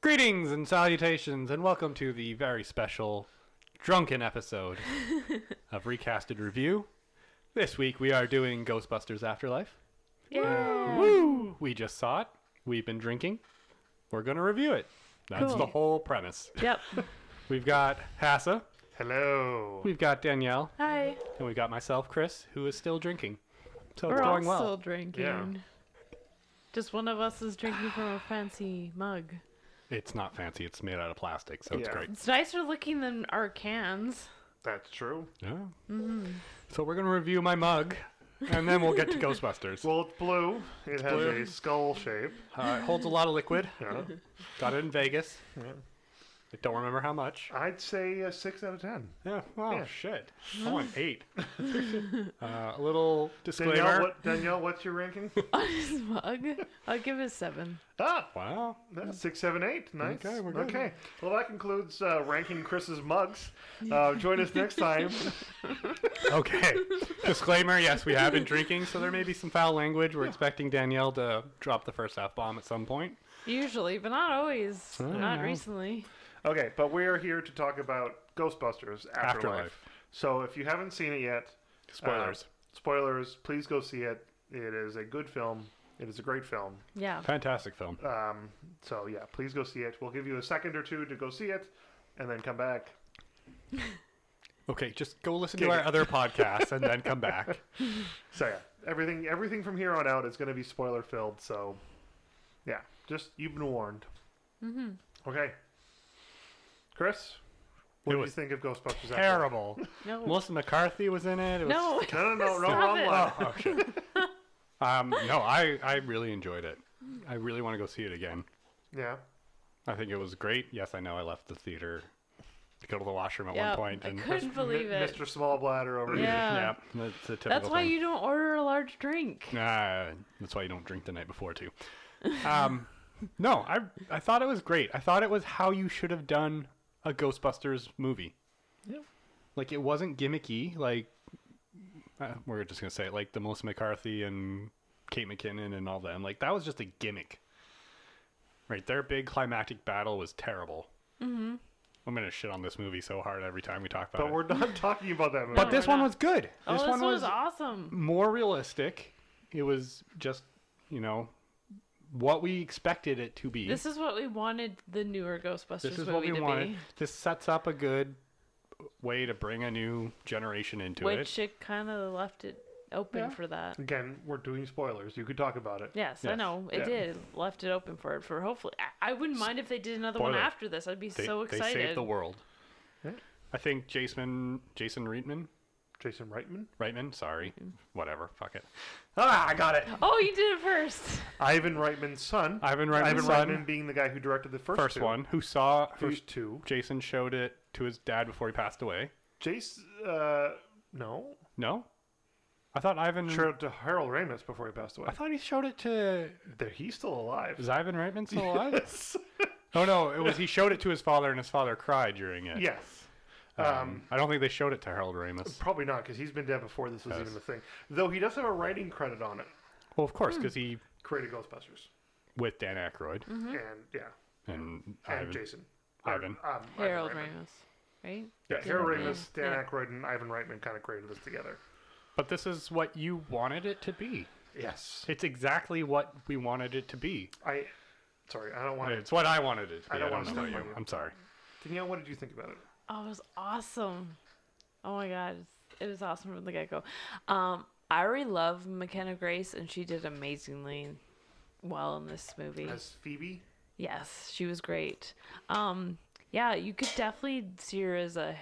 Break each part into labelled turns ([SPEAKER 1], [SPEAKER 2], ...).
[SPEAKER 1] Greetings and salutations, and welcome to the very special drunken episode of Recasted Review. This week we are doing Ghostbusters Afterlife.
[SPEAKER 2] Yeah.
[SPEAKER 1] Woo! We just saw it. We've been drinking. We're going to review it. That's
[SPEAKER 2] Cool.
[SPEAKER 1] the whole premise.
[SPEAKER 2] Yep.
[SPEAKER 1] We've got Hassa,
[SPEAKER 3] Hello.
[SPEAKER 1] we've got Danielle,
[SPEAKER 2] Hi.
[SPEAKER 1] and we've got myself, Chris, who is still drinking. So
[SPEAKER 2] We're
[SPEAKER 1] it's
[SPEAKER 2] all
[SPEAKER 1] going well.
[SPEAKER 2] still drinking. Just one of us is drinking from a fancy mug.
[SPEAKER 1] It's not fancy. It's made out of plastic, so it's
[SPEAKER 3] Yeah.
[SPEAKER 1] great.
[SPEAKER 2] It's nicer looking than our cans.
[SPEAKER 3] That's true.
[SPEAKER 1] Yeah.
[SPEAKER 2] Mm-hmm.
[SPEAKER 1] So we're going to review my mug, and then we'll get to Ghostbusters.
[SPEAKER 3] Well, it's blue. It has
[SPEAKER 1] Blue.
[SPEAKER 3] a skull shape.
[SPEAKER 1] Uh, it holds a lot of liquid.
[SPEAKER 3] Yeah.
[SPEAKER 1] Got it in Vegas. I don't remember how much.
[SPEAKER 3] I'd say a six out of ten.
[SPEAKER 1] Yeah. Oh
[SPEAKER 3] Yeah.
[SPEAKER 1] shit. I want eight. uh, a little
[SPEAKER 3] Danielle,
[SPEAKER 1] disclaimer.
[SPEAKER 3] what, Danielle, what's your ranking?
[SPEAKER 2] On his mug. I'll give it a seven.
[SPEAKER 3] ah,
[SPEAKER 1] Wow.
[SPEAKER 3] that's six, seven, eight. Nice.
[SPEAKER 1] Okay, we're good.
[SPEAKER 3] Okay. Well, that concludes uh, ranking Chris's mugs. Uh, join us next time.
[SPEAKER 1] Okay. disclaimer. Yes, we have been drinking, so there may be some foul language. We're expecting Danielle to drop the first f bomb at some point.
[SPEAKER 2] Usually, but not always.
[SPEAKER 1] don't
[SPEAKER 2] Not
[SPEAKER 1] know.
[SPEAKER 2] recently.
[SPEAKER 3] Okay, but we are here to talk about Ghostbusters Afterlife.
[SPEAKER 1] Afterlife.
[SPEAKER 3] So if you haven't seen it yet,
[SPEAKER 1] Spoilers.
[SPEAKER 3] uh, spoilers. Please go see it. It is a good film. It is a great film.
[SPEAKER 2] Yeah.
[SPEAKER 1] Fantastic film.
[SPEAKER 3] Um, so yeah, please go see it. We'll give you a second or two to go see it, and then come back.
[SPEAKER 1] Okay, just go listen
[SPEAKER 3] Get
[SPEAKER 1] to our
[SPEAKER 3] it.
[SPEAKER 1] other podcasts and then come back.
[SPEAKER 3] So yeah, everything everything from here on out is going to be spoiler filled. So yeah, just you've been warned. Mm-hmm. Okay, Chris, what
[SPEAKER 1] It
[SPEAKER 3] do you
[SPEAKER 1] was
[SPEAKER 3] think of Ghostbusters? Afterlife?
[SPEAKER 1] Terrible.
[SPEAKER 2] No.
[SPEAKER 1] Melissa McCarthy was in it. it was
[SPEAKER 2] no.
[SPEAKER 3] No, no, no, no,
[SPEAKER 2] Stop
[SPEAKER 3] wrong
[SPEAKER 2] it.
[SPEAKER 3] one.
[SPEAKER 1] Oh, shit. um, no, I, I really enjoyed it. I really want to go see it again.
[SPEAKER 3] Yeah,
[SPEAKER 1] I think it was great. Yes, I know I left the theater to go to the washroom at
[SPEAKER 2] Yeah.
[SPEAKER 1] one point,
[SPEAKER 2] I
[SPEAKER 1] and
[SPEAKER 2] couldn't believe
[SPEAKER 3] M-
[SPEAKER 2] it.
[SPEAKER 3] Mr. Smallbladder over here.
[SPEAKER 2] Yeah.
[SPEAKER 1] yeah, that's a typical.
[SPEAKER 2] That's why
[SPEAKER 1] thing.
[SPEAKER 2] you don't order a large drink.
[SPEAKER 1] Ah, that's why you don't drink the night before too. Um, no, I I thought it was great. I thought it was how you should have done a Ghostbusters movie.
[SPEAKER 3] Yeah.
[SPEAKER 1] Like it wasn't gimmicky. Like uh, we're just gonna say it, like the Melissa McCarthy and Kate McKinnon and all them. Like that was just a gimmick. Right, their big climactic battle was terrible. Mm-hmm. I'm gonna shit on this movie so hard every time we talk about
[SPEAKER 3] But
[SPEAKER 1] it.
[SPEAKER 3] we're not talking about that movie.
[SPEAKER 1] but
[SPEAKER 2] No,
[SPEAKER 1] this
[SPEAKER 2] we're
[SPEAKER 1] one
[SPEAKER 2] not.
[SPEAKER 1] was good. This,
[SPEAKER 2] oh, this
[SPEAKER 1] one was
[SPEAKER 2] awesome.
[SPEAKER 1] more realistic. It was just, you know, what we expected it to be.
[SPEAKER 2] This is what we wanted the newer Ghostbusters
[SPEAKER 1] This is
[SPEAKER 2] movie
[SPEAKER 1] what we
[SPEAKER 2] to
[SPEAKER 1] wanted.
[SPEAKER 2] be.
[SPEAKER 1] This sets up a good way to bring a new generation into it.
[SPEAKER 2] Which it kind of left it open
[SPEAKER 1] Yeah.
[SPEAKER 2] for that.
[SPEAKER 3] Again, we're doing spoilers. You could talk about it.
[SPEAKER 2] Yes, I
[SPEAKER 1] Yes.
[SPEAKER 2] know it
[SPEAKER 3] Yeah.
[SPEAKER 2] did. Left it open for it for hopefully. I, I wouldn't mind if they did another one
[SPEAKER 1] Spoiler.
[SPEAKER 2] after this. I'd be
[SPEAKER 1] They,
[SPEAKER 2] so
[SPEAKER 1] they saved
[SPEAKER 2] excited.
[SPEAKER 1] the world.
[SPEAKER 3] Yeah.
[SPEAKER 1] I think Jason Jason Reitman
[SPEAKER 3] Jason Reitman.
[SPEAKER 1] Reitman, sorry, whatever, fuck it. Ah, I got it.
[SPEAKER 2] oh, you did it first.
[SPEAKER 3] Ivan Reitman's son.
[SPEAKER 1] Ivan Reitman's
[SPEAKER 3] Ivan
[SPEAKER 1] son.
[SPEAKER 3] Reitman being the guy who directed the first
[SPEAKER 1] First
[SPEAKER 3] two.
[SPEAKER 1] one who saw who
[SPEAKER 3] First two.
[SPEAKER 1] Jason showed it to his dad before he passed away.
[SPEAKER 3] Jace. Uh, no.
[SPEAKER 1] No, I thought Ivan.
[SPEAKER 3] Showed it to Harold Ramis before he passed away.
[SPEAKER 1] Mm. I thought he showed it to
[SPEAKER 3] There, he's still alive.
[SPEAKER 1] Is Ivan Reitman still alive? oh no, it was he showed it to his father and his father cried during it.
[SPEAKER 3] Yes.
[SPEAKER 1] Um,
[SPEAKER 3] Um,
[SPEAKER 1] I don't think they showed it to Harold Ramis.
[SPEAKER 3] probably not because he's been dead before this was
[SPEAKER 1] Yes.
[SPEAKER 3] even a thing. Though he does have a writing credit on it.
[SPEAKER 1] Well, of course, because he
[SPEAKER 3] Created Ghostbusters.
[SPEAKER 1] with Dan Aykroyd
[SPEAKER 3] And yeah,
[SPEAKER 1] and,
[SPEAKER 3] and
[SPEAKER 1] Ivan.
[SPEAKER 3] Jason.
[SPEAKER 1] Ivan.
[SPEAKER 3] Or, um,
[SPEAKER 2] Harold
[SPEAKER 3] Ivan Reitman.
[SPEAKER 2] Ramos, right?
[SPEAKER 3] Yeah, Harold Ramis, Dan
[SPEAKER 2] Yeah.
[SPEAKER 3] Aykroyd, and Ivan Reitman kind of created this together.
[SPEAKER 1] But this is what you wanted it to be.
[SPEAKER 3] Yes.
[SPEAKER 1] It's exactly what we wanted it to be.
[SPEAKER 3] I. Sorry, I don't want to.
[SPEAKER 1] It's what I wanted it to be.
[SPEAKER 3] I
[SPEAKER 1] I
[SPEAKER 3] don't
[SPEAKER 1] don't,
[SPEAKER 3] wanna
[SPEAKER 1] know
[SPEAKER 3] step
[SPEAKER 1] about
[SPEAKER 3] on
[SPEAKER 1] you.
[SPEAKER 3] you.
[SPEAKER 1] I'm sorry.
[SPEAKER 3] Danielle, what did you think about it?
[SPEAKER 2] Oh, it was awesome. Oh my god, it was awesome from the get go. Um, I already love McKenna Grace, and she did amazingly well in this movie.
[SPEAKER 3] As Phoebe,
[SPEAKER 2] Yes, she was great. Um, yeah, you could definitely see her as a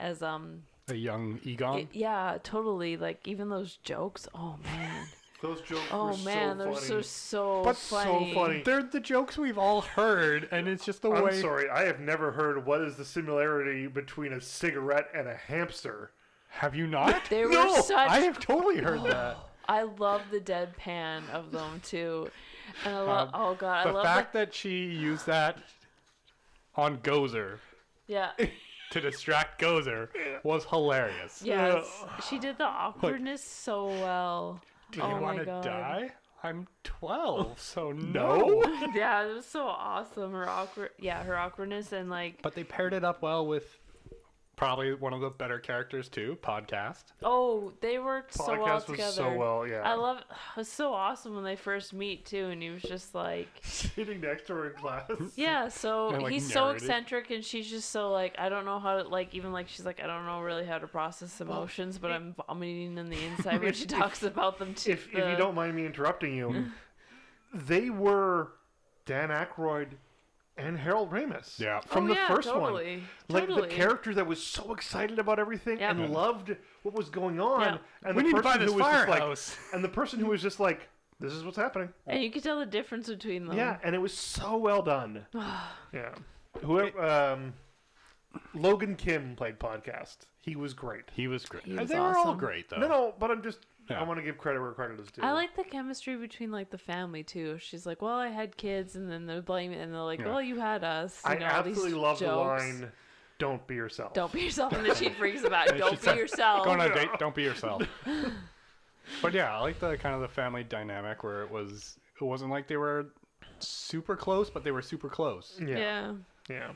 [SPEAKER 2] as um
[SPEAKER 1] A young Egon.
[SPEAKER 2] y- yeah, totally. Like even those jokes. Oh man.
[SPEAKER 3] those jokes were
[SPEAKER 2] Oh
[SPEAKER 3] so
[SPEAKER 2] man, they're
[SPEAKER 3] funny.
[SPEAKER 2] so so
[SPEAKER 1] But so
[SPEAKER 2] funny.
[SPEAKER 3] funny.
[SPEAKER 1] They're the jokes we've all heard, and it's just the
[SPEAKER 3] I'm
[SPEAKER 1] way.
[SPEAKER 3] sorry, I have never heard what is the similarity between a cigarette and a hamster.
[SPEAKER 1] Have you not?
[SPEAKER 2] They were
[SPEAKER 1] no,
[SPEAKER 2] such- Oh,
[SPEAKER 1] I have totally heard that.
[SPEAKER 2] I love the deadpan of them too, and I love.
[SPEAKER 1] Um,
[SPEAKER 2] oh god, I
[SPEAKER 1] the
[SPEAKER 2] love.
[SPEAKER 1] fact that she used that on Gozer
[SPEAKER 2] the, yeah,
[SPEAKER 1] to distract Gozer was hilarious.
[SPEAKER 2] yes, she did the awkwardness so well.
[SPEAKER 1] Do
[SPEAKER 2] oh
[SPEAKER 1] you
[SPEAKER 2] my
[SPEAKER 1] want to
[SPEAKER 2] God.
[SPEAKER 1] die? I'm 12, so no.
[SPEAKER 3] No.
[SPEAKER 2] yeah, it was so awesome. Her awkward, yeah, her awkwardness and like,
[SPEAKER 1] But they paired it up well with probably one of the better characters too, podcast.
[SPEAKER 2] oh, they worked so well
[SPEAKER 3] Podcast
[SPEAKER 2] together.
[SPEAKER 3] was so well, yeah.
[SPEAKER 2] I love. It was so awesome when they first meet too, and he was just like,
[SPEAKER 3] sitting next to her in class.
[SPEAKER 2] yeah. So
[SPEAKER 1] Kinda, like,
[SPEAKER 2] he's so
[SPEAKER 1] narrated.
[SPEAKER 2] eccentric, and she's just so like, I don't know how to like. Even like she's like, I don't know really how to process emotions, but I'm vomiting on the inside when she talks about them too.
[SPEAKER 3] If, if you don't mind me interrupting you, they were Dan Aykroyd and Harold Ramis.
[SPEAKER 1] Yeah.
[SPEAKER 3] From the first one.
[SPEAKER 2] Oh, totally.
[SPEAKER 3] Like
[SPEAKER 2] totally.
[SPEAKER 3] the character that was so excited about everything
[SPEAKER 2] Yeah.
[SPEAKER 3] and loved what was going on,
[SPEAKER 2] Yeah.
[SPEAKER 3] and
[SPEAKER 1] We
[SPEAKER 3] the
[SPEAKER 1] need to buy
[SPEAKER 3] person
[SPEAKER 1] this
[SPEAKER 3] who was just like,
[SPEAKER 1] firehouse.
[SPEAKER 3] and the person who was just like, "This is what's happening."
[SPEAKER 2] and you could tell the difference between them.
[SPEAKER 3] Yeah, and it was so well done. yeah, whoever um, Logan Kim played podcast. He was great.
[SPEAKER 1] He was great.
[SPEAKER 2] He was
[SPEAKER 1] they were all
[SPEAKER 2] awesome.
[SPEAKER 1] great though.
[SPEAKER 3] No, no, but I'm just
[SPEAKER 1] Yeah.
[SPEAKER 3] I want to give credit where credit is due.
[SPEAKER 2] I like the chemistry between like the family too. She's like, "Well, I had kids," and then they're blaming, and they're like,
[SPEAKER 1] Yeah.
[SPEAKER 2] "Well, you had us." You
[SPEAKER 3] I
[SPEAKER 2] know, all
[SPEAKER 3] absolutely
[SPEAKER 2] these
[SPEAKER 3] love the
[SPEAKER 2] jokes.
[SPEAKER 3] line, "Don't be yourself."
[SPEAKER 2] Don't be yourself, and then she freaks about.
[SPEAKER 1] Yeah,
[SPEAKER 2] Don't
[SPEAKER 1] she's
[SPEAKER 2] be
[SPEAKER 1] like,
[SPEAKER 2] yourself.
[SPEAKER 1] Go on a date. Don't be yourself. but yeah, I like the kind of the family dynamic where it was. It wasn't like they were super close, but they were super close.
[SPEAKER 3] Yeah,
[SPEAKER 2] yeah.
[SPEAKER 3] yeah.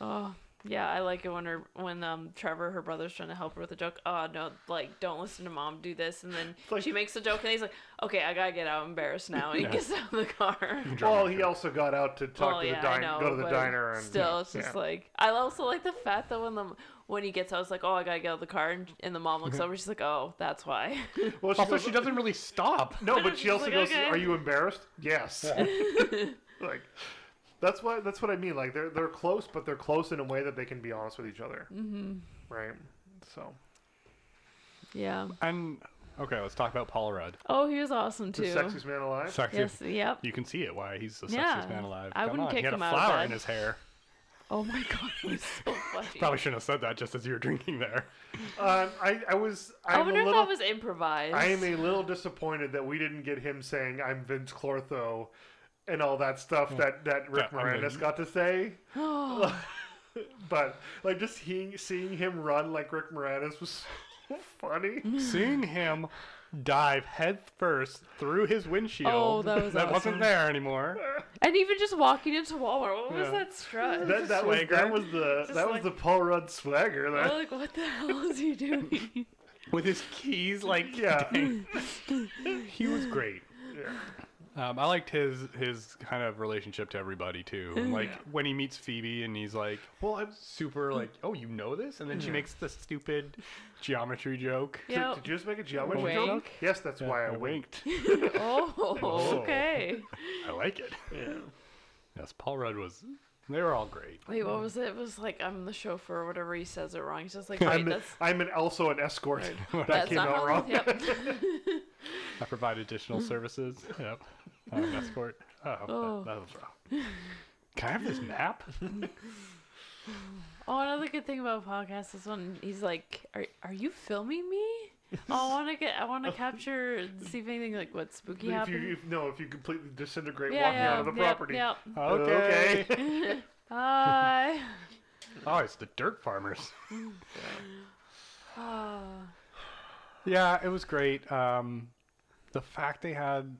[SPEAKER 2] Oh, yeah. I like it when her when um Trevor, her brother's trying to help her with a joke. Oh no, like don't listen to mom. Do this, and then
[SPEAKER 3] like-
[SPEAKER 2] she makes a joke, and he's like, "Okay, I gotta get out. I'm embarrassed now," and he gets out of the car.
[SPEAKER 3] Well, he also got out to talk
[SPEAKER 2] Oh,
[SPEAKER 3] to the
[SPEAKER 2] yeah, I
[SPEAKER 3] diner,
[SPEAKER 2] know,
[SPEAKER 3] go to the
[SPEAKER 2] but
[SPEAKER 3] diner, and
[SPEAKER 2] still, it's just
[SPEAKER 3] yeah.
[SPEAKER 2] like I also like the fact that when the when he gets out, it's like, "Oh, I gotta get out of the car," and, and the mom looks over, she's like, "Oh, that's why."
[SPEAKER 3] Well, Mm. she
[SPEAKER 1] also,
[SPEAKER 3] goes,
[SPEAKER 1] she doesn't really stop.
[SPEAKER 3] No, but she
[SPEAKER 2] She's
[SPEAKER 3] also
[SPEAKER 2] like,
[SPEAKER 3] goes,
[SPEAKER 2] "Okay."
[SPEAKER 3] "Are you embarrassed?" Yes. like that's why that's what I mean. Like they're they're close, but they're close in a way that they can be honest with each other. Mm-hmm. Right. So
[SPEAKER 2] yeah.
[SPEAKER 1] And okay, let's talk about Paul Rudd.
[SPEAKER 2] Oh, he was awesome
[SPEAKER 3] the
[SPEAKER 2] too.
[SPEAKER 3] sexiest man alive.
[SPEAKER 1] Sexy.
[SPEAKER 2] Yes. Yep.
[SPEAKER 1] You can see it why he's the sexiest
[SPEAKER 2] Yeah,
[SPEAKER 1] man alive.
[SPEAKER 2] I
[SPEAKER 1] Come
[SPEAKER 2] wouldn't
[SPEAKER 1] on,
[SPEAKER 2] kick
[SPEAKER 1] he had
[SPEAKER 2] him
[SPEAKER 1] a
[SPEAKER 2] out of
[SPEAKER 1] flower
[SPEAKER 2] bed.
[SPEAKER 1] in his hair.
[SPEAKER 2] Oh my god, it was so funny.
[SPEAKER 1] Probably shouldn't have said that just as you were drinking there.
[SPEAKER 3] um, I I was
[SPEAKER 2] I
[SPEAKER 3] I'm
[SPEAKER 2] wonder
[SPEAKER 3] a
[SPEAKER 2] if
[SPEAKER 3] little
[SPEAKER 2] that was improvised.
[SPEAKER 3] I am a little disappointed that we didn't get him saying I'm Vince Clortho and all that stuff that that Rick
[SPEAKER 1] Yeah, I'm
[SPEAKER 3] Moranis
[SPEAKER 1] a-
[SPEAKER 3] got to say.
[SPEAKER 2] Oh,
[SPEAKER 3] But like just he, seeing him run like Rick Moranis was so funny.
[SPEAKER 1] Seeing him dive headfirst through his windshield
[SPEAKER 2] Oh, that was awesome.
[SPEAKER 1] wasn't there anymore.
[SPEAKER 2] and even just walking into Walmart, what was
[SPEAKER 1] Yeah.
[SPEAKER 2] that strut?
[SPEAKER 3] that,
[SPEAKER 1] a
[SPEAKER 3] that was that
[SPEAKER 1] swagger.
[SPEAKER 3] was the
[SPEAKER 2] Just
[SPEAKER 3] that was
[SPEAKER 2] like-
[SPEAKER 3] the Paul Rudd swagger.
[SPEAKER 2] I'm
[SPEAKER 3] That
[SPEAKER 2] like, what the hell is he doing?
[SPEAKER 1] With his keys like
[SPEAKER 3] yeah,
[SPEAKER 1] he was great.
[SPEAKER 3] yeah.
[SPEAKER 1] Um, I liked his his kind of relationship to everybody too.
[SPEAKER 2] Hmm.
[SPEAKER 1] And, Like when he meets Phoebe and he's like
[SPEAKER 3] Well, I'm,
[SPEAKER 1] super like, oh, you know this, and then she makes the stupid geometry joke.
[SPEAKER 2] yeah.
[SPEAKER 3] did you just make a geometry
[SPEAKER 2] Wink.
[SPEAKER 3] joke? Yes, that's why I,
[SPEAKER 1] I
[SPEAKER 3] winked.
[SPEAKER 1] winked.
[SPEAKER 2] Oh, okay.
[SPEAKER 1] I like it.
[SPEAKER 3] Yeah.
[SPEAKER 1] Yes, Paul Rudd was. They were all great.
[SPEAKER 2] Wait, what was it? It was like I'm the chauffeur, or whatever he says it wrong. He's just like, wait,
[SPEAKER 3] I'm,
[SPEAKER 2] that's
[SPEAKER 3] I'm an, also an escort. That
[SPEAKER 2] that's
[SPEAKER 3] came
[SPEAKER 2] not
[SPEAKER 3] out
[SPEAKER 2] how-
[SPEAKER 3] wrong.
[SPEAKER 2] Yep.
[SPEAKER 1] I provide additional services. Yep. I'm an escort. Oh, that-
[SPEAKER 2] Mm-hmm. Oh.
[SPEAKER 1] That, was wrong. Can I have this map?
[SPEAKER 2] Oh, another good thing about podcasts is when he's like, "Are are you filming me? Oh, I want to get, I want to capture, see if anything like what spooky
[SPEAKER 3] If you
[SPEAKER 2] happened."
[SPEAKER 3] if, no, if you completely disintegrate
[SPEAKER 2] Yeah,
[SPEAKER 3] walking
[SPEAKER 2] yeah,
[SPEAKER 3] out of the
[SPEAKER 2] yep,
[SPEAKER 3] property.
[SPEAKER 2] Yep.
[SPEAKER 1] Okay.
[SPEAKER 3] Okay.
[SPEAKER 2] Bye.
[SPEAKER 1] oh, it's the dirt farmers.
[SPEAKER 2] Ah.
[SPEAKER 1] Yeah, it was great. Um, the fact they had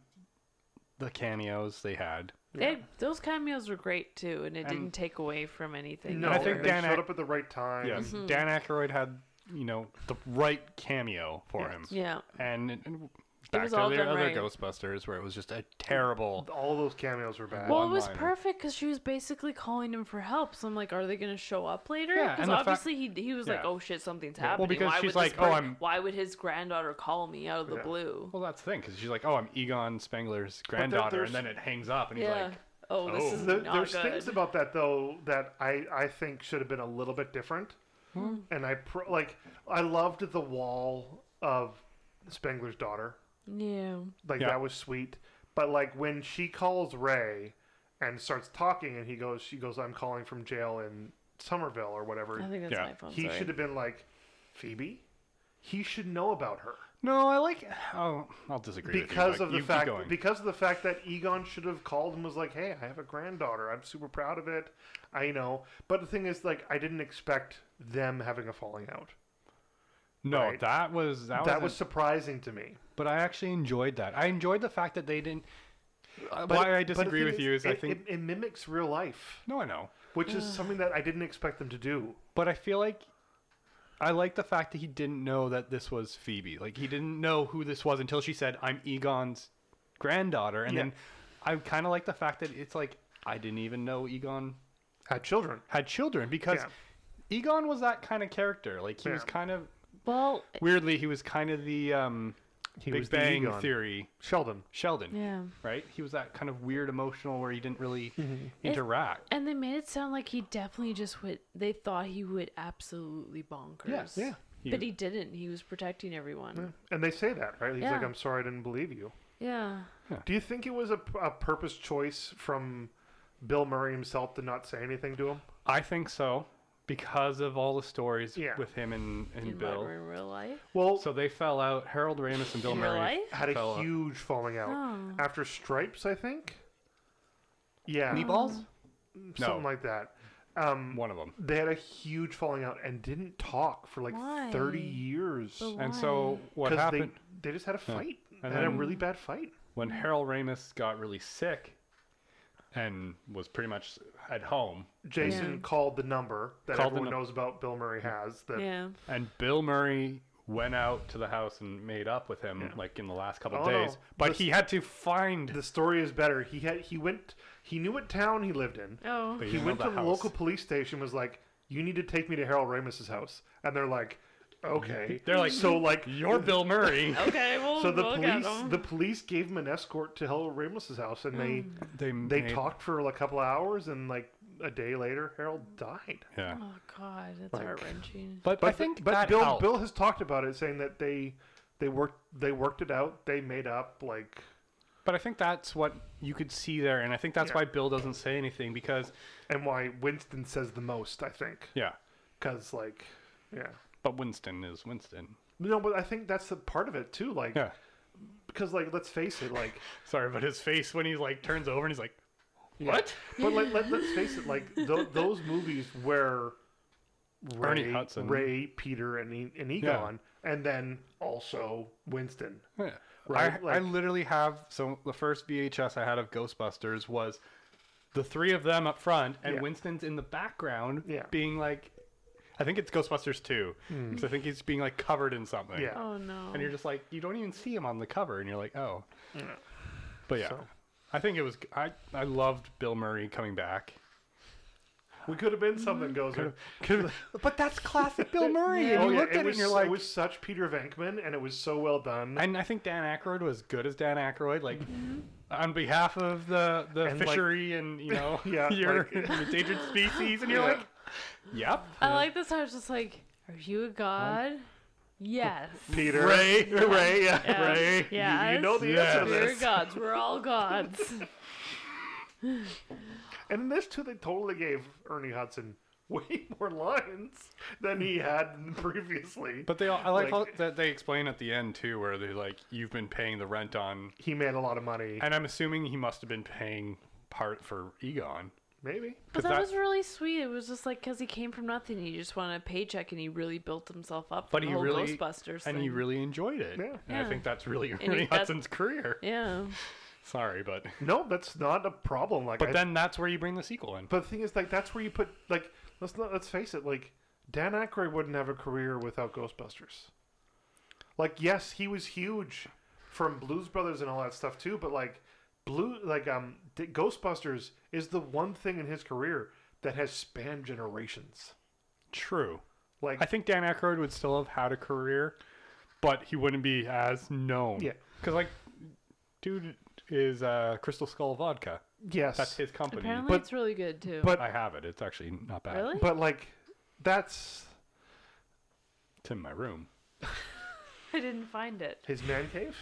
[SPEAKER 1] the cameos they had.
[SPEAKER 2] They, those cameos were great too, and it didn't take away from anything.
[SPEAKER 3] no,
[SPEAKER 1] I
[SPEAKER 3] I
[SPEAKER 1] think
[SPEAKER 3] think
[SPEAKER 2] either.
[SPEAKER 3] they
[SPEAKER 1] Dan
[SPEAKER 3] showed
[SPEAKER 1] Ack-
[SPEAKER 3] up at the right time.
[SPEAKER 1] Yes,
[SPEAKER 2] Mm-hmm.
[SPEAKER 1] Dan Aykroyd had you know the right cameo for him,
[SPEAKER 2] Yeah.
[SPEAKER 1] and, and back
[SPEAKER 2] was
[SPEAKER 1] to
[SPEAKER 2] all
[SPEAKER 1] the
[SPEAKER 2] done
[SPEAKER 1] other
[SPEAKER 2] right.
[SPEAKER 1] Ghostbusters where it was just a terrible.
[SPEAKER 3] All those cameos were bad.
[SPEAKER 2] Well,
[SPEAKER 1] One
[SPEAKER 2] it was
[SPEAKER 1] liner.
[SPEAKER 2] perfect because she was basically calling him for help. So I'm like, are they going to show up later?
[SPEAKER 1] Yeah,
[SPEAKER 2] Because
[SPEAKER 1] and the fact-
[SPEAKER 2] obviously he he was like,
[SPEAKER 1] Yeah.
[SPEAKER 2] oh shit, something's
[SPEAKER 1] Well,
[SPEAKER 2] happening.
[SPEAKER 1] because
[SPEAKER 2] why
[SPEAKER 1] she's
[SPEAKER 2] would
[SPEAKER 1] like,
[SPEAKER 2] this
[SPEAKER 1] "Oh,
[SPEAKER 2] person-
[SPEAKER 1] I'm-"
[SPEAKER 2] Why would his granddaughter call me out of the
[SPEAKER 3] Yeah.
[SPEAKER 2] blue?
[SPEAKER 1] Well, that's the thing because she's like, "Oh, I'm Egon Spangler's granddaughter,"
[SPEAKER 3] there's-
[SPEAKER 1] and then it hangs up, and he's
[SPEAKER 2] yeah.
[SPEAKER 1] like,
[SPEAKER 2] oh, this
[SPEAKER 1] "Oh."
[SPEAKER 2] is
[SPEAKER 3] There-
[SPEAKER 2] not
[SPEAKER 3] there's
[SPEAKER 2] good.
[SPEAKER 3] things about that though that I, I think should have been a little bit different,
[SPEAKER 2] Hmm.
[SPEAKER 3] and I pro- like I loved the wall of Spengler's daughter.
[SPEAKER 2] yeah.
[SPEAKER 3] Like
[SPEAKER 1] Yeah.
[SPEAKER 3] that was sweet. But like when she calls Ray and starts talking and he goes she goes, I'm calling from jail in Somerville or whatever
[SPEAKER 2] I think that's
[SPEAKER 1] Yeah.
[SPEAKER 2] my phone.
[SPEAKER 3] he
[SPEAKER 2] sorry.
[SPEAKER 3] should have been like, Phoebe? He should know about her.
[SPEAKER 1] "No, I like." Oh, I'll disagree with
[SPEAKER 3] Because
[SPEAKER 1] you, but
[SPEAKER 3] of the
[SPEAKER 1] you keep
[SPEAKER 3] fact
[SPEAKER 1] going.
[SPEAKER 3] because of the fact that Egon should have called and was like, Hey, I have a granddaughter. I'm super proud of it. I know. But the thing is like I didn't expect them having a falling out.
[SPEAKER 1] No,
[SPEAKER 3] Right.
[SPEAKER 1] that was that,
[SPEAKER 3] that was
[SPEAKER 1] was,
[SPEAKER 3] surprising to me.
[SPEAKER 1] but I actually enjoyed that. I enjoyed the fact that they didn't. uh,
[SPEAKER 3] But-
[SPEAKER 1] why I
[SPEAKER 3] but the
[SPEAKER 1] disagree
[SPEAKER 3] thing
[SPEAKER 1] with you is I
[SPEAKER 3] it-
[SPEAKER 1] think
[SPEAKER 3] it, it mimics real life,
[SPEAKER 1] no, I know,
[SPEAKER 3] which is something that I didn't expect them to do.
[SPEAKER 1] but I feel like I like the fact that he didn't know that this was Phoebe. Like he didn't know who this was until she said, "I'm Egon's granddaughter," and
[SPEAKER 3] Yeah.
[SPEAKER 1] then I kind of like the fact that it's like I didn't even know Egon
[SPEAKER 3] Had children.
[SPEAKER 1] had children because
[SPEAKER 3] Yeah.
[SPEAKER 1] Egon was that kind of character. Like he was
[SPEAKER 3] Yeah.
[SPEAKER 1] kind of
[SPEAKER 2] Well,
[SPEAKER 1] weirdly, he was kind of the um,
[SPEAKER 3] He
[SPEAKER 1] Big
[SPEAKER 3] was the
[SPEAKER 1] Bang
[SPEAKER 3] Egon.
[SPEAKER 1] Theory
[SPEAKER 3] Sheldon.
[SPEAKER 1] Sheldon.
[SPEAKER 2] yeah.
[SPEAKER 1] right? He was that kind of weird emotional where he didn't really
[SPEAKER 3] Mm-hmm.
[SPEAKER 1] interact.
[SPEAKER 2] And they made it sound like he definitely just went. They thought he would absolutely bonkers.
[SPEAKER 1] Yeah, yeah. He-
[SPEAKER 2] but he didn't. He was protecting everyone.
[SPEAKER 3] And they say that, right? He's like,
[SPEAKER 2] Yeah.
[SPEAKER 3] I'm sorry I didn't believe you.
[SPEAKER 2] Yeah.
[SPEAKER 3] Do you think it was a, a purpose choice from Bill Murray himself to not say anything to him?
[SPEAKER 1] I think so because of all the stories
[SPEAKER 3] Yeah.
[SPEAKER 1] with him and, and
[SPEAKER 2] In
[SPEAKER 1] Bill.
[SPEAKER 2] modern real life.
[SPEAKER 3] Well,
[SPEAKER 1] So they fell out. Harold Ramis and Bill
[SPEAKER 2] In real
[SPEAKER 1] Murray
[SPEAKER 2] life?
[SPEAKER 3] had a
[SPEAKER 1] fell out.
[SPEAKER 3] huge falling out
[SPEAKER 2] Oh.
[SPEAKER 3] after Stripes, I think. Yeah,
[SPEAKER 1] Meatballs?
[SPEAKER 3] something
[SPEAKER 1] No.
[SPEAKER 3] like that. Um,
[SPEAKER 1] One of them.
[SPEAKER 3] they had a huge falling out and didn't talk for like thirty
[SPEAKER 2] Why?
[SPEAKER 3] years
[SPEAKER 2] But
[SPEAKER 1] And so what
[SPEAKER 3] because they
[SPEAKER 1] happened
[SPEAKER 3] they just had a fight.
[SPEAKER 1] And
[SPEAKER 3] They had a
[SPEAKER 1] then-
[SPEAKER 3] really bad fight.
[SPEAKER 1] when Harold Ramis got really sick and was pretty much at home,
[SPEAKER 3] Jason
[SPEAKER 2] Yeah.
[SPEAKER 3] called the number that
[SPEAKER 1] Called the
[SPEAKER 3] everyone
[SPEAKER 1] num-
[SPEAKER 3] knows about. Bill Murray has that.
[SPEAKER 2] Yeah.
[SPEAKER 1] and Bill Murray went out to the house and made up with him like in the last couple
[SPEAKER 3] Oh, no.
[SPEAKER 1] days. But
[SPEAKER 3] This-
[SPEAKER 1] he had to find
[SPEAKER 3] The story is better. He had he went he knew what town he lived in.
[SPEAKER 2] Oh.
[SPEAKER 1] But
[SPEAKER 3] He
[SPEAKER 1] didn't
[SPEAKER 3] went
[SPEAKER 1] know
[SPEAKER 3] to the
[SPEAKER 1] house.
[SPEAKER 3] local police station. Was like, you need to take me to Harold Ramis's house, and they're like, okay.
[SPEAKER 1] They're like,
[SPEAKER 3] so like
[SPEAKER 1] You're Bill Murray.
[SPEAKER 2] Okay. Well,
[SPEAKER 3] so the
[SPEAKER 2] look at
[SPEAKER 3] police
[SPEAKER 2] him.
[SPEAKER 3] the police gave him an escort to Harold Ramis's house, and they
[SPEAKER 2] Mm.
[SPEAKER 1] they
[SPEAKER 3] they
[SPEAKER 1] made-
[SPEAKER 3] talked for a couple hours, and like a day later, Harold died.
[SPEAKER 1] Yeah.
[SPEAKER 2] Oh God, that's
[SPEAKER 3] Like-
[SPEAKER 2] heart wrenching.
[SPEAKER 1] But,
[SPEAKER 3] But
[SPEAKER 1] I think
[SPEAKER 3] but
[SPEAKER 1] that
[SPEAKER 3] Bill
[SPEAKER 1] helped.
[SPEAKER 3] Bill has talked about it, saying that they they worked they worked it out. They made up like
[SPEAKER 1] But I think that's what you could see there, and I think that's
[SPEAKER 3] Yeah.
[SPEAKER 1] why Bill doesn't say anything because
[SPEAKER 3] and why Winston says the most, I think,
[SPEAKER 1] yeah.
[SPEAKER 3] because like yeah.
[SPEAKER 1] But Winston is Winston.
[SPEAKER 3] No, but I think that's the part of it too. Like,
[SPEAKER 1] Yeah.
[SPEAKER 3] because like let's face it, like
[SPEAKER 1] Sorry, but his face when he like turns over and he's like, "What?"
[SPEAKER 3] But like, let, let's face it, like th- those movies where Ray,
[SPEAKER 1] Ernie Hudson.
[SPEAKER 3] Ray, Peter, and, e- and Egon, and then also Winston.
[SPEAKER 1] Yeah.
[SPEAKER 3] Right,
[SPEAKER 1] I, I
[SPEAKER 3] like-
[SPEAKER 1] literally have so the first VHS I had of Ghostbusters was the three of them up front and
[SPEAKER 3] Yeah.
[SPEAKER 1] Winston's in the background,
[SPEAKER 3] Yeah.
[SPEAKER 1] being like, I think it's Ghostbusters two, because I think he's being like covered in something.
[SPEAKER 3] Yeah.
[SPEAKER 2] Oh no.
[SPEAKER 1] and you're just like you don't even see him on the cover and you're like oh but yeah
[SPEAKER 3] So-
[SPEAKER 1] i think it was i i loved bill murray coming back
[SPEAKER 3] We could have been something goes.
[SPEAKER 1] but that's classic bill murray
[SPEAKER 2] Yeah.
[SPEAKER 1] and
[SPEAKER 3] Oh
[SPEAKER 1] you
[SPEAKER 3] yeah,
[SPEAKER 1] looked
[SPEAKER 3] it
[SPEAKER 1] at it
[SPEAKER 3] was,
[SPEAKER 1] and you're
[SPEAKER 3] so-
[SPEAKER 1] like
[SPEAKER 3] it was such Peter Venkman, and it was so well done.
[SPEAKER 1] and i think dan Aykroyd was good as dan Aykroyd like
[SPEAKER 2] Mm-hmm.
[SPEAKER 1] on behalf of the the
[SPEAKER 3] And, like-
[SPEAKER 1] fishery and you know
[SPEAKER 3] Yeah,
[SPEAKER 1] your
[SPEAKER 3] like-
[SPEAKER 1] endangered species and you're
[SPEAKER 3] Yeah.
[SPEAKER 1] like yep
[SPEAKER 2] I like this. I was just like, "Are you a god?" Yes.
[SPEAKER 3] Peter,
[SPEAKER 1] Ray,
[SPEAKER 3] Ray, yeah,
[SPEAKER 2] Yeah.
[SPEAKER 3] Ray. You, you
[SPEAKER 2] Yes.
[SPEAKER 3] know the
[SPEAKER 1] Yes.
[SPEAKER 3] answer to
[SPEAKER 2] We're
[SPEAKER 3] this.
[SPEAKER 2] gods. We're all gods.
[SPEAKER 3] And in this too, they totally gave Ernie Hudson way more lines than he had previously.
[SPEAKER 1] but they all, i like,
[SPEAKER 3] Like-
[SPEAKER 1] all that they explain at the end too where they're like you've been paying the rent on
[SPEAKER 3] he made a lot of money.
[SPEAKER 1] and i'm assuming he must have been paying part for egon
[SPEAKER 3] Maybe.
[SPEAKER 1] 'Cause
[SPEAKER 2] But that
[SPEAKER 1] that-
[SPEAKER 2] was really sweet. It was just like because he came from nothing, he just wanted a paycheck, and he really built himself up. For
[SPEAKER 1] But
[SPEAKER 2] the
[SPEAKER 1] he
[SPEAKER 2] whole
[SPEAKER 1] really-
[SPEAKER 2] Oh, Ghostbusters
[SPEAKER 1] and
[SPEAKER 2] thing.
[SPEAKER 1] he really enjoyed it.
[SPEAKER 3] Yeah.
[SPEAKER 1] And I
[SPEAKER 2] Yeah.
[SPEAKER 1] think that's really
[SPEAKER 2] he-
[SPEAKER 1] Ernie
[SPEAKER 2] that's-
[SPEAKER 1] Hudson's career.
[SPEAKER 2] yeah.
[SPEAKER 1] Sorry, but
[SPEAKER 3] No, that's not a problem. Like,
[SPEAKER 1] but
[SPEAKER 3] I-
[SPEAKER 1] then that's where you bring the sequel in.
[SPEAKER 3] But the thing is, like, that's where you put like let's not let's face it, like Dan Aykroyd wouldn't have a career without Ghostbusters. Like, yes, he was huge from Blues Brothers and all that stuff too, but like blue like um D- Ghostbusters is the one thing in his career that has spanned generations.
[SPEAKER 1] True.
[SPEAKER 3] Like,
[SPEAKER 1] I think Dan Aykroyd would still have had a career, but he wouldn't be as known.
[SPEAKER 3] Yeah.
[SPEAKER 1] Because like, dude is uh, Crystal Skull Vodka.
[SPEAKER 3] yes,
[SPEAKER 1] That's his company.
[SPEAKER 2] Apparently,
[SPEAKER 3] But-
[SPEAKER 2] it's really good too.
[SPEAKER 3] but-
[SPEAKER 1] I have it. It's actually not bad.
[SPEAKER 2] really,
[SPEAKER 3] but like that's
[SPEAKER 1] It's in my room.
[SPEAKER 2] I didn't find it.
[SPEAKER 3] his man cave.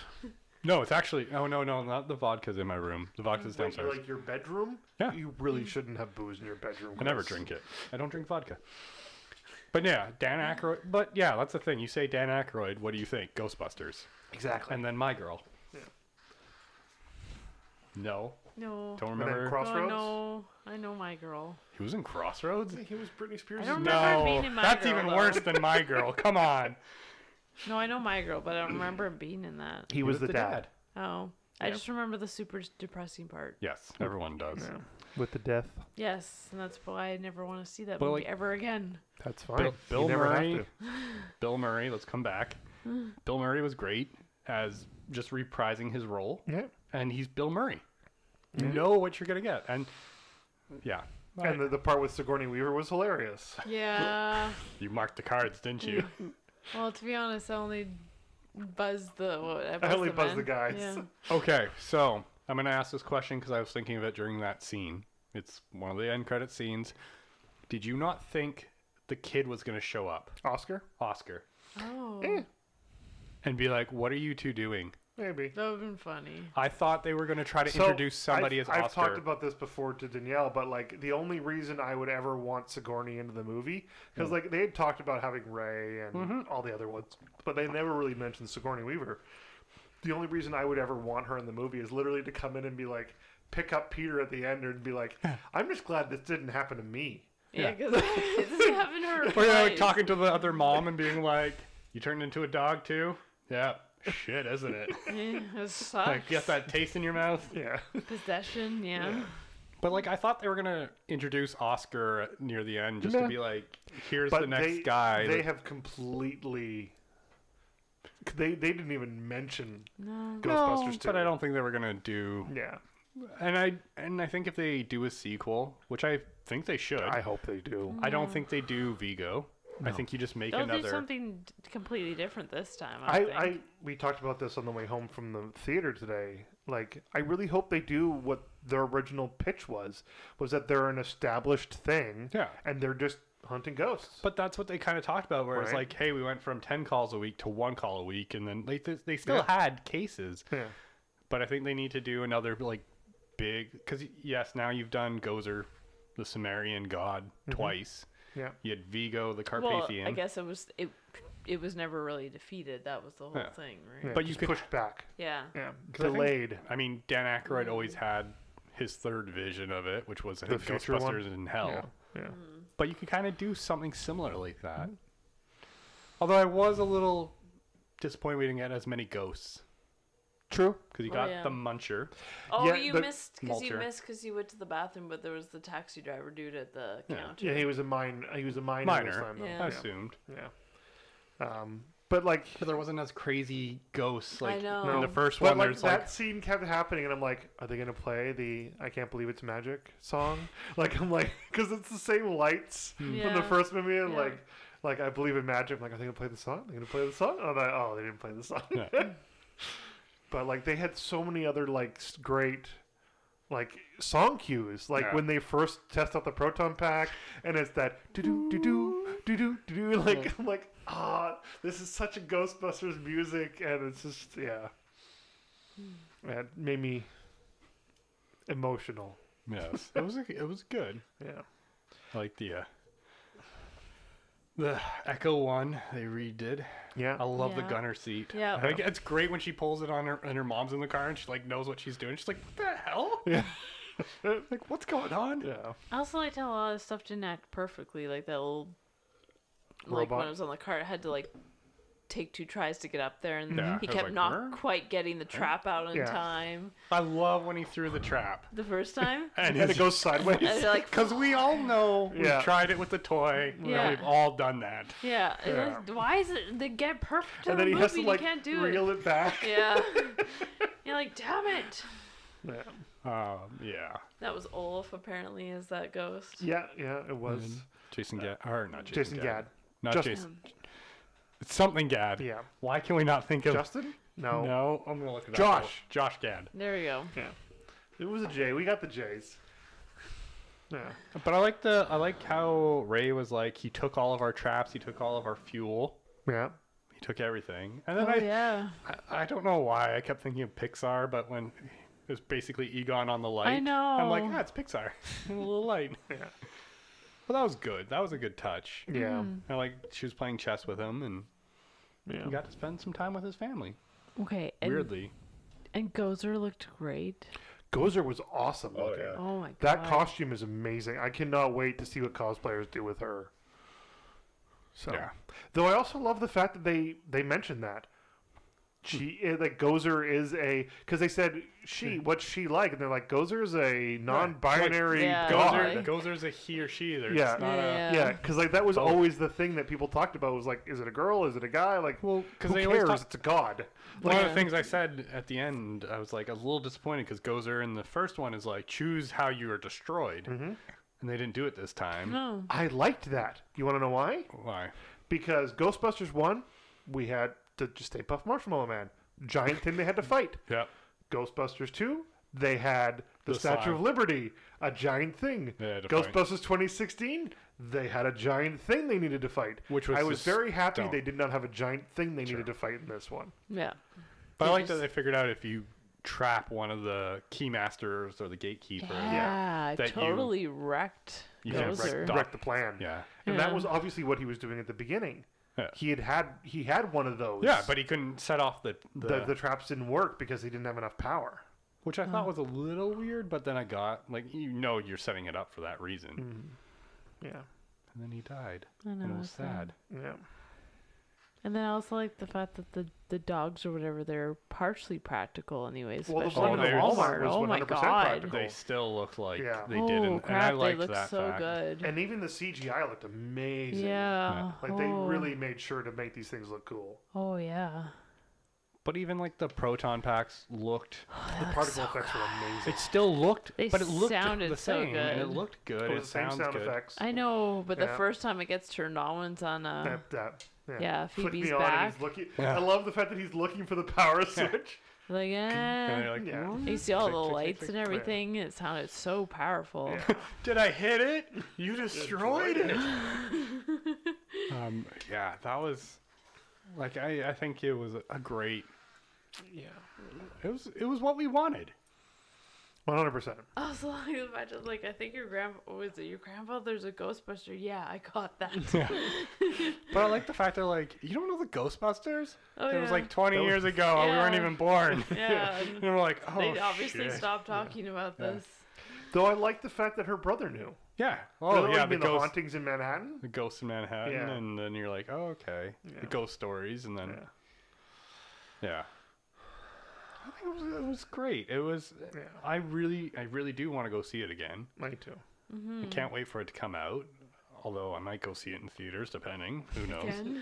[SPEAKER 1] No, it's actually. Oh no, no, not the vodka's in my room. The vodka's
[SPEAKER 3] Like,
[SPEAKER 1] downstairs.
[SPEAKER 3] like your bedroom.
[SPEAKER 1] Yeah.
[SPEAKER 3] You really shouldn't have booze in your bedroom.
[SPEAKER 1] I never
[SPEAKER 3] Chris.
[SPEAKER 1] drink it. I don't drink vodka. But yeah, Dan Aykroyd. But yeah, that's the thing. You say Dan Aykroyd, what do you think? Ghostbusters.
[SPEAKER 3] Exactly.
[SPEAKER 1] And then My Girl.
[SPEAKER 3] Yeah.
[SPEAKER 1] No,
[SPEAKER 2] No.
[SPEAKER 1] don't
[SPEAKER 3] And then
[SPEAKER 1] remember.
[SPEAKER 3] Crossroads.
[SPEAKER 2] Oh no, I know my girl.
[SPEAKER 1] he was in Crossroads.
[SPEAKER 3] He was Britney Spears'
[SPEAKER 2] I don't
[SPEAKER 3] dad.
[SPEAKER 2] remember being in My
[SPEAKER 1] that's
[SPEAKER 2] Girl,
[SPEAKER 1] even
[SPEAKER 2] though.
[SPEAKER 1] worse than My Girl. Come on.
[SPEAKER 2] No, I know my girl, but I don't remember him being in that.
[SPEAKER 3] He, was, the, dad.
[SPEAKER 2] Oh, I
[SPEAKER 1] Yeah.
[SPEAKER 2] just remember the super depressing part.
[SPEAKER 1] Yes, everyone does.
[SPEAKER 3] with the death.
[SPEAKER 2] Yes, and that's why I never want to see that
[SPEAKER 1] But,
[SPEAKER 2] movie
[SPEAKER 1] like-
[SPEAKER 2] ever again.
[SPEAKER 3] That's fine.
[SPEAKER 1] Bill, Bill
[SPEAKER 3] you never
[SPEAKER 1] Murray.
[SPEAKER 3] have to.
[SPEAKER 1] Bill Murray, let's come back. Bill Murray was great as just reprising his role,
[SPEAKER 3] Yeah.
[SPEAKER 1] and he's Bill Murray. You know what you're gonna get, and yeah,
[SPEAKER 3] And the, the part with Sigourney Weaver was hilarious.
[SPEAKER 2] Yeah.
[SPEAKER 1] you marked the cards, didn't you?
[SPEAKER 2] well, to be honest, I only buzzed the. What, I, buzzed
[SPEAKER 3] only
[SPEAKER 2] the
[SPEAKER 3] buzzed the
[SPEAKER 2] men.
[SPEAKER 3] guys.
[SPEAKER 2] Yeah.
[SPEAKER 1] okay, so I'm gonna ask this question because I was thinking of it during that scene. It's one of the end credit scenes. Did you not think the kid was gonna show up,
[SPEAKER 3] Oscar?
[SPEAKER 1] Oscar,
[SPEAKER 2] Oh,
[SPEAKER 3] Eh,
[SPEAKER 1] and be like, "What are you two doing?"
[SPEAKER 3] maybe.
[SPEAKER 2] that would have been funny.
[SPEAKER 1] I thought they were gonna try to
[SPEAKER 3] So,
[SPEAKER 1] introduce somebody as
[SPEAKER 3] I've,
[SPEAKER 1] Oscar.
[SPEAKER 3] I've talked about this before to Danielle, but like the only reason I would ever want Sigourney into the movie because like they had talked about having Ray and all the other ones, but they never really mentioned Sigourney Weaver. The only reason I would ever want her in the movie is literally to come in and be like, pick up Peter at the end and be like, I'm just glad this didn't happen to me.
[SPEAKER 1] Yeah.
[SPEAKER 2] Yeah, because it doesn't happen to her.
[SPEAKER 1] Or you know, like
[SPEAKER 2] twice.
[SPEAKER 1] talking to the other mom and being like, "You turned into a dog too." Yeah, shit, isn't it?
[SPEAKER 2] Yeah, it
[SPEAKER 1] like,
[SPEAKER 2] sucks.
[SPEAKER 1] get that taste in your mouth.
[SPEAKER 3] Yeah,
[SPEAKER 2] Possession, yeah.
[SPEAKER 1] But like, I thought they were gonna introduce Oscar near the end just
[SPEAKER 3] Nah.
[SPEAKER 1] to be like, "Here's
[SPEAKER 3] but
[SPEAKER 1] the next
[SPEAKER 3] they,
[SPEAKER 1] guy."
[SPEAKER 3] They
[SPEAKER 1] that-
[SPEAKER 3] have completely. They they didn't even mention
[SPEAKER 2] No.
[SPEAKER 1] no,
[SPEAKER 3] Ghostbusters two.
[SPEAKER 1] but I don't think they were gonna do.
[SPEAKER 3] Yeah,
[SPEAKER 1] And I and I think if they do a sequel, which I think they should,
[SPEAKER 3] I
[SPEAKER 1] I,
[SPEAKER 3] hope they do.
[SPEAKER 1] don't think they do Vigo. I think you just make
[SPEAKER 2] They'll do
[SPEAKER 1] another.
[SPEAKER 2] something d- completely different this time. I,
[SPEAKER 3] I,
[SPEAKER 2] think.
[SPEAKER 3] I we talked about this on the way home from the theater today. Like, I really hope they do what their original pitch was, was that they're an established thing,
[SPEAKER 1] Yeah.
[SPEAKER 3] and they're just hunting ghosts.
[SPEAKER 1] But that's what they kind of talked about, where it's
[SPEAKER 3] Right.
[SPEAKER 1] like, hey, we went from ten calls a week to one call a week, and then like they, they still
[SPEAKER 3] Yeah.
[SPEAKER 1] had cases.
[SPEAKER 3] yeah,
[SPEAKER 1] but I think they need to do another like big because yes, now you've done Gozer, the Sumerian god,
[SPEAKER 3] Mm-hmm.
[SPEAKER 1] twice.
[SPEAKER 3] yeah,
[SPEAKER 1] You had Vigo, the
[SPEAKER 2] well,
[SPEAKER 1] Carpathian.
[SPEAKER 2] I guess it was it. It was never really defeated. That was the whole
[SPEAKER 1] Yeah.
[SPEAKER 2] thing,
[SPEAKER 3] yeah,
[SPEAKER 2] right?
[SPEAKER 1] But you
[SPEAKER 3] just
[SPEAKER 1] could-
[SPEAKER 3] pushed back.
[SPEAKER 2] Yeah.
[SPEAKER 3] Yeah,
[SPEAKER 1] 'Cause I think-
[SPEAKER 3] delayed.
[SPEAKER 1] I mean, Dan Aykroyd always
[SPEAKER 2] Mm.
[SPEAKER 1] had his third vision of it, which was I
[SPEAKER 3] The
[SPEAKER 1] think,
[SPEAKER 3] future one?
[SPEAKER 1] Ghostbusters in Hell.
[SPEAKER 3] yeah,
[SPEAKER 1] Mm.
[SPEAKER 3] yeah.
[SPEAKER 1] But you could kind of do something similar like that. Although I was a little disappointed we didn't get as many ghosts
[SPEAKER 3] True.
[SPEAKER 1] because you
[SPEAKER 2] Oh,
[SPEAKER 1] got
[SPEAKER 2] yeah.
[SPEAKER 1] the Muncher.
[SPEAKER 2] Oh,
[SPEAKER 3] Yeah,
[SPEAKER 2] you
[SPEAKER 3] the-
[SPEAKER 2] missed because you
[SPEAKER 1] Mulcher.
[SPEAKER 2] missed because you went to the bathroom, but there was the taxi driver dude at the
[SPEAKER 1] Yeah.
[SPEAKER 2] counter.
[SPEAKER 3] Yeah, he was a mine. He was a miner. This
[SPEAKER 1] Miner.
[SPEAKER 3] time, though.
[SPEAKER 2] Yeah.
[SPEAKER 1] I
[SPEAKER 3] yeah.
[SPEAKER 1] assumed,
[SPEAKER 3] yeah. Um, but like,
[SPEAKER 1] but there wasn't as crazy ghosts like
[SPEAKER 2] know.
[SPEAKER 1] in the first
[SPEAKER 3] But
[SPEAKER 1] one.
[SPEAKER 3] like
[SPEAKER 1] there's
[SPEAKER 3] that
[SPEAKER 1] like
[SPEAKER 3] scene kept happening, and I'm like, are they gonna play the "I Can't Believe It's Magic" song? Like I'm like, because it's the same lights from the
[SPEAKER 2] Yeah.
[SPEAKER 3] first movie, and
[SPEAKER 2] Yeah.
[SPEAKER 3] like, like I believe in magic. I'm like, are they gonna play the song? Are they gonna play the song? Oh, they, oh, they didn't play the song.
[SPEAKER 1] Yeah.
[SPEAKER 3] but like, they had so many other like s- great. Like song cues, like
[SPEAKER 1] Yeah.
[SPEAKER 3] when they first test out the proton pack, and it's that do do do do do do do do. Like I'm like, ah, this is such a Ghostbusters music, and it's just yeah.
[SPEAKER 1] Hmm.
[SPEAKER 3] That made me emotional.
[SPEAKER 1] Yes, it was it was good.
[SPEAKER 3] Yeah.
[SPEAKER 1] I like the uh, the Echo one they redid.
[SPEAKER 3] Yeah.
[SPEAKER 1] I love the
[SPEAKER 2] Yeah.
[SPEAKER 1] gunner seat.
[SPEAKER 2] Yeah.
[SPEAKER 1] like, it's great when she pulls it on her and her mom's in the car and she like knows what she's doing. She's like, "What the hell?
[SPEAKER 3] Yeah.
[SPEAKER 1] Like, what's going on?"
[SPEAKER 3] yeah.
[SPEAKER 2] I also liked how a lot of stuff didn't act perfectly, like that little like
[SPEAKER 3] Robot.
[SPEAKER 2] when I was on the cart, I had to like take two tries to get up there, and
[SPEAKER 1] Yeah,
[SPEAKER 2] he
[SPEAKER 1] I was
[SPEAKER 2] kept
[SPEAKER 1] like,
[SPEAKER 2] not
[SPEAKER 1] "Grr."
[SPEAKER 2] quite getting the trap out in
[SPEAKER 3] Yeah.
[SPEAKER 2] time
[SPEAKER 1] I love when he threw the trap
[SPEAKER 2] the first time.
[SPEAKER 1] and
[SPEAKER 3] And it goes
[SPEAKER 2] I
[SPEAKER 3] sideways.
[SPEAKER 2] was like,
[SPEAKER 1] Because we all know
[SPEAKER 3] Yeah.
[SPEAKER 1] we've tried it with the toy.
[SPEAKER 2] Yeah.
[SPEAKER 1] and we've all done that.
[SPEAKER 2] yeah, it
[SPEAKER 3] Yeah.
[SPEAKER 2] was- why is it they get perfect to
[SPEAKER 3] And
[SPEAKER 2] the
[SPEAKER 3] then he
[SPEAKER 2] movie?
[SPEAKER 3] has to
[SPEAKER 2] you
[SPEAKER 3] like
[SPEAKER 2] can't do
[SPEAKER 3] reel
[SPEAKER 2] it.
[SPEAKER 3] it, back.
[SPEAKER 2] Yeah, you're like, damn it.
[SPEAKER 3] Yeah.
[SPEAKER 1] Um, yeah,
[SPEAKER 2] That was Olaf apparently is that ghost.
[SPEAKER 3] yeah. Yeah. It was
[SPEAKER 1] Jason Gad or not Uh, Jason,
[SPEAKER 3] Jason Gad.
[SPEAKER 1] not
[SPEAKER 3] Justin.
[SPEAKER 1] Jason. It's something Gad.
[SPEAKER 3] Yeah.
[SPEAKER 1] Why can we not think of
[SPEAKER 3] Justin? No.
[SPEAKER 1] No, I'm gonna look it
[SPEAKER 3] Josh.
[SPEAKER 1] up. Josh Gad.
[SPEAKER 2] There we go.
[SPEAKER 3] Yeah. It was a J. We got the J's. Yeah.
[SPEAKER 1] But I like the I like how Ray was like he took all of our traps, he took all of our fuel,
[SPEAKER 3] Yeah.
[SPEAKER 1] he took everything. And
[SPEAKER 2] Oh,
[SPEAKER 1] then I,
[SPEAKER 2] yeah,
[SPEAKER 1] I I don't know why I kept thinking of Pixar, but when it was basically Egon on the light, I'm like,
[SPEAKER 2] know.
[SPEAKER 1] ah, it's Pixar, a little light.
[SPEAKER 3] Yeah.
[SPEAKER 1] Well, that was good. That was a good touch.
[SPEAKER 3] Yeah.
[SPEAKER 1] I like she was playing chess with him, and
[SPEAKER 3] Yeah.
[SPEAKER 1] he got to spend some time with his family.
[SPEAKER 2] Okay, and
[SPEAKER 1] Weirdly,
[SPEAKER 2] and Gozer looked great.
[SPEAKER 3] Gozer was awesome.
[SPEAKER 1] Oh,
[SPEAKER 3] looking.
[SPEAKER 1] yeah.
[SPEAKER 2] Oh my god,
[SPEAKER 3] That costume is amazing. I cannot wait to see what cosplayers do with her. So,
[SPEAKER 1] Yeah.
[SPEAKER 3] though I also love the fact that they they mentioned that she eh, like Gozer is a because they said she what's she like and they're like Gozer is a non-binary
[SPEAKER 2] Yeah,
[SPEAKER 3] god.
[SPEAKER 1] Gozer,
[SPEAKER 2] Right.
[SPEAKER 1] Gozer's a he or she. There's
[SPEAKER 3] Yeah.
[SPEAKER 1] yeah. not a.
[SPEAKER 3] Yeah, because like that was
[SPEAKER 1] Both.
[SPEAKER 3] always the thing that people talked about was like, is it a girl? Is it a guy? Like,
[SPEAKER 1] Well, because
[SPEAKER 3] who
[SPEAKER 1] they
[SPEAKER 3] cares?
[SPEAKER 1] always talk,
[SPEAKER 3] It's a god.
[SPEAKER 1] one of
[SPEAKER 2] Yeah.
[SPEAKER 1] the things I said at the end, I was like, I was a little disappointed because Gozer in the first one is like, choose how you are destroyed, and they didn't do it this time.
[SPEAKER 2] No.
[SPEAKER 3] I liked that. You want to know why?
[SPEAKER 1] Why?
[SPEAKER 3] Because Ghostbusters one, we had to just stay puff Marshmallow Man, giant thing they had to fight.
[SPEAKER 1] Yeah,
[SPEAKER 3] Ghostbusters 2, they had the,
[SPEAKER 1] The
[SPEAKER 3] Statue
[SPEAKER 1] sign.
[SPEAKER 3] of Liberty, a giant thing.
[SPEAKER 1] They had to fight.
[SPEAKER 3] Ghostbusters 2016, they had a giant thing they needed to fight.
[SPEAKER 1] Which was
[SPEAKER 3] I was
[SPEAKER 1] just
[SPEAKER 3] very happy
[SPEAKER 1] stone.
[SPEAKER 3] they did not have a giant thing they needed to fight in this one.
[SPEAKER 2] Yeah.
[SPEAKER 1] but I
[SPEAKER 2] They
[SPEAKER 1] like that
[SPEAKER 2] just-
[SPEAKER 1] they figured out if you trap one of the key masters or the gatekeeper.
[SPEAKER 2] Yeah.
[SPEAKER 1] That you-
[SPEAKER 2] totally wrecked
[SPEAKER 1] You
[SPEAKER 3] Yeah,
[SPEAKER 1] can't
[SPEAKER 2] Gozer.
[SPEAKER 1] wreck
[SPEAKER 3] wreck,
[SPEAKER 1] Doc-
[SPEAKER 3] wreck the plan.
[SPEAKER 1] yeah,
[SPEAKER 3] And that
[SPEAKER 2] Yeah.
[SPEAKER 3] was obviously what he was doing at the beginning.
[SPEAKER 1] Yeah.
[SPEAKER 3] He had had he had one of those.
[SPEAKER 1] yeah. But he couldn't set off the the,
[SPEAKER 3] the, the traps didn't work because he didn't have enough power.
[SPEAKER 1] which I
[SPEAKER 2] Oh.
[SPEAKER 1] thought was a little weird. But then I got like, you know, you're setting it up for that reason,
[SPEAKER 3] Mm. Yeah.
[SPEAKER 1] and then he died.
[SPEAKER 2] I
[SPEAKER 1] and
[SPEAKER 2] know,
[SPEAKER 1] it was
[SPEAKER 2] it's sad.
[SPEAKER 1] sad.
[SPEAKER 3] Yeah.
[SPEAKER 2] And then I also like the fact that the, the dogs or whatever they're partially practical, anyways.
[SPEAKER 3] Well, the
[SPEAKER 2] especially
[SPEAKER 1] one
[SPEAKER 2] in
[SPEAKER 1] in
[SPEAKER 2] Walmart.
[SPEAKER 3] Walmart was
[SPEAKER 2] oh my
[SPEAKER 3] 100%
[SPEAKER 2] god!
[SPEAKER 3] practical.
[SPEAKER 1] They still look like
[SPEAKER 3] Yeah.
[SPEAKER 1] they did,
[SPEAKER 2] oh
[SPEAKER 1] and,
[SPEAKER 2] crap!
[SPEAKER 1] and I liked
[SPEAKER 2] they look
[SPEAKER 1] that
[SPEAKER 2] so
[SPEAKER 1] fact.
[SPEAKER 2] good.
[SPEAKER 3] And even the CGI looked amazing.
[SPEAKER 2] yeah.
[SPEAKER 3] Like they
[SPEAKER 2] oh.
[SPEAKER 3] really made sure to make these things look cool.
[SPEAKER 2] Oh yeah.
[SPEAKER 1] But even like the proton packs looked,
[SPEAKER 3] The particle effects were amazing.
[SPEAKER 1] it still looked,
[SPEAKER 2] They
[SPEAKER 1] but it looked
[SPEAKER 2] sounded
[SPEAKER 1] the
[SPEAKER 2] so
[SPEAKER 1] same, and it
[SPEAKER 2] good.
[SPEAKER 1] looked good.
[SPEAKER 3] It
[SPEAKER 1] It,
[SPEAKER 3] was Oh, the same
[SPEAKER 1] sounds
[SPEAKER 3] sound
[SPEAKER 1] good.
[SPEAKER 3] effects.
[SPEAKER 2] I know, but the
[SPEAKER 3] Yeah.
[SPEAKER 2] first time it gets turned on, it's on uh, a.
[SPEAKER 3] That- that- yeah.
[SPEAKER 2] yeah,
[SPEAKER 3] Flick
[SPEAKER 2] Phoebe's
[SPEAKER 3] me on and
[SPEAKER 2] back.
[SPEAKER 3] he's looking-
[SPEAKER 1] Yeah.
[SPEAKER 3] I love the fact that he's looking for the power switch.
[SPEAKER 2] Like,
[SPEAKER 1] And they're
[SPEAKER 2] eh.
[SPEAKER 1] like,
[SPEAKER 3] Yeah.
[SPEAKER 1] "Mm,
[SPEAKER 2] You see all
[SPEAKER 1] click,
[SPEAKER 2] the
[SPEAKER 1] click, click,
[SPEAKER 2] lights
[SPEAKER 1] click."
[SPEAKER 2] and everything. It sounded so powerful.
[SPEAKER 3] Yeah.
[SPEAKER 1] Did I hit it? You destroyed
[SPEAKER 3] Destroyed
[SPEAKER 1] it. um, yeah, that was like I, I think it was a great.
[SPEAKER 3] Yeah.
[SPEAKER 1] It was it was what we wanted.
[SPEAKER 3] 100%.
[SPEAKER 2] Also, like, the fact that, like, I think your grandpa was it your grandfather's a Ghostbuster. Yeah, I caught that.
[SPEAKER 1] Yeah. but I like the fact that like you don't know the Ghostbusters.
[SPEAKER 2] Oh,
[SPEAKER 1] it was
[SPEAKER 2] yeah.
[SPEAKER 1] like 20
[SPEAKER 3] That was-
[SPEAKER 1] years ago. We weren't
[SPEAKER 2] Yeah.
[SPEAKER 1] even born.
[SPEAKER 2] yeah,
[SPEAKER 1] and
[SPEAKER 2] and
[SPEAKER 1] we're like, oh,
[SPEAKER 2] they obviously
[SPEAKER 1] shit.
[SPEAKER 2] stopped talking about
[SPEAKER 1] Yeah.
[SPEAKER 2] this.
[SPEAKER 3] Though I like the fact that her brother knew.
[SPEAKER 1] Yeah.
[SPEAKER 3] Doesn't
[SPEAKER 1] Oh
[SPEAKER 3] it, like,
[SPEAKER 1] yeah, the
[SPEAKER 3] mean the
[SPEAKER 1] ghost,
[SPEAKER 3] hauntings in Manhattan.
[SPEAKER 1] the ghost in Manhattan,
[SPEAKER 3] Yeah.
[SPEAKER 1] and then you're like, oh okay,
[SPEAKER 3] Yeah.
[SPEAKER 1] the ghost stories, and then
[SPEAKER 3] Yeah.
[SPEAKER 1] yeah. I think it was, it was great. It was.
[SPEAKER 3] Yeah.
[SPEAKER 1] I really, I really do want to go see it again.
[SPEAKER 3] Me too.
[SPEAKER 1] I can't wait for it to come out. Although I might go see it in theaters, depending. Who knows?
[SPEAKER 2] Again?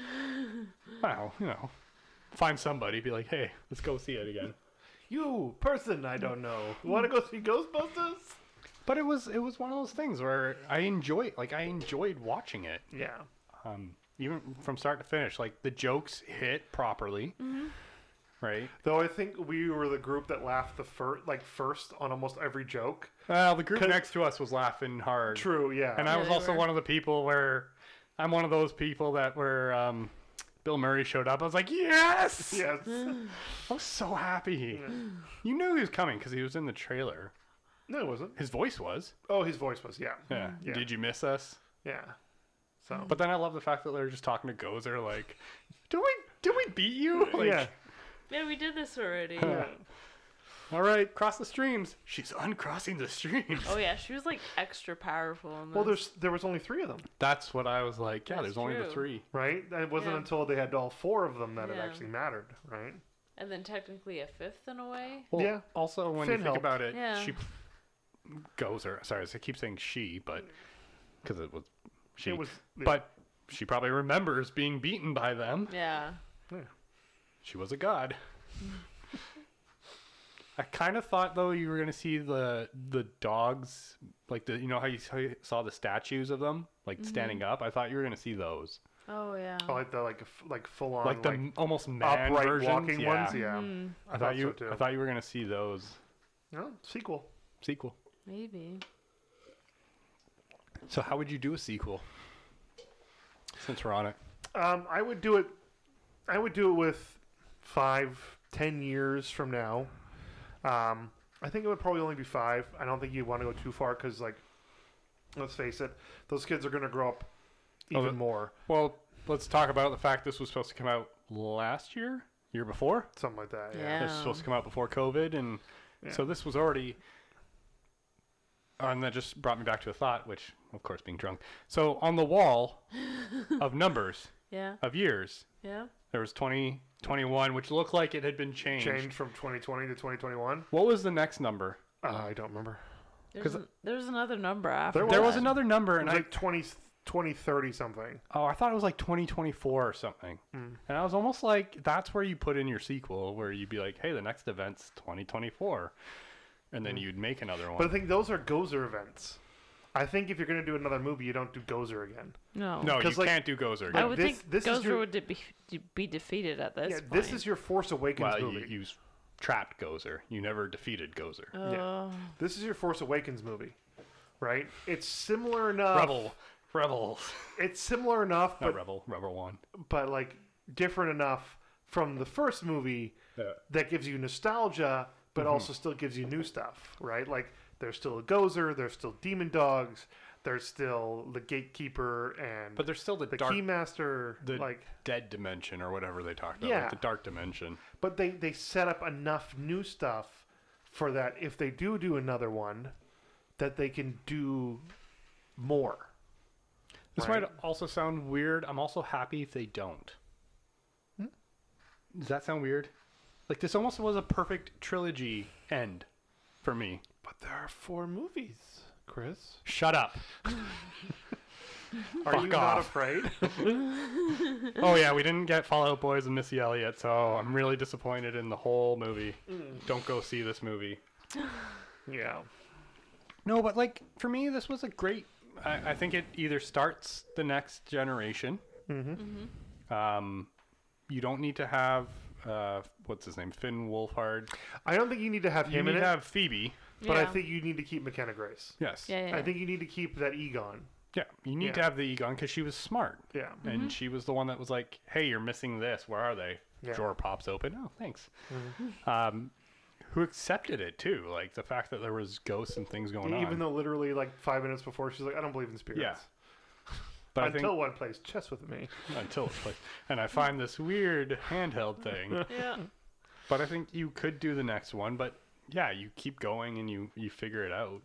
[SPEAKER 1] Wow, you know, find somebody, be like, hey, let's go see it again.
[SPEAKER 3] You, person I don't know, want to go see Ghostbusters?
[SPEAKER 1] But it was, it was one of those things where I enjoy, like, I enjoyed watching it.
[SPEAKER 3] Yeah.
[SPEAKER 1] um, even from start to finish. Like the jokes hit properly, right?
[SPEAKER 3] Though I think we were the group that laughed the first, like first on almost every joke.
[SPEAKER 1] Well, the group
[SPEAKER 3] 'Cause-
[SPEAKER 1] next to us was laughing hard,
[SPEAKER 3] True. Yeah.
[SPEAKER 1] and I
[SPEAKER 2] Yeah,
[SPEAKER 1] was
[SPEAKER 2] they
[SPEAKER 1] also
[SPEAKER 2] were.
[SPEAKER 1] one of the people where I'm one of those people that were. Um, Bill Murray showed up. I was like, yes!
[SPEAKER 3] yes.
[SPEAKER 1] I was so happy. You knew he was coming because he was in the trailer.
[SPEAKER 3] no, it wasn't.
[SPEAKER 1] His voice was.
[SPEAKER 3] Oh, his voice was. Yeah.
[SPEAKER 1] Yeah.
[SPEAKER 3] Yeah.
[SPEAKER 1] Did you miss us?
[SPEAKER 3] Yeah. So.
[SPEAKER 1] But then I love the fact that they were just talking to Gozer like, "Did we? Did we beat you? Like,
[SPEAKER 3] yeah.
[SPEAKER 2] yeah, we did this already.
[SPEAKER 3] Yeah.
[SPEAKER 1] All right, cross the streams. She's uncrossing the streams.
[SPEAKER 2] Oh yeah, she was like extra powerful. In this.
[SPEAKER 3] Well, there's there was only three of them,
[SPEAKER 1] That's what I was like. Yeah,
[SPEAKER 2] That's
[SPEAKER 1] there's only the
[SPEAKER 2] true.
[SPEAKER 1] three.
[SPEAKER 3] right? And it wasn't
[SPEAKER 2] Yeah.
[SPEAKER 3] until they had all four of them that it
[SPEAKER 2] Yeah.
[SPEAKER 3] actually mattered, right?
[SPEAKER 2] and then technically a fifth in a way.
[SPEAKER 1] Well,
[SPEAKER 3] Yeah.
[SPEAKER 1] Also, when
[SPEAKER 3] Finn
[SPEAKER 1] you think
[SPEAKER 3] helped.
[SPEAKER 1] about it,
[SPEAKER 2] Yeah.
[SPEAKER 1] she goes or sorry, I keep saying she, but because it was she.
[SPEAKER 3] It was. yeah.
[SPEAKER 1] But she probably remembers being beaten by them.
[SPEAKER 2] Yeah.
[SPEAKER 1] She was a god. I kind of thought though you were gonna see the the dogs, like the you know how you saw- saw the statues of them like standing up. I thought you were gonna see those,
[SPEAKER 2] Oh yeah.
[SPEAKER 3] I like the like f- like full on
[SPEAKER 1] like
[SPEAKER 3] like,
[SPEAKER 1] the m almost man
[SPEAKER 3] upright
[SPEAKER 1] versions.
[SPEAKER 3] walking
[SPEAKER 1] yeah.
[SPEAKER 3] ones. Yeah.
[SPEAKER 2] Hmm.
[SPEAKER 1] I
[SPEAKER 3] thought
[SPEAKER 1] thought
[SPEAKER 3] so,
[SPEAKER 1] you.
[SPEAKER 3] too.
[SPEAKER 1] I thought you were gonna see those
[SPEAKER 3] No sequel.
[SPEAKER 1] sequel.
[SPEAKER 2] Maybe.
[SPEAKER 1] So how would you do a sequel? Since we're on it,
[SPEAKER 3] Um, I would do it. I would do it with five, ten years from now. Um, I think it would probably only be five. I don't think you'd want to go too far because, like, let's face it, those kids are going to grow up
[SPEAKER 1] Oh,
[SPEAKER 3] even
[SPEAKER 1] the-
[SPEAKER 3] more,
[SPEAKER 1] well, let's talk about the fact this was supposed to come out last year, year before.
[SPEAKER 3] something like that. Yeah.
[SPEAKER 2] Yeah.
[SPEAKER 1] This was supposed to come out before COVID, and so this was already and that just brought me back to a thought, which, of course, being drunk. So on the wall of numbers
[SPEAKER 2] Yeah.
[SPEAKER 1] of years,
[SPEAKER 2] Yeah.
[SPEAKER 1] there was 20, 21, which looked like it had been changed.
[SPEAKER 3] Changed from 2020 to 2021.
[SPEAKER 1] What was the next number?
[SPEAKER 3] Uh, I don't remember.
[SPEAKER 2] There's,
[SPEAKER 1] 'Cause-
[SPEAKER 2] an, there's another number after.
[SPEAKER 3] There
[SPEAKER 1] There was
[SPEAKER 2] that.
[SPEAKER 1] another number,
[SPEAKER 3] It
[SPEAKER 1] and
[SPEAKER 3] was
[SPEAKER 1] I
[SPEAKER 3] like 20, 2030 something.
[SPEAKER 1] oh, I thought it was like 2024 or something.
[SPEAKER 3] Hmm.
[SPEAKER 1] And I was almost like, that's where you put in your sequel, where you'd be like, hey, the next event's 2024, and then you'd make another one.
[SPEAKER 3] Hmm. But I think those are Gozer events. I think if you're going to do another movie, you don't do Gozer again.
[SPEAKER 2] No.
[SPEAKER 1] no, you
[SPEAKER 3] 'cause, like-
[SPEAKER 1] can't do Gozer.
[SPEAKER 2] I
[SPEAKER 1] Again.
[SPEAKER 3] like,
[SPEAKER 2] would
[SPEAKER 3] this-
[SPEAKER 2] think
[SPEAKER 3] this is
[SPEAKER 2] Gozer
[SPEAKER 3] your-
[SPEAKER 2] would de- be, de- be defeated at this.
[SPEAKER 3] yeah,
[SPEAKER 2] point.
[SPEAKER 3] this is your Force Awakens
[SPEAKER 1] well,
[SPEAKER 3] movie.
[SPEAKER 1] you, you s- trapped Gozer. You never defeated Gozer.
[SPEAKER 2] Oh,
[SPEAKER 3] This is your Force Awakens movie, right? It's similar enough.
[SPEAKER 1] Rebel, Rebels.
[SPEAKER 3] It's similar enough,
[SPEAKER 1] Not
[SPEAKER 3] but
[SPEAKER 1] Rebel. Rebel One.
[SPEAKER 3] but like different enough from the first movie that gives you nostalgia, but
[SPEAKER 1] Mm-hmm.
[SPEAKER 3] also still gives you new stuff, right? Like there's still a Gozer, there's still Demon Dogs, there's still the Gatekeeper and
[SPEAKER 1] But there's still the,
[SPEAKER 3] the
[SPEAKER 1] dark,
[SPEAKER 3] Keymaster.
[SPEAKER 1] the
[SPEAKER 3] Like,
[SPEAKER 1] dead dimension or whatever they talked about.
[SPEAKER 3] Yeah.
[SPEAKER 1] Like the dark dimension.
[SPEAKER 3] but they they set up enough new stuff for that if they do do another one, that they can do more.
[SPEAKER 1] This
[SPEAKER 3] Right.
[SPEAKER 1] might also sound weird. I'm also happy if they don't. Hmm? Does that sound weird? Like this almost was a perfect trilogy end for me.
[SPEAKER 3] But there are four movies, Chris.
[SPEAKER 1] Shut up.
[SPEAKER 3] Are
[SPEAKER 1] Fuck
[SPEAKER 3] you not
[SPEAKER 1] off.
[SPEAKER 3] afraid?
[SPEAKER 1] oh yeah, we didn't get Fallout Boys and Missy Elliott, so I'm really disappointed in the whole movie. Don't go see this movie.
[SPEAKER 3] yeah.
[SPEAKER 1] No, but like for me, this was a great. I, I think it either starts the next generation. Mm-hmm. Um, you don't need to have uh, what's his name, Finn Wolfhard.
[SPEAKER 3] I don't think you need to have
[SPEAKER 1] You
[SPEAKER 3] him
[SPEAKER 1] need
[SPEAKER 3] in
[SPEAKER 1] to
[SPEAKER 3] it,
[SPEAKER 1] have Phoebe.
[SPEAKER 3] but I
[SPEAKER 2] Yeah.
[SPEAKER 3] think you need to keep McKenna Grace.
[SPEAKER 1] Yes.
[SPEAKER 2] yeah, yeah.
[SPEAKER 3] I think you need to keep that Egon.
[SPEAKER 1] Yeah. You need to
[SPEAKER 3] Yeah.
[SPEAKER 1] have the Egon because she was smart,
[SPEAKER 3] Yeah.
[SPEAKER 2] Mm-hmm.
[SPEAKER 1] and she was the one that was like, "Hey, you're missing this. Where are they?"
[SPEAKER 3] Yeah.
[SPEAKER 1] Drawer pops open. Oh, thanks.
[SPEAKER 2] Mm-hmm.
[SPEAKER 1] Um, who accepted it too? Like the fact that there was ghosts and things going on.
[SPEAKER 3] Even though literally like five minutes before she's like, I don't believe in spirits.
[SPEAKER 1] Yeah. but I think
[SPEAKER 3] Until one plays chess with me.
[SPEAKER 1] until it's like, and I find this weird handheld thing.
[SPEAKER 2] yeah.
[SPEAKER 1] But I think you could do the next one. But yeah, you keep going and you you figure it out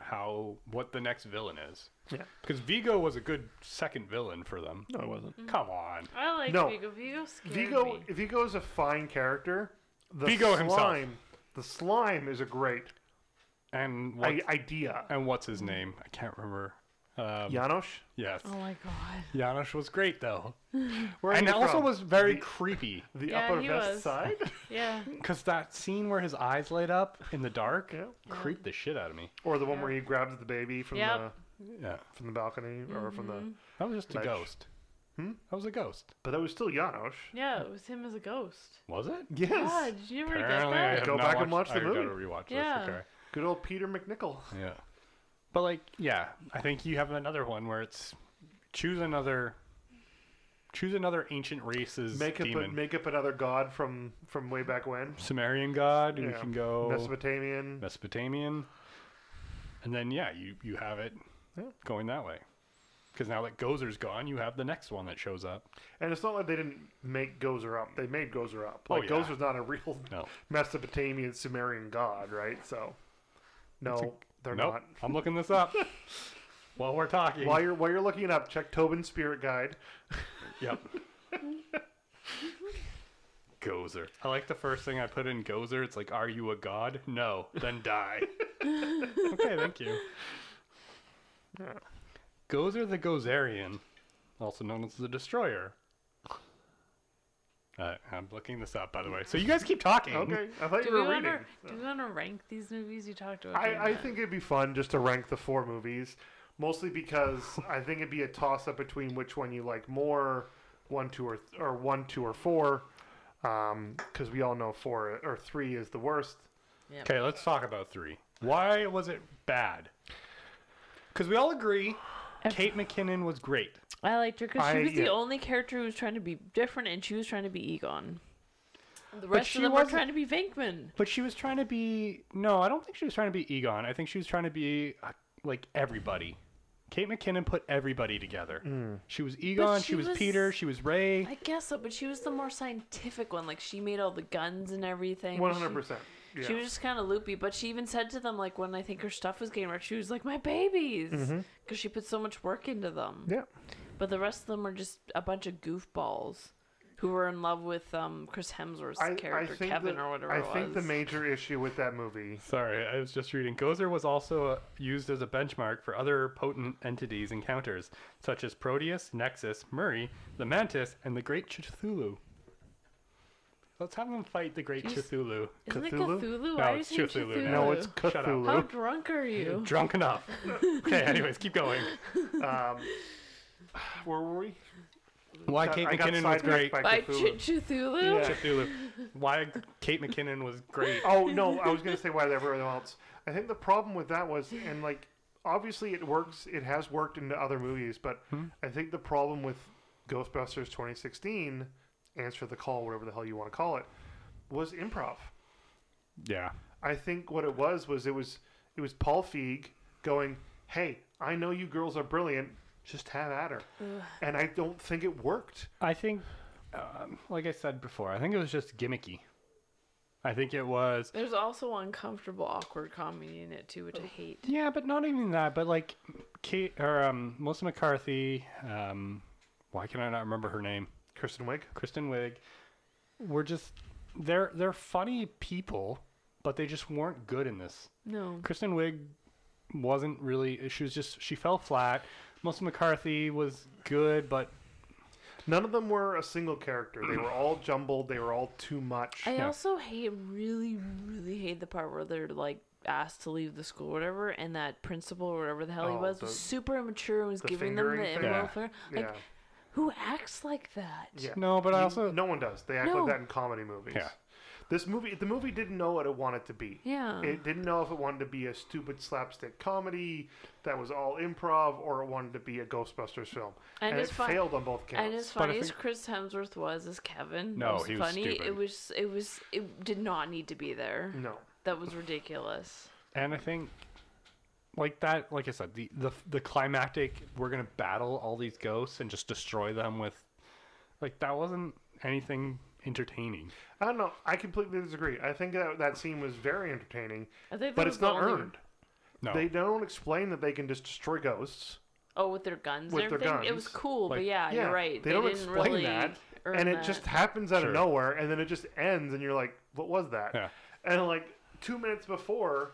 [SPEAKER 1] how what the next villain is.
[SPEAKER 3] Yeah.
[SPEAKER 1] Because Vigo was a good second villain for them.
[SPEAKER 3] No, it wasn't.
[SPEAKER 2] Mm-hmm.
[SPEAKER 1] Come on,
[SPEAKER 2] I like
[SPEAKER 3] No.
[SPEAKER 2] Vigo. Vigo scared
[SPEAKER 3] Vigo
[SPEAKER 2] me.
[SPEAKER 3] Vigo is a fine character. The
[SPEAKER 1] Vigo
[SPEAKER 3] slime,
[SPEAKER 1] himself.
[SPEAKER 3] The slime is a great
[SPEAKER 1] and what,
[SPEAKER 3] I- idea.
[SPEAKER 1] and what's his name? I can't remember. Um,
[SPEAKER 3] Janosch,
[SPEAKER 1] Yes,
[SPEAKER 2] Oh my god.
[SPEAKER 1] Janosch was great though,
[SPEAKER 3] where are
[SPEAKER 1] and
[SPEAKER 3] you
[SPEAKER 1] also
[SPEAKER 3] from?
[SPEAKER 1] was very creepy
[SPEAKER 3] the
[SPEAKER 2] Yeah,
[SPEAKER 3] Upper
[SPEAKER 2] he
[SPEAKER 3] West
[SPEAKER 2] was.
[SPEAKER 3] Side.
[SPEAKER 2] Yeah.
[SPEAKER 1] because that scene where his eyes light up in the dark
[SPEAKER 3] yeah.
[SPEAKER 1] creeped the shit out of me.
[SPEAKER 3] Or the one where he grabs the baby from
[SPEAKER 2] Yep.
[SPEAKER 1] Yeah,
[SPEAKER 3] the from the balcony or from
[SPEAKER 2] Mm-hmm.
[SPEAKER 3] the.
[SPEAKER 1] that was just a
[SPEAKER 3] Like-
[SPEAKER 1] ghost. Hmm? That was a ghost.
[SPEAKER 3] But that was still Janosch.
[SPEAKER 2] Yeah, it was him as a ghost.
[SPEAKER 1] Was it?
[SPEAKER 3] Yes.
[SPEAKER 2] God, did you ever get
[SPEAKER 1] Apparently, I
[SPEAKER 2] that?
[SPEAKER 1] have
[SPEAKER 3] Go
[SPEAKER 1] not
[SPEAKER 3] back and
[SPEAKER 1] watched-
[SPEAKER 3] watch the
[SPEAKER 1] I
[SPEAKER 3] movie.
[SPEAKER 1] gotta rewatch
[SPEAKER 2] Yeah.
[SPEAKER 1] this. Okay.
[SPEAKER 3] Good old Peter McNichol.
[SPEAKER 1] Yeah. But like, yeah, I think you have another one where it's choose another choose another ancient race's
[SPEAKER 3] Make up, a,
[SPEAKER 1] demon.
[SPEAKER 3] make up another god from from way back when.
[SPEAKER 1] Sumerian god, we
[SPEAKER 3] Yeah.
[SPEAKER 1] can go
[SPEAKER 3] Mesopotamian.
[SPEAKER 1] Mesopotamian. And then yeah, you you have it
[SPEAKER 3] Yeah.
[SPEAKER 1] going that way. Cuz now that Gozer's gone, you have the next one that shows up.
[SPEAKER 3] And it's not like they didn't make Gozer up. They made Gozer up.
[SPEAKER 1] Oh,
[SPEAKER 3] Like
[SPEAKER 1] yeah.
[SPEAKER 3] Gozer's not a real
[SPEAKER 1] No.
[SPEAKER 3] Mesopotamian Sumerian god, right? So no, they're
[SPEAKER 1] nope.
[SPEAKER 3] not.
[SPEAKER 1] I'm looking this up. While we're talking.
[SPEAKER 3] While you're while you're looking it up, check Tobin's spirit guide.
[SPEAKER 1] Yep. Gozer. I like the first thing I put in Gozer. It's like, are you a god? No. Then die. okay, thank you.
[SPEAKER 3] Yeah.
[SPEAKER 1] Gozer the Gozerian, also known as the Destroyer. Uh, I'm looking this up, by the way. So you guys keep talking.
[SPEAKER 3] Okay, I thought
[SPEAKER 2] Do
[SPEAKER 3] you
[SPEAKER 2] we
[SPEAKER 3] were
[SPEAKER 2] want
[SPEAKER 3] reading.
[SPEAKER 2] to do we want to rank these movies you talked about?
[SPEAKER 3] I,
[SPEAKER 2] during
[SPEAKER 3] I
[SPEAKER 2] that?
[SPEAKER 3] think it'd be fun just to rank the four movies, mostly because I think it'd be a toss up between which one you like more, one, two, or th- or one, two, or four, because we all know four or three is the worst.
[SPEAKER 1] Okay, let's talk about three. Why was it bad? Because we all agree Kate McKinnon was great.
[SPEAKER 2] I liked her because she
[SPEAKER 3] I-
[SPEAKER 2] was
[SPEAKER 3] yeah.
[SPEAKER 2] the only character who was trying to be different, and she was trying to be Egon. The rest
[SPEAKER 1] she
[SPEAKER 2] of them were
[SPEAKER 1] wasn't-
[SPEAKER 2] trying to be Venkman.
[SPEAKER 1] But she was trying to be no, I don't think she was trying to be Egon. I think she was trying to be uh, like everybody. Kate McKinnon put everybody together.
[SPEAKER 3] Mm.
[SPEAKER 1] She was Egon, she,
[SPEAKER 2] she
[SPEAKER 1] was,
[SPEAKER 2] was-
[SPEAKER 1] Peter, she was Ray.
[SPEAKER 2] I guess so, but she was the more scientific one. Like she made all the guns and everything.
[SPEAKER 3] One
[SPEAKER 2] She-
[SPEAKER 3] hundred percent. Yeah.
[SPEAKER 2] She was just kind of loopy, but she even said to them like when I think her stuff was getting wrecked, she was like, "My babies," because
[SPEAKER 3] Mm-hmm.
[SPEAKER 2] she put so much work into them.
[SPEAKER 3] Yeah.
[SPEAKER 2] But the rest of them were just a bunch of goofballs who were in love with um, Chris Hemsworth's
[SPEAKER 3] I, I
[SPEAKER 2] character
[SPEAKER 3] think
[SPEAKER 2] Kevin
[SPEAKER 3] the,
[SPEAKER 2] or whatever
[SPEAKER 3] I
[SPEAKER 2] it
[SPEAKER 3] think the
[SPEAKER 2] was.
[SPEAKER 3] major issue with that movie.
[SPEAKER 1] Sorry, I was just reading. Gozer was also uh, used as a benchmark for other potent entities' encounters, such as Proteus, Nexus, Murray, the Mantis, and the Great Cthulhu. Let's have them fight the Great
[SPEAKER 2] Jeez.
[SPEAKER 1] Cthulhu.
[SPEAKER 2] Isn't it
[SPEAKER 3] Cthulhu?
[SPEAKER 2] Cthulhu?
[SPEAKER 1] No,
[SPEAKER 2] Why are you
[SPEAKER 1] it's
[SPEAKER 2] saying
[SPEAKER 1] Cthulhu
[SPEAKER 2] Cthulhu?
[SPEAKER 1] now.
[SPEAKER 3] No, it's
[SPEAKER 1] Shut up.
[SPEAKER 2] How
[SPEAKER 3] Cthulhu.
[SPEAKER 2] drunk are you?
[SPEAKER 1] Drunk enough. okay, anyways, keep going.
[SPEAKER 3] Um, where were we?
[SPEAKER 1] Why
[SPEAKER 3] Got-
[SPEAKER 1] Kate
[SPEAKER 3] I got
[SPEAKER 1] McKinnon was
[SPEAKER 3] sidetracked
[SPEAKER 1] great.
[SPEAKER 3] by
[SPEAKER 2] By
[SPEAKER 3] Cthulhu.
[SPEAKER 2] Ch- Cthulhu?
[SPEAKER 3] Yeah.
[SPEAKER 1] Cthulhu. Why Kate McKinnon was great.
[SPEAKER 3] oh no, I was gonna say why everyone else. I think the problem with that was, and like obviously it works, it has worked into other movies, but I think the problem with Ghostbusters 2016, Answer the Call, whatever the hell you want to call it, was improv.
[SPEAKER 1] Yeah.
[SPEAKER 3] I think what it was was it was it was Paul Feig going, "Hey, I know you girls are brilliant, just have at her," and I don't think it worked.
[SPEAKER 1] I think, um, like I said before, I think it was just gimmicky. I think it was.
[SPEAKER 2] There's also uncomfortable, awkward comedy in it too, which
[SPEAKER 3] Oh.
[SPEAKER 2] I hate.
[SPEAKER 1] Yeah, but not even that. But like, Kate or um, Melissa McCarthy. Um, why can I not remember her name?
[SPEAKER 3] Kristen Wiig.
[SPEAKER 1] Kristen Wiig. Were just they're they're funny people, but they just weren't good in this.
[SPEAKER 2] No.
[SPEAKER 1] Kristen Wiig wasn't really. She was just she fell flat. Melissa McCarthy was good, but
[SPEAKER 3] None of them were a single character. They were all jumbled. They were all too much.
[SPEAKER 2] I
[SPEAKER 1] Yeah.
[SPEAKER 2] also hate, really, really hate the part where they're like asked to leave the school or whatever, and that principal or whatever the hell he
[SPEAKER 3] Oh,
[SPEAKER 2] was
[SPEAKER 3] the-
[SPEAKER 2] was super immature and was
[SPEAKER 3] the
[SPEAKER 2] giving them
[SPEAKER 3] fingering
[SPEAKER 2] the
[SPEAKER 3] thing?
[SPEAKER 2] immoral
[SPEAKER 1] Yeah.
[SPEAKER 2] flirt. Like,
[SPEAKER 3] yeah,
[SPEAKER 2] who acts like that?
[SPEAKER 3] yeah.
[SPEAKER 1] no. But I
[SPEAKER 3] You-
[SPEAKER 1] also
[SPEAKER 3] no one does. They act
[SPEAKER 2] No.
[SPEAKER 3] like that in comedy movies.
[SPEAKER 1] Yeah.
[SPEAKER 3] This movie, the movie didn't know what it wanted to be.
[SPEAKER 2] Yeah.
[SPEAKER 3] It didn't know if it wanted to be a stupid slapstick comedy that was all improv, or it wanted to be a Ghostbusters film,
[SPEAKER 2] And
[SPEAKER 3] and,
[SPEAKER 2] it's
[SPEAKER 3] it
[SPEAKER 2] fun-
[SPEAKER 3] failed on both counts.
[SPEAKER 2] And as
[SPEAKER 1] But I
[SPEAKER 2] funny as
[SPEAKER 1] think-
[SPEAKER 2] Chris Hemsworth was as Kevin,
[SPEAKER 1] No,
[SPEAKER 2] it was
[SPEAKER 1] he was
[SPEAKER 2] funny.
[SPEAKER 1] stupid.
[SPEAKER 2] It was it was it did not need to be there.
[SPEAKER 3] no,
[SPEAKER 2] That was ridiculous.
[SPEAKER 1] and I think like that, like I said, the the, the climactic we're gonna battle all these ghosts and just destroy them with like that wasn't anything entertaining.
[SPEAKER 3] I don't know. I completely disagree. I think that that scene was very entertaining,
[SPEAKER 2] I think that
[SPEAKER 3] but
[SPEAKER 2] was
[SPEAKER 3] it's
[SPEAKER 2] the
[SPEAKER 3] not
[SPEAKER 2] only-
[SPEAKER 3] earned.
[SPEAKER 1] No,
[SPEAKER 3] They don't explain that they can just destroy ghosts.
[SPEAKER 2] Oh, with their guns
[SPEAKER 3] With
[SPEAKER 2] and
[SPEAKER 3] their
[SPEAKER 2] everything. It was
[SPEAKER 3] guns.
[SPEAKER 2] cool, but
[SPEAKER 1] Like,
[SPEAKER 2] yeah,
[SPEAKER 3] yeah,
[SPEAKER 2] you're right.
[SPEAKER 3] They, don't
[SPEAKER 2] didn't
[SPEAKER 3] explain
[SPEAKER 2] really
[SPEAKER 3] that,
[SPEAKER 2] earn
[SPEAKER 3] and it
[SPEAKER 2] that.
[SPEAKER 3] just happens out
[SPEAKER 1] Sure.
[SPEAKER 3] of nowhere, and then it just ends, and you're like, "What was that?"
[SPEAKER 1] Yeah.
[SPEAKER 3] And like two minutes before,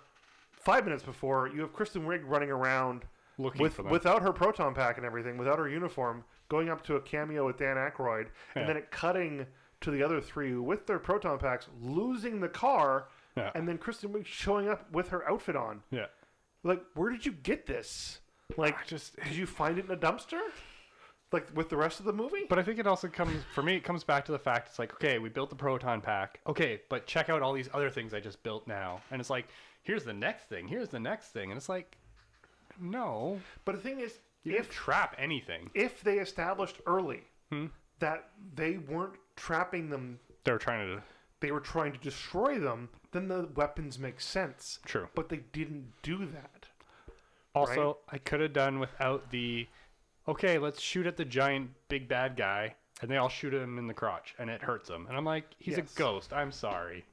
[SPEAKER 3] five minutes before, you have Kristen Wiig running around
[SPEAKER 1] looking
[SPEAKER 3] with
[SPEAKER 1] for them.
[SPEAKER 3] without her proton pack and everything, without her uniform, going up to a cameo with Dan Aykroyd,
[SPEAKER 1] Yeah.
[SPEAKER 3] and then it cutting to the other three with their proton packs, losing the car,
[SPEAKER 1] Yeah.
[SPEAKER 3] and then Kristen Wiig showing up with her outfit on.
[SPEAKER 1] yeah,
[SPEAKER 3] Like, where did you get this? Like,
[SPEAKER 1] I just.
[SPEAKER 3] did you find it in a dumpster? Like with the rest of the movie?
[SPEAKER 1] But I think it also comes for me. It comes back to the fact it's like okay, we built the proton pack. Okay, but check out all these other things I just built now. And it's like here's the next thing. Here's the next thing. And it's like no,
[SPEAKER 3] But the thing is,
[SPEAKER 1] you
[SPEAKER 3] if
[SPEAKER 1] didn't trap anything.
[SPEAKER 3] if they established early
[SPEAKER 1] Hmm?
[SPEAKER 3] that they weren't trapping them,
[SPEAKER 1] They're trying to
[SPEAKER 3] they were trying to destroy them, then the weapons make sense.
[SPEAKER 1] True.
[SPEAKER 3] But they didn't do that.
[SPEAKER 1] Also, I could have done without the okay, let's shoot at the giant big bad guy and they all shoot him in the crotch and it hurts him. And I'm like, he's
[SPEAKER 3] Yes.
[SPEAKER 1] a ghost. I'm sorry.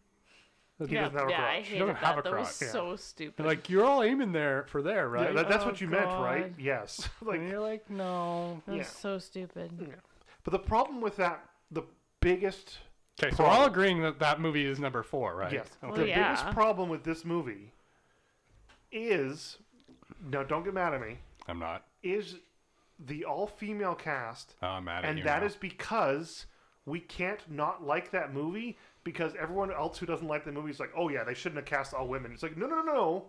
[SPEAKER 3] He
[SPEAKER 2] yeah,
[SPEAKER 3] doesn't have a
[SPEAKER 2] yeah, I
[SPEAKER 3] crotch.
[SPEAKER 2] hated
[SPEAKER 1] doesn't
[SPEAKER 2] that.
[SPEAKER 1] have a
[SPEAKER 2] that was
[SPEAKER 1] crotch. Yeah.
[SPEAKER 2] so stupid.
[SPEAKER 1] And like you're all aiming there for there,
[SPEAKER 3] Yeah,
[SPEAKER 1] right?
[SPEAKER 3] that- that's
[SPEAKER 2] Oh,
[SPEAKER 3] what you meant, right?
[SPEAKER 2] God.
[SPEAKER 3] Yes. like,
[SPEAKER 1] and you're like, no.
[SPEAKER 2] that was
[SPEAKER 3] yeah.
[SPEAKER 2] so stupid.
[SPEAKER 3] but the problem with that, the biggest
[SPEAKER 1] Okay, so we're all
[SPEAKER 3] Problem.
[SPEAKER 1] agreeing that that movie is number four, right?
[SPEAKER 3] yes,
[SPEAKER 1] Okay.
[SPEAKER 2] Well,
[SPEAKER 3] the
[SPEAKER 2] Oh, yeah.
[SPEAKER 3] biggest problem with this movie is now don't get mad at me
[SPEAKER 1] I'm not.
[SPEAKER 3] is the all female cast
[SPEAKER 1] Oh, I'm mad at
[SPEAKER 3] and
[SPEAKER 1] you.
[SPEAKER 3] that
[SPEAKER 1] now.
[SPEAKER 3] is because we can't not like that movie because everyone else who doesn't like the movie is like, oh yeah, they shouldn't have cast all women. It's like, no, no, no, no.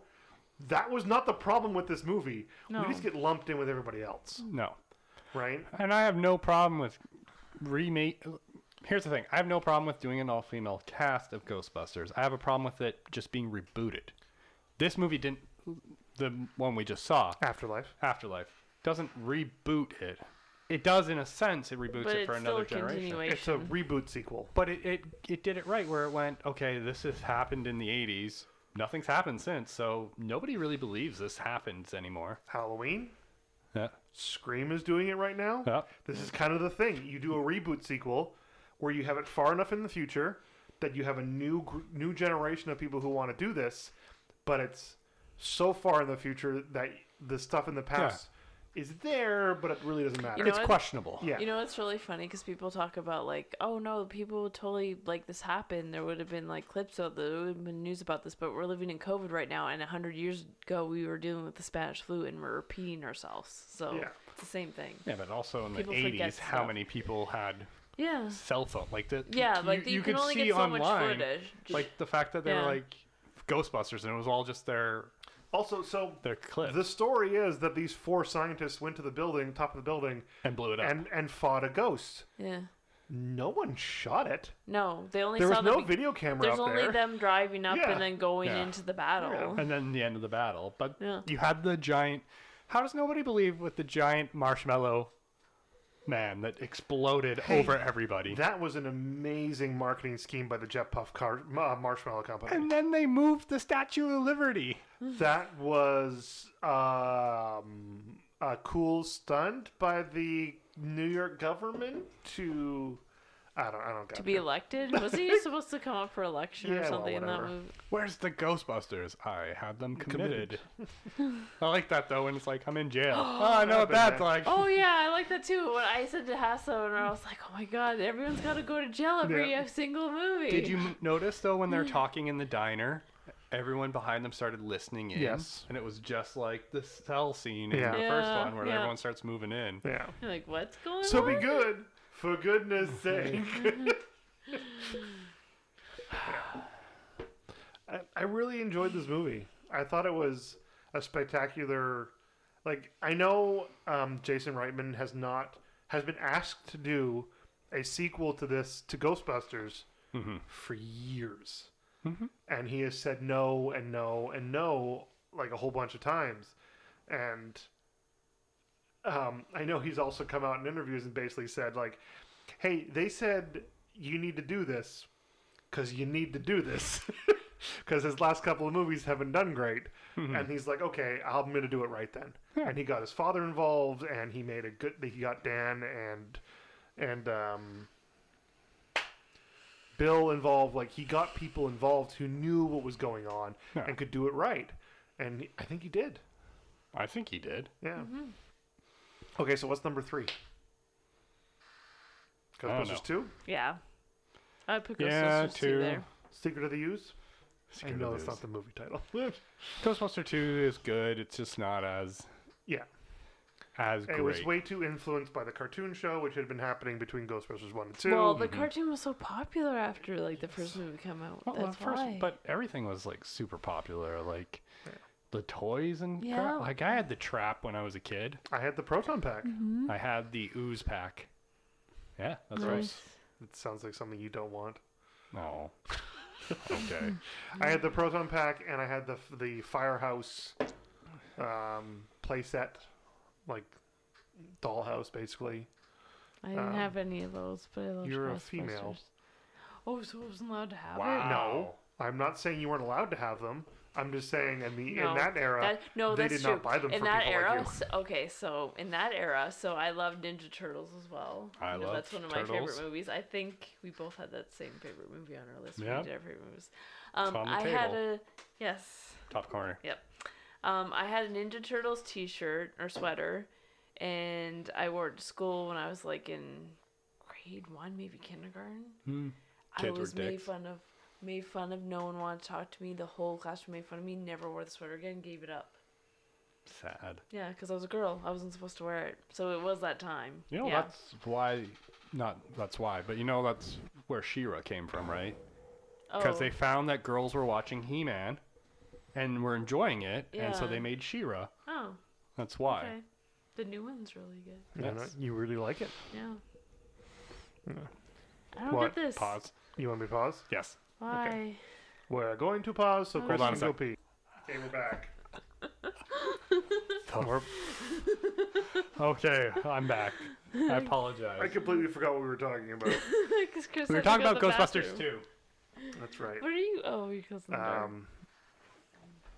[SPEAKER 3] That was not the problem with this movie.
[SPEAKER 2] No.
[SPEAKER 3] We just get lumped in with everybody else,
[SPEAKER 1] No.
[SPEAKER 3] right?
[SPEAKER 1] And I have no problem with remake. Here's the thing I have no problem with doing an all female cast of Ghostbusters. I have a problem with it just being rebooted. This movie didn't, the one we just saw,
[SPEAKER 3] Afterlife.
[SPEAKER 1] Afterlife, doesn't reboot it. It does, in a sense, it reboots
[SPEAKER 2] But
[SPEAKER 1] it for
[SPEAKER 2] it's still
[SPEAKER 1] another
[SPEAKER 2] a
[SPEAKER 1] generation.
[SPEAKER 2] continuation.
[SPEAKER 3] It's a reboot sequel.
[SPEAKER 1] But it, it, it did it right where it went, okay, this has happened in the 80s. Nothing's happened since, so nobody really believes this happens anymore.
[SPEAKER 3] Halloween.
[SPEAKER 1] Yeah.
[SPEAKER 3] Scream is doing it right now.
[SPEAKER 1] Yeah.
[SPEAKER 3] This is kind of the thing. You do a reboot sequel where you have it far enough in the future that you have a new gr- new generation of people who want to do this, but it's so far in the future that the stuff in the past is there, but it really doesn't matter.
[SPEAKER 2] You know
[SPEAKER 1] it's
[SPEAKER 2] what?
[SPEAKER 1] questionable.
[SPEAKER 3] yeah,
[SPEAKER 2] You know, it's really funny because people talk about like, oh no, people would totally like this happened. There would have been like clips of there would have been news about this, but we're living in COVID right now, and hundred years ago we were dealing with the Spanish flu, and we're repeating ourselves. So
[SPEAKER 3] Yeah.
[SPEAKER 2] it's the same thing.
[SPEAKER 1] Yeah, but also in the
[SPEAKER 2] People forget
[SPEAKER 1] 80s, how
[SPEAKER 2] stuff.
[SPEAKER 1] many people had
[SPEAKER 2] Yeah,
[SPEAKER 1] cell phone? Like the
[SPEAKER 2] yeah.
[SPEAKER 1] you,
[SPEAKER 2] like you,
[SPEAKER 1] you
[SPEAKER 2] can
[SPEAKER 1] could
[SPEAKER 2] only
[SPEAKER 1] see
[SPEAKER 2] get so much
[SPEAKER 1] online,
[SPEAKER 2] footage.
[SPEAKER 1] like the fact that they
[SPEAKER 2] Yeah.
[SPEAKER 1] were like Ghostbusters, and it was all just their
[SPEAKER 3] Also, so
[SPEAKER 1] their clip
[SPEAKER 3] the story is that these four scientists went to the building, top of the building,
[SPEAKER 1] and blew it up.
[SPEAKER 3] and and fought a ghost.
[SPEAKER 2] yeah.
[SPEAKER 3] No one shot it.
[SPEAKER 2] No, they only
[SPEAKER 3] There
[SPEAKER 2] saw
[SPEAKER 3] was no
[SPEAKER 2] the. be-
[SPEAKER 3] video camera
[SPEAKER 2] there's
[SPEAKER 3] out
[SPEAKER 2] only
[SPEAKER 3] there.
[SPEAKER 2] them driving up
[SPEAKER 3] Yeah.
[SPEAKER 2] and then going
[SPEAKER 1] Yeah.
[SPEAKER 2] into the battle.
[SPEAKER 1] and then the end of the battle. But
[SPEAKER 2] Yeah.
[SPEAKER 1] you had the giant. How does nobody believe with the giant marshmallow man that exploded over everybody?
[SPEAKER 3] That was an amazing marketing scheme by the Jet Puff car, uh, Marshmallow Company.
[SPEAKER 1] and then they moved the Statue of Liberty.
[SPEAKER 3] that was um, a cool stunt by the New York government to. I don't. I don't.
[SPEAKER 2] To be elected, was he supposed to come up for election
[SPEAKER 3] Yeah,
[SPEAKER 2] or
[SPEAKER 3] well,
[SPEAKER 2] something in that
[SPEAKER 3] whatever.
[SPEAKER 2] movie?
[SPEAKER 1] Where's the Ghostbusters? I had them committed.
[SPEAKER 3] Committed.
[SPEAKER 1] I like that though, when it's like I'm in jail. oh no,
[SPEAKER 3] happened
[SPEAKER 1] that's
[SPEAKER 3] there?
[SPEAKER 1] like
[SPEAKER 2] Oh yeah, I like that too. When I said to Hasso, and I was like, "Oh my god, everyone's got to go to jail every
[SPEAKER 3] Yeah.
[SPEAKER 2] single movie."
[SPEAKER 1] Did you m- notice though when they're
[SPEAKER 2] Mm.
[SPEAKER 1] talking in the diner, everyone behind them started listening in?
[SPEAKER 3] Yes.
[SPEAKER 1] And it was just like the cell scene in
[SPEAKER 3] Yeah.
[SPEAKER 1] the first
[SPEAKER 2] Yeah,
[SPEAKER 1] one where
[SPEAKER 2] yeah.
[SPEAKER 1] everyone starts moving in.
[SPEAKER 3] Yeah.
[SPEAKER 2] You're like, what's going
[SPEAKER 3] So
[SPEAKER 2] on?
[SPEAKER 3] be good, for goodness sake. I, I really enjoyed this movie. I thought it was a spectacular. Like I know um, Jason Reitman has not has been asked to do a sequel to this to Ghostbusters for years, and he has said no and no and no like a whole bunch of times, and um, I know he's also come out in interviews and basically said like, "Hey, they said you need to do this because you need to do this because his last couple of movies haven't done great." And he's like, "Okay, I'm going to do it right then." And he got his father involved, and he made a good. He got Dan and and um, Bill involved. Like he got people involved who knew what was going on
[SPEAKER 1] Yeah.
[SPEAKER 3] and could do it right. And I think he did.
[SPEAKER 1] I think he did.
[SPEAKER 3] Yeah. Okay, so what's number three?
[SPEAKER 1] I don't know.
[SPEAKER 3] Ghostbusters two,
[SPEAKER 2] Yeah. I put
[SPEAKER 1] Yeah,
[SPEAKER 2] Ghostbusters 2
[SPEAKER 1] two.
[SPEAKER 2] there.
[SPEAKER 3] Secret of the Use. I
[SPEAKER 1] Secret of
[SPEAKER 3] know
[SPEAKER 1] the
[SPEAKER 3] that's not
[SPEAKER 1] Ooze.
[SPEAKER 3] the movie title.
[SPEAKER 1] Ghostbuster Two is good. It's just not as
[SPEAKER 3] yeah,
[SPEAKER 1] as
[SPEAKER 3] it
[SPEAKER 1] great.
[SPEAKER 3] was way too influenced by the cartoon show, which had been happening between Ghostbusters one and two.
[SPEAKER 2] Well, the cartoon was so popular after like the first movie come out.
[SPEAKER 1] Oh, Well,
[SPEAKER 2] That's
[SPEAKER 1] at first,
[SPEAKER 2] why.
[SPEAKER 1] but everything was like super popular. Like the toys and crap.
[SPEAKER 2] Yeah.
[SPEAKER 1] like I had the trap when I was a kid.
[SPEAKER 3] I had the proton pack.
[SPEAKER 2] Mm-hmm.
[SPEAKER 1] I had the ooze pack. Yeah, that's right.
[SPEAKER 2] Nice.
[SPEAKER 3] It sounds like something you don't want.
[SPEAKER 1] No. okay.
[SPEAKER 3] I had the proton pack, and I had the the firehouse um, playset, like dollhouse, basically.
[SPEAKER 2] I didn't
[SPEAKER 3] um,
[SPEAKER 2] have any of those, but I loved
[SPEAKER 3] you're a
[SPEAKER 2] Ghostbusters.
[SPEAKER 3] female.
[SPEAKER 2] Oh, so I wasn't allowed to have
[SPEAKER 1] Wow.
[SPEAKER 2] it.
[SPEAKER 3] No, I'm not saying you weren't allowed to have them. I'm just saying in the
[SPEAKER 2] No,
[SPEAKER 3] in that era,
[SPEAKER 2] That, no,
[SPEAKER 3] they
[SPEAKER 2] that's
[SPEAKER 3] did
[SPEAKER 2] true.
[SPEAKER 3] not buy them
[SPEAKER 2] in
[SPEAKER 3] for
[SPEAKER 2] that
[SPEAKER 3] people
[SPEAKER 2] era,
[SPEAKER 3] like you.
[SPEAKER 2] so- okay, so in that era, so I loved Ninja Turtles as well.
[SPEAKER 1] I
[SPEAKER 2] You know,
[SPEAKER 1] loved
[SPEAKER 2] that's one of my
[SPEAKER 1] Turtles.
[SPEAKER 2] favorite movies. I think we both had that same favorite movie on our list. when
[SPEAKER 1] Yeah.
[SPEAKER 2] We did our favorite movies. Um,
[SPEAKER 1] on the
[SPEAKER 2] I had
[SPEAKER 1] table.
[SPEAKER 2] a yes.
[SPEAKER 1] Top corner.
[SPEAKER 2] Yep. Um, I had a Ninja Turtles T-shirt or sweater, and I wore it to school when I was like in grade one, maybe kindergarten. I
[SPEAKER 1] Hmm. Kids were
[SPEAKER 2] always made
[SPEAKER 1] dicks.
[SPEAKER 2] fun of, made fun of. No one wanted to talk to me. The whole classroom made fun of me. Never wore the sweater again. Gave it up.
[SPEAKER 1] Sad.
[SPEAKER 2] Yeah, because I was a girl. I wasn't supposed to wear it. So it was that time.
[SPEAKER 1] You know
[SPEAKER 2] yeah.
[SPEAKER 1] that's why. Not that's why, but you know that's where Shira came from, right? Because
[SPEAKER 2] oh,
[SPEAKER 1] they found that girls were watching He-Man, and were enjoying it, and so
[SPEAKER 2] Yeah.
[SPEAKER 1] they made Shira.
[SPEAKER 2] Oh,
[SPEAKER 1] That's why.
[SPEAKER 2] okay. The new one's really good.
[SPEAKER 3] You, know,
[SPEAKER 1] Yes.
[SPEAKER 3] you really like it.
[SPEAKER 2] Yeah. I don't
[SPEAKER 3] What?
[SPEAKER 2] get this.
[SPEAKER 1] Hmm. Pause.
[SPEAKER 3] You want me to pause?
[SPEAKER 1] Yes.
[SPEAKER 2] Why?
[SPEAKER 3] We're going to pause, so Chris
[SPEAKER 1] on a
[SPEAKER 3] can go
[SPEAKER 1] sec.
[SPEAKER 3] pee. Okay, we're back.
[SPEAKER 1] We're- okay, I'm back. I apologize.
[SPEAKER 3] I completely forgot what we were talking about.
[SPEAKER 2] 'Cause Chris
[SPEAKER 1] we were
[SPEAKER 2] had to
[SPEAKER 1] talking
[SPEAKER 2] go
[SPEAKER 1] about
[SPEAKER 2] to the
[SPEAKER 1] Ghostbusters
[SPEAKER 2] bathroom.
[SPEAKER 1] too.
[SPEAKER 3] That's right.
[SPEAKER 2] What are you? Oh, you're closing the door.
[SPEAKER 3] Um,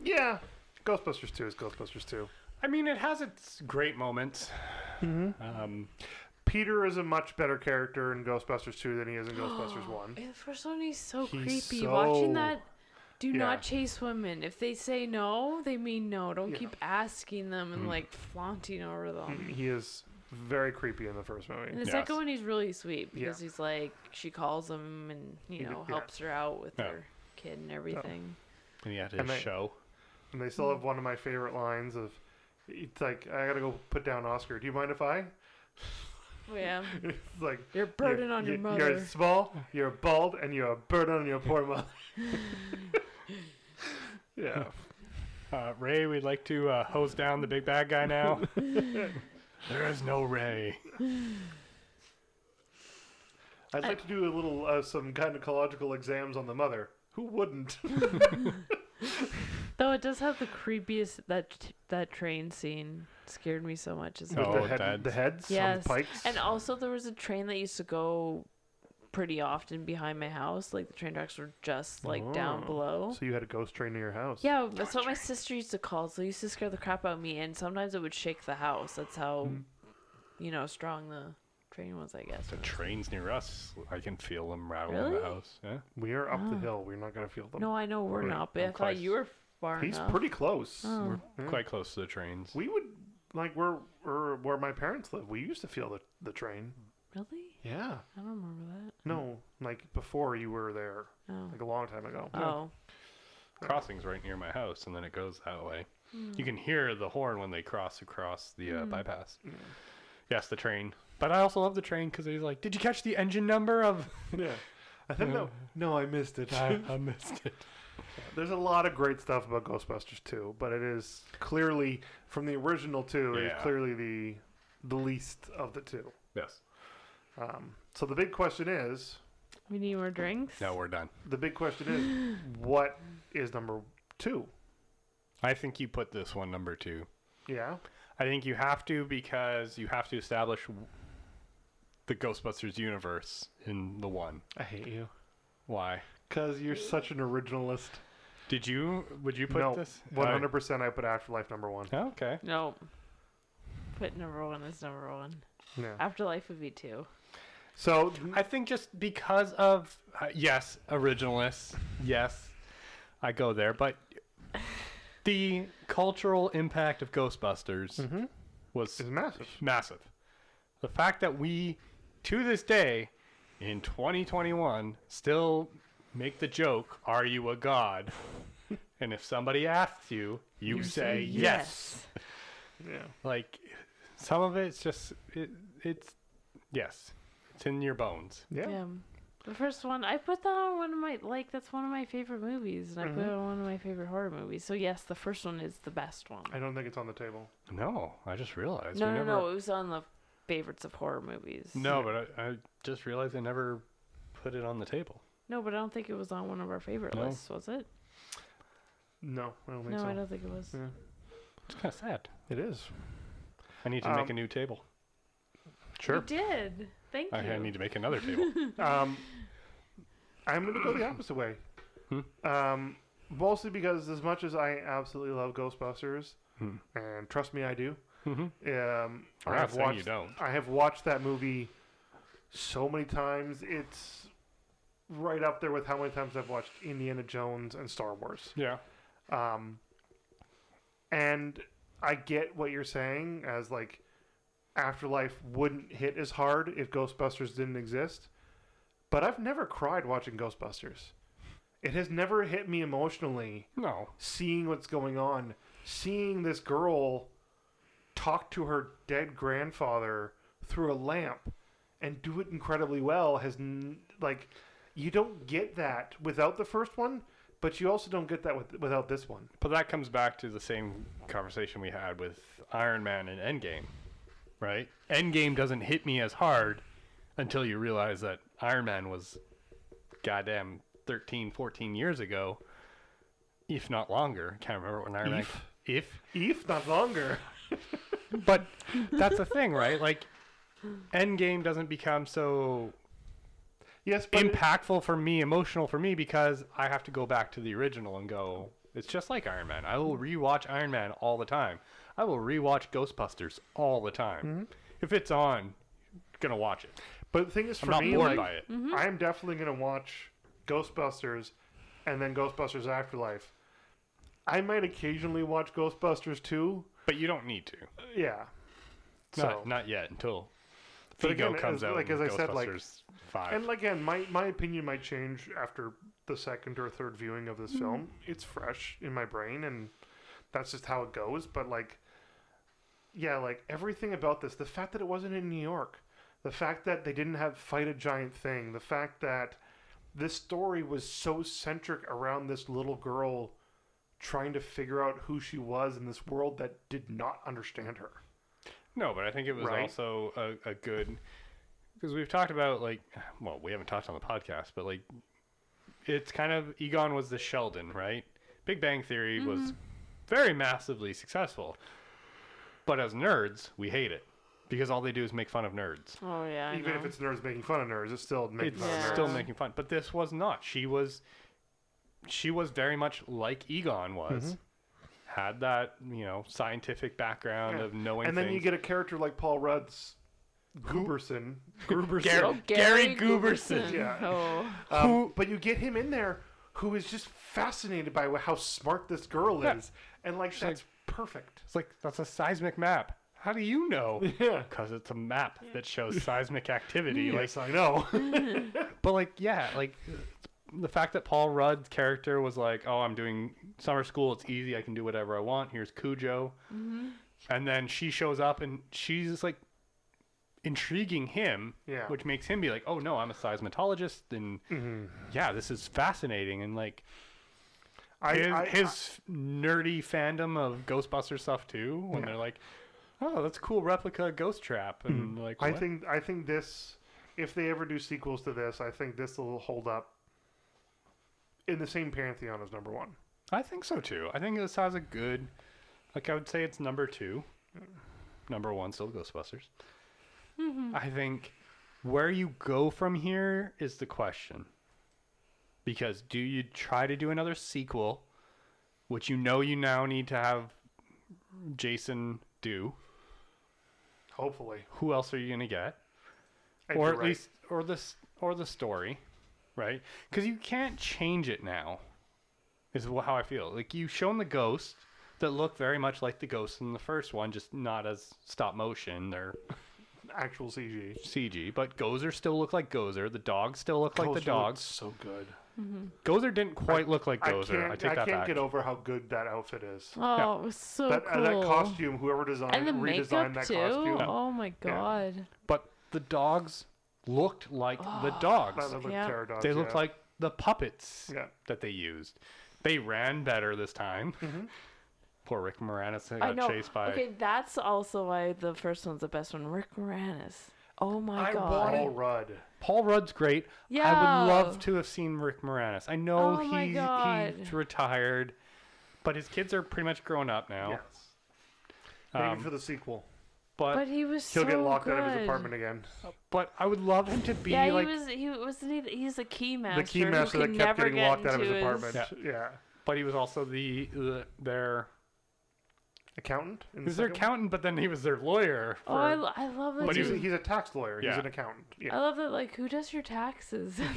[SPEAKER 3] yeah, Ghostbusters 2 is Ghostbusters 2.
[SPEAKER 1] I mean, it has its great moments. Um,
[SPEAKER 3] Peter is a much better character in Ghostbusters 2 than he is in Ghostbusters 1.
[SPEAKER 2] The first one is so
[SPEAKER 3] He's
[SPEAKER 2] creepy.
[SPEAKER 3] so-
[SPEAKER 2] Watching that. Do
[SPEAKER 3] Yeah.
[SPEAKER 2] not chase women. If they say no, they mean no. Don't
[SPEAKER 3] Yeah. Hmm.
[SPEAKER 2] keep asking them and like flaunting over them.
[SPEAKER 3] He is very creepy in the first movie.
[SPEAKER 2] And the
[SPEAKER 1] Yes.
[SPEAKER 2] second one, he's really sweet
[SPEAKER 3] Yeah.
[SPEAKER 2] because he's like she calls him and you know
[SPEAKER 3] Yeah.
[SPEAKER 2] helps her out with
[SPEAKER 1] Yeah.
[SPEAKER 2] her kid and everything.
[SPEAKER 1] And he had his
[SPEAKER 3] And they-
[SPEAKER 1] show.
[SPEAKER 3] And they still
[SPEAKER 2] Mm.
[SPEAKER 3] have one of my favorite lines of, it's like, I gotta go put down Oscar. Do you mind if I?
[SPEAKER 2] Oh, yeah,
[SPEAKER 3] It's like,
[SPEAKER 2] you're a burden on your
[SPEAKER 3] you-
[SPEAKER 2] mother.
[SPEAKER 3] You're small, you're bald, and you're a burden on your poor mother. yeah.
[SPEAKER 1] Uh, Ray, we'd like to uh, hose down the big bad guy now. there is no Ray.
[SPEAKER 3] I'd like to do a little, uh, some gynecological exams on the mother. Who wouldn't?
[SPEAKER 2] Though it does have the creepiest that that train scene scared me so much as
[SPEAKER 1] Oh,
[SPEAKER 3] With
[SPEAKER 2] well.
[SPEAKER 3] the, head,
[SPEAKER 1] that's-
[SPEAKER 3] the heads on
[SPEAKER 2] Yes,
[SPEAKER 3] the pikes.
[SPEAKER 2] and also there was a train that used to go pretty often behind my house. Like the train tracks were just like down
[SPEAKER 3] Oh.
[SPEAKER 2] below.
[SPEAKER 3] So you had a ghost train near your house.
[SPEAKER 2] Yeah, that's what my sister used to call. it, So it used to scare the crap out of me, and sometimes it would shake the house. That's how,
[SPEAKER 3] Hmm.
[SPEAKER 2] you know, strong the train was, I guess.
[SPEAKER 1] The
[SPEAKER 2] when I was-
[SPEAKER 1] trains near us. I can feel them rattle
[SPEAKER 2] Really?
[SPEAKER 1] the house. Yeah.
[SPEAKER 3] We are up
[SPEAKER 2] Oh.
[SPEAKER 3] the hill. We're not going to feel them.
[SPEAKER 2] No, I know we're
[SPEAKER 1] Right,
[SPEAKER 2] not, but
[SPEAKER 1] I'm
[SPEAKER 2] I thought you were far
[SPEAKER 3] He's
[SPEAKER 2] enough.
[SPEAKER 3] pretty close.
[SPEAKER 2] Oh.
[SPEAKER 1] We're
[SPEAKER 3] Yeah.
[SPEAKER 1] quite close to the trains.
[SPEAKER 3] We would, like, where, where, where my parents live, we used to feel the, the train.
[SPEAKER 2] Really?
[SPEAKER 3] Yeah.
[SPEAKER 2] I don't remember
[SPEAKER 3] No, like, before you were there,
[SPEAKER 2] that. Oh.
[SPEAKER 3] like, a long time ago.
[SPEAKER 2] Oh.
[SPEAKER 1] Crossing's right near my house, and then it goes that way. You can hear the horn when they cross across the uh, bypass. Yes, the train. But I also love the train because he's like, "Did you catch the engine number of?"
[SPEAKER 3] Yeah. I think that, no, I missed it.
[SPEAKER 1] I, I missed it.
[SPEAKER 3] There's a lot of great stuff about Ghostbusters 2, but it is clearly from the original 2, it is
[SPEAKER 1] Yeah.
[SPEAKER 3] clearly the the least of the two.
[SPEAKER 1] Yes.
[SPEAKER 3] Um, so the big question is,
[SPEAKER 2] We need more drinks?
[SPEAKER 1] Now we're done.
[SPEAKER 3] the big question is, what is number 2?
[SPEAKER 1] I think you put this one number two.
[SPEAKER 3] Yeah.
[SPEAKER 1] I think you have to because you have to establish w- the Ghostbusters universe in the one.
[SPEAKER 3] I hate you
[SPEAKER 1] Why?
[SPEAKER 3] cuz you're such an originalist.
[SPEAKER 1] Did you? Would you put
[SPEAKER 3] no,
[SPEAKER 1] this?
[SPEAKER 3] 100% I put Afterlife number 1.
[SPEAKER 1] Oh, okay.
[SPEAKER 2] No. Put number one is number one.
[SPEAKER 3] Yeah.
[SPEAKER 2] Afterlife would be two.
[SPEAKER 3] So
[SPEAKER 1] I think just because of uh, yes, originalists. Yes, I go there, but the cultural impact of Ghostbusters
[SPEAKER 3] Mhm.
[SPEAKER 1] was
[SPEAKER 3] it's massive.
[SPEAKER 1] massive. The fact that we, to this day, in 2021, still make the joke, "Are you a god?" and if somebody asks you, you, say yes.
[SPEAKER 3] Yeah.
[SPEAKER 1] Like some of it's just it, it's yes, it's in your bones.
[SPEAKER 3] Yeah.
[SPEAKER 2] Yeah. The first one, I put that on one of my, like, that's one of my favorite movies, and I
[SPEAKER 3] Mm-hmm.
[SPEAKER 2] put it on one of my favorite horror movies. So, yes, the first one is the best one.
[SPEAKER 3] I don't think it's on the table.
[SPEAKER 1] No, I just realized.
[SPEAKER 2] No,
[SPEAKER 1] we
[SPEAKER 2] no,
[SPEAKER 1] never,
[SPEAKER 2] no. It was on the favorites of horror movies.
[SPEAKER 1] No, but I, I just realized I never put it on the table.
[SPEAKER 2] No, but I don't think it was on one of our favorite
[SPEAKER 1] No.
[SPEAKER 2] lists, was it?
[SPEAKER 3] No, I don't think
[SPEAKER 2] No,
[SPEAKER 3] so. Mm.
[SPEAKER 2] I don't think it was.
[SPEAKER 3] Yeah.
[SPEAKER 1] It's kind of sad.
[SPEAKER 3] It is.
[SPEAKER 1] I need to
[SPEAKER 3] Um,
[SPEAKER 1] make a new table.
[SPEAKER 2] You
[SPEAKER 3] Sure.
[SPEAKER 2] did. Thank
[SPEAKER 1] I,
[SPEAKER 2] you.
[SPEAKER 1] I need to make another table.
[SPEAKER 3] Um, I'm going to go the opposite way.
[SPEAKER 1] Hmm.
[SPEAKER 3] Um, mostly because, as much as I absolutely love Ghostbusters,
[SPEAKER 1] Hmm.
[SPEAKER 3] and trust me, I do.
[SPEAKER 1] mm-hmm.
[SPEAKER 3] Um,
[SPEAKER 1] I'm
[SPEAKER 3] I
[SPEAKER 1] not
[SPEAKER 3] have
[SPEAKER 1] saying
[SPEAKER 3] watched.
[SPEAKER 1] you don't.
[SPEAKER 3] I have watched that movie so many times. It's right up there with how many times I've watched Indiana Jones and Star Wars.
[SPEAKER 1] Yeah.
[SPEAKER 3] Um, and I get what you're saying as like Afterlife wouldn't hit as hard if Ghostbusters didn't exist. But I've never cried watching Ghostbusters. It has never hit me emotionally
[SPEAKER 1] No.
[SPEAKER 3] seeing what's going on, seeing this girl talk to her dead grandfather through a lamp and do it incredibly well has n- like you don't get that without the first one, but you also don't get that with, without this one.
[SPEAKER 1] But that comes back to the same conversation we had with Iron Man and Endgame, right? Endgame doesn't hit me as hard until you realize that Iron Man was goddamn 13, 14 years ago, if not longer. Can't remember when Iron
[SPEAKER 3] If.
[SPEAKER 1] Man. If.
[SPEAKER 3] If not longer.
[SPEAKER 1] but that's the thing, right? Like, Endgame doesn't become so
[SPEAKER 3] Yes, but it-
[SPEAKER 1] impactful for me, emotional for me, because I have to go back to the original and go, it's just like Iron Man. I will
[SPEAKER 3] Hmm.
[SPEAKER 1] rewatch Iron Man
[SPEAKER 3] Hmm.
[SPEAKER 1] all the time. I will rewatch Ghostbusters all the time. If it's on, gonna watch it.
[SPEAKER 3] But the thing is, for
[SPEAKER 1] I'm not
[SPEAKER 3] me,
[SPEAKER 1] bored
[SPEAKER 3] like,
[SPEAKER 1] by it.
[SPEAKER 3] I am definitely going to watch Ghostbusters and then Ghostbusters Afterlife. I might occasionally watch Ghostbusters 2.
[SPEAKER 1] But you don't need to.
[SPEAKER 3] Yeah.
[SPEAKER 1] So
[SPEAKER 3] So,
[SPEAKER 1] not, not yet until
[SPEAKER 3] But
[SPEAKER 1] Figo
[SPEAKER 3] again,
[SPEAKER 1] comes
[SPEAKER 3] as-
[SPEAKER 1] out.
[SPEAKER 3] like,
[SPEAKER 1] in
[SPEAKER 3] as I said, like-
[SPEAKER 1] Ghostbusters five.
[SPEAKER 3] and again, my, my opinion might change after the second or third viewing of this film. It's fresh in my brain, and that's just how it goes. But, like, yeah, like everything about this the fact that it wasn't in New York, the fact that they didn't have Fight a Giant Thing, the fact that this story was so centric around this little girl trying to figure out who she was in this world that did not understand her.
[SPEAKER 1] No, but I think it was
[SPEAKER 3] Right?
[SPEAKER 1] also a, a good because we've talked about like well, we haven't talked on the podcast, but like it's kind of Egon was the Sheldon, right? Big Bang Theory was very massively successful. But as nerds, we hate it because all they do is make fun of nerds.
[SPEAKER 2] Oh yeah. I
[SPEAKER 3] Even if
[SPEAKER 2] know.
[SPEAKER 3] it's nerds making fun of nerds, it's still making
[SPEAKER 1] It's
[SPEAKER 3] fun of
[SPEAKER 2] Yeah.
[SPEAKER 3] nerds.
[SPEAKER 1] still making fun, but this was not. She was she was very much like Egon was.
[SPEAKER 3] Mm-hmm.
[SPEAKER 1] Had that, you know, scientific background
[SPEAKER 3] Yeah.
[SPEAKER 1] of knowing
[SPEAKER 3] and then you
[SPEAKER 1] things.
[SPEAKER 3] get a character like Paul Rudd's Gooberson. Gooberson.
[SPEAKER 1] Gar-
[SPEAKER 2] Oh,
[SPEAKER 1] Gary Gooberson.
[SPEAKER 3] Yeah.
[SPEAKER 2] Oh.
[SPEAKER 3] um, but you get him in there who is just fascinated by how smart this girl
[SPEAKER 1] Yeah.
[SPEAKER 3] is. And like that's perfect.
[SPEAKER 1] It's like that's a seismic map. How do you know?
[SPEAKER 3] Yeah.
[SPEAKER 1] Because it's a map that shows seismic activity. Like,
[SPEAKER 3] Yes, I know.
[SPEAKER 1] but like, yeah, like the fact that Paul Rudd's character was like, "Oh, I'm doing summer school. It's easy. I can do whatever I want. Here's Cujo," and then she shows up and she's just like intriguing him,
[SPEAKER 3] Yeah. Mm-hmm.
[SPEAKER 1] which makes him be like, "Oh no, I'm a seismologist," and yeah, this is fascinating. And like
[SPEAKER 3] I,
[SPEAKER 1] his,
[SPEAKER 3] I,
[SPEAKER 1] his nerdy fandom of Ghostbuster stuff too, when they're like, "Oh, that's a cool replica of Ghost Trap," and like,
[SPEAKER 3] Hmm. I
[SPEAKER 1] what?
[SPEAKER 3] think I think this if they ever do sequels to this, I think this will hold up in the same pantheon as number one.
[SPEAKER 1] I think so too. I think this has a good, like, I would say it's number two, number one still Ghostbusters. I think where you go from here is the question, because do you try to do another sequel, which you know you now need to have Jason do?
[SPEAKER 3] Hopefully.
[SPEAKER 1] Who else are you gonna get?
[SPEAKER 3] And
[SPEAKER 1] or
[SPEAKER 3] you're
[SPEAKER 1] at
[SPEAKER 3] right.
[SPEAKER 1] least or this or the story right because you can't change it now is wh- how i feel like you've shown the ghosts that look very much like the ghosts in the first one just not as stop motion they're
[SPEAKER 3] actual CG.
[SPEAKER 1] cg but gozer still look like gozer the dogs still look like
[SPEAKER 3] Ghost
[SPEAKER 1] the
[SPEAKER 3] looks
[SPEAKER 1] dogs
[SPEAKER 3] so good.
[SPEAKER 1] gozer didn't quite look like
[SPEAKER 3] I
[SPEAKER 1] gozer
[SPEAKER 3] can't,
[SPEAKER 1] i,
[SPEAKER 3] I,
[SPEAKER 1] take that
[SPEAKER 3] can't
[SPEAKER 1] back
[SPEAKER 3] get over how good that outfit is.
[SPEAKER 2] Oh, it was so
[SPEAKER 3] that, uh,
[SPEAKER 2] cool.
[SPEAKER 3] that costume, whoever designed
[SPEAKER 2] and the
[SPEAKER 3] redesigned
[SPEAKER 2] makeup
[SPEAKER 3] that
[SPEAKER 2] too.
[SPEAKER 3] costume,
[SPEAKER 2] Oh my god.
[SPEAKER 1] but the dogs looked like the dogs
[SPEAKER 3] that looked like
[SPEAKER 2] Yeah.
[SPEAKER 3] pterodons,
[SPEAKER 1] they looked
[SPEAKER 3] yeah.
[SPEAKER 1] like the puppets
[SPEAKER 3] Yeah.
[SPEAKER 1] that they used. They ran better this time.
[SPEAKER 3] Mm-hmm.
[SPEAKER 1] Poor Rick Moranis got
[SPEAKER 2] I know.
[SPEAKER 1] chased by.
[SPEAKER 2] Okay, that's also why the first one's the best one. Rick Moranis. Oh my
[SPEAKER 1] I
[SPEAKER 2] god.
[SPEAKER 1] wanted-
[SPEAKER 3] Paul Rudd.
[SPEAKER 1] Paul Rudd's great. I would love
[SPEAKER 2] Yeah.
[SPEAKER 1] to have seen Rick Moranis. I know
[SPEAKER 2] Oh my
[SPEAKER 1] he
[SPEAKER 2] God.
[SPEAKER 1] he's retired, but his kids are pretty much grown up now.
[SPEAKER 3] Yes. Maybe
[SPEAKER 1] Um,
[SPEAKER 3] for the sequel,
[SPEAKER 1] But
[SPEAKER 2] But he was
[SPEAKER 3] Oh, he'll
[SPEAKER 2] so
[SPEAKER 3] get locked
[SPEAKER 2] good.
[SPEAKER 3] out of his apartment again.
[SPEAKER 1] but I would love him to be
[SPEAKER 2] Yeah,
[SPEAKER 1] like.
[SPEAKER 2] he was. He was. He, he's a key master.
[SPEAKER 3] The key
[SPEAKER 2] who
[SPEAKER 3] master that
[SPEAKER 2] can
[SPEAKER 3] kept
[SPEAKER 2] never
[SPEAKER 3] getting
[SPEAKER 2] get
[SPEAKER 3] locked out of his
[SPEAKER 2] into
[SPEAKER 3] apartment. Yeah.
[SPEAKER 1] But he was also the, the their.
[SPEAKER 3] accountant. in
[SPEAKER 1] He
[SPEAKER 3] the
[SPEAKER 1] was their
[SPEAKER 3] second one?
[SPEAKER 1] accountant, but then he was their lawyer.
[SPEAKER 2] Oh, I, lo- I love that.
[SPEAKER 1] But he
[SPEAKER 2] you-
[SPEAKER 3] He's, a- he's a tax lawyer. He's
[SPEAKER 1] Yeah.
[SPEAKER 3] an accountant.
[SPEAKER 2] I
[SPEAKER 3] Yeah.
[SPEAKER 2] love that. Like, who does your taxes?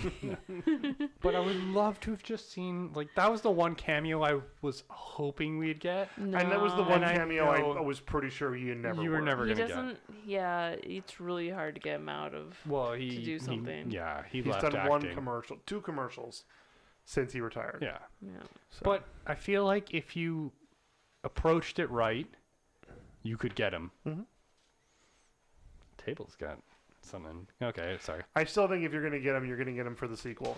[SPEAKER 1] But I would love to have just seen like that was the one cameo I was hoping we'd get.
[SPEAKER 2] no.
[SPEAKER 3] And that was the one
[SPEAKER 1] And I
[SPEAKER 3] cameo I,
[SPEAKER 1] know-
[SPEAKER 3] I was pretty sure you never.
[SPEAKER 1] you were
[SPEAKER 3] would.
[SPEAKER 1] never
[SPEAKER 2] He
[SPEAKER 1] gonna get.
[SPEAKER 2] doesn't. Yeah, it's really hard to get him out of.
[SPEAKER 1] Well, he
[SPEAKER 2] do
[SPEAKER 1] he-
[SPEAKER 2] something.
[SPEAKER 1] yeah, he
[SPEAKER 3] He's
[SPEAKER 1] left
[SPEAKER 3] done
[SPEAKER 1] acting.
[SPEAKER 3] one commercial, two commercials, since he retired.
[SPEAKER 1] Yeah,
[SPEAKER 2] Yeah.
[SPEAKER 3] So-
[SPEAKER 1] but I feel like if you approached it right, you could get him.
[SPEAKER 3] Mhm.
[SPEAKER 1] Table's got something. Okay, sorry.
[SPEAKER 3] I still think if you're gonna get him, you're gonna get him for the sequel.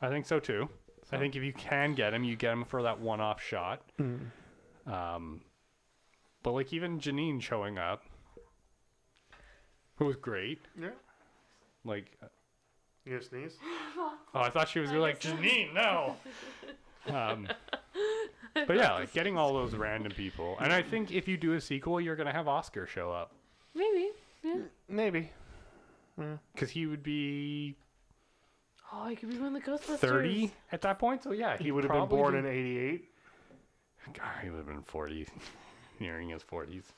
[SPEAKER 1] I think so too. I
[SPEAKER 3] So-
[SPEAKER 1] think if you can get him, you get him for that one-off shot. Um, but like even Janine showing up, who was great.
[SPEAKER 3] Yeah.
[SPEAKER 1] Like,
[SPEAKER 3] You gonna sneeze?
[SPEAKER 1] oh, I thought she was like Janine. No. um, but yeah, like getting all those random people, and I think if you do a sequel, you're gonna have Oscar show up
[SPEAKER 2] Maybe. Yeah.
[SPEAKER 3] Maybe.
[SPEAKER 1] because he would be
[SPEAKER 2] Oh, he could be one of the Ghostbusters.
[SPEAKER 1] thirty at that point. So yeah,
[SPEAKER 3] He would have been born in
[SPEAKER 1] A-
[SPEAKER 3] '88.
[SPEAKER 1] God, he would have been forty, nearing his forties.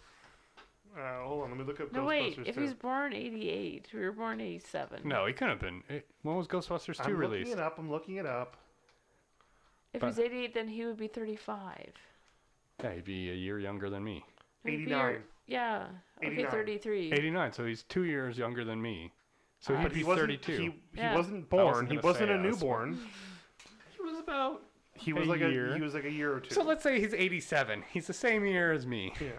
[SPEAKER 3] Uh, hold on, let me look up
[SPEAKER 2] No,
[SPEAKER 3] Ghostbusters.
[SPEAKER 2] wait. If he
[SPEAKER 3] too.
[SPEAKER 2] was born '88, we were born '87.
[SPEAKER 1] No, he couldn't have been. It, when was Ghostbusters
[SPEAKER 3] I'm
[SPEAKER 1] two
[SPEAKER 3] looking
[SPEAKER 1] released?
[SPEAKER 3] it up. I'm looking it up.
[SPEAKER 2] If
[SPEAKER 1] but-
[SPEAKER 2] he's '88, then he would be 35.
[SPEAKER 1] Yeah, he'd be a year younger than me.
[SPEAKER 2] He'd be
[SPEAKER 3] 89.
[SPEAKER 2] your- Yeah. Okay,
[SPEAKER 3] 89.
[SPEAKER 2] 33.
[SPEAKER 1] Eighty nine, so he's two years younger than me. So
[SPEAKER 2] Uh,
[SPEAKER 1] he'd
[SPEAKER 2] But
[SPEAKER 1] be
[SPEAKER 3] wasn't-
[SPEAKER 1] thirty two.
[SPEAKER 3] Ah, He, he
[SPEAKER 1] I
[SPEAKER 2] Yeah.
[SPEAKER 3] wasn't
[SPEAKER 1] wasn't
[SPEAKER 3] born. he
[SPEAKER 1] gonna
[SPEAKER 3] wasn't
[SPEAKER 1] say
[SPEAKER 3] a
[SPEAKER 1] I was-
[SPEAKER 3] newborn.
[SPEAKER 1] He was about.
[SPEAKER 3] He was
[SPEAKER 1] A
[SPEAKER 3] like
[SPEAKER 1] year.
[SPEAKER 3] a he was like a year or two.
[SPEAKER 1] So let's say he's eighty seven. He's the same year as me.
[SPEAKER 3] yeah.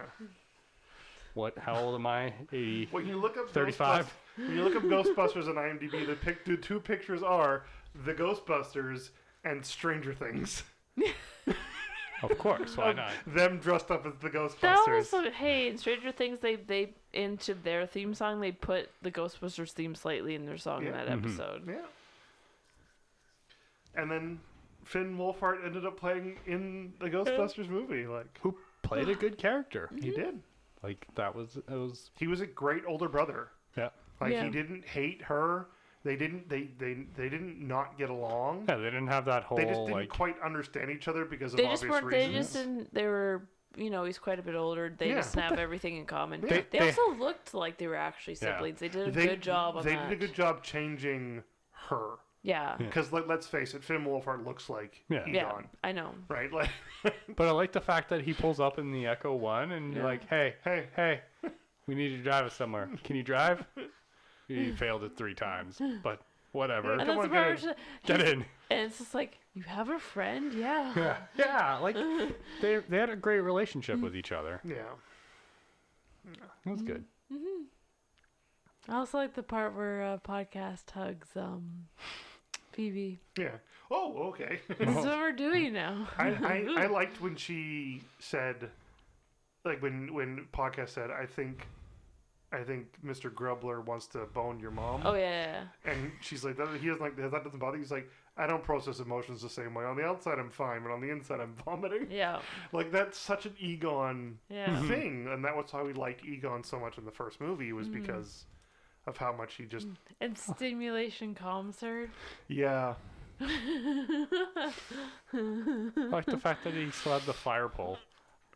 [SPEAKER 1] What? How old am I? Eighty.
[SPEAKER 3] When you look up
[SPEAKER 1] 35.
[SPEAKER 3] Ghostbusters- When you look up Ghostbusters on IMDb, the, pic, the two pictures are the Ghostbusters and Stranger Things.
[SPEAKER 1] Of course. Why not?
[SPEAKER 3] Them dressed up as the
[SPEAKER 2] That was
[SPEAKER 3] Ghostbusters.
[SPEAKER 2] a, hey in Stranger Things they they into their theme song they put the Ghostbusters theme slightly in their song in
[SPEAKER 3] Yeah.
[SPEAKER 2] that
[SPEAKER 1] Mm-hmm.
[SPEAKER 2] episode.
[SPEAKER 3] yeah. And then Finn Wolfhard ended up playing in the Ghostbusters movie. Like
[SPEAKER 1] Who played a good character?
[SPEAKER 3] he did.
[SPEAKER 1] Like that was. It was.
[SPEAKER 3] He was a great older brother.
[SPEAKER 1] Yeah.
[SPEAKER 3] Like
[SPEAKER 2] Yeah.
[SPEAKER 3] he didn't hate her. They didn't. They they they didn't not get along.
[SPEAKER 1] Yeah. They didn't have that whole
[SPEAKER 3] They just didn't
[SPEAKER 1] like.
[SPEAKER 3] quite understand each other because of
[SPEAKER 2] They
[SPEAKER 3] obvious
[SPEAKER 2] just weren't
[SPEAKER 3] reasons.
[SPEAKER 2] they just didn't they were you know he's quite a bit older they
[SPEAKER 3] Yeah.
[SPEAKER 2] just
[SPEAKER 3] But
[SPEAKER 2] didn't have everything in common.
[SPEAKER 3] They-
[SPEAKER 2] They,
[SPEAKER 1] they-
[SPEAKER 2] also looked like they were actually
[SPEAKER 1] Yeah.
[SPEAKER 2] siblings. They did a
[SPEAKER 3] They-
[SPEAKER 2] good job on
[SPEAKER 3] They
[SPEAKER 2] that.
[SPEAKER 3] did a good job changing her
[SPEAKER 2] yeah. Yeah.
[SPEAKER 3] because let, us face it, Finn Wolfhard looks like
[SPEAKER 1] Yeah.
[SPEAKER 3] Egon,
[SPEAKER 2] I know.
[SPEAKER 3] right? Like
[SPEAKER 1] But I like the fact that he pulls up in the Echo One and you're
[SPEAKER 2] Yeah.
[SPEAKER 1] like, hey,
[SPEAKER 3] hey,
[SPEAKER 1] hey, we need you to drive us somewhere. Can you drive? He failed it three times, but whatever.
[SPEAKER 2] And
[SPEAKER 3] Come
[SPEAKER 2] that's the
[SPEAKER 3] on, get
[SPEAKER 2] part
[SPEAKER 3] in.
[SPEAKER 2] where she-
[SPEAKER 1] Get in.
[SPEAKER 2] and it's just like you have a friend, yeah.
[SPEAKER 1] Yeah, yeah. Like they they had a great relationship with each other.
[SPEAKER 3] yeah,
[SPEAKER 1] It was good.
[SPEAKER 2] I also like the part where uh, podcast hugs um Phoebe.
[SPEAKER 3] yeah. Oh, okay.
[SPEAKER 2] This is what we're doing now.
[SPEAKER 3] I, I I liked when she said, like when when podcast said, I think. I think Mr. Grubler wants to bone your mom,
[SPEAKER 2] Oh yeah, yeah, yeah.
[SPEAKER 3] and she's like, that, "He doesn't like that. That doesn't bother." you." He's like, "I don't process emotions the same way. On the outside, I'm fine, but on the inside, I'm vomiting."
[SPEAKER 2] Yeah,
[SPEAKER 3] Like that's such an Egon
[SPEAKER 2] yeah.
[SPEAKER 3] thing, and that was why we liked Egon so much in the first movie was because of how much he just
[SPEAKER 2] and stimulation calms her.
[SPEAKER 3] yeah
[SPEAKER 1] I like the fact that he still had the fire pole.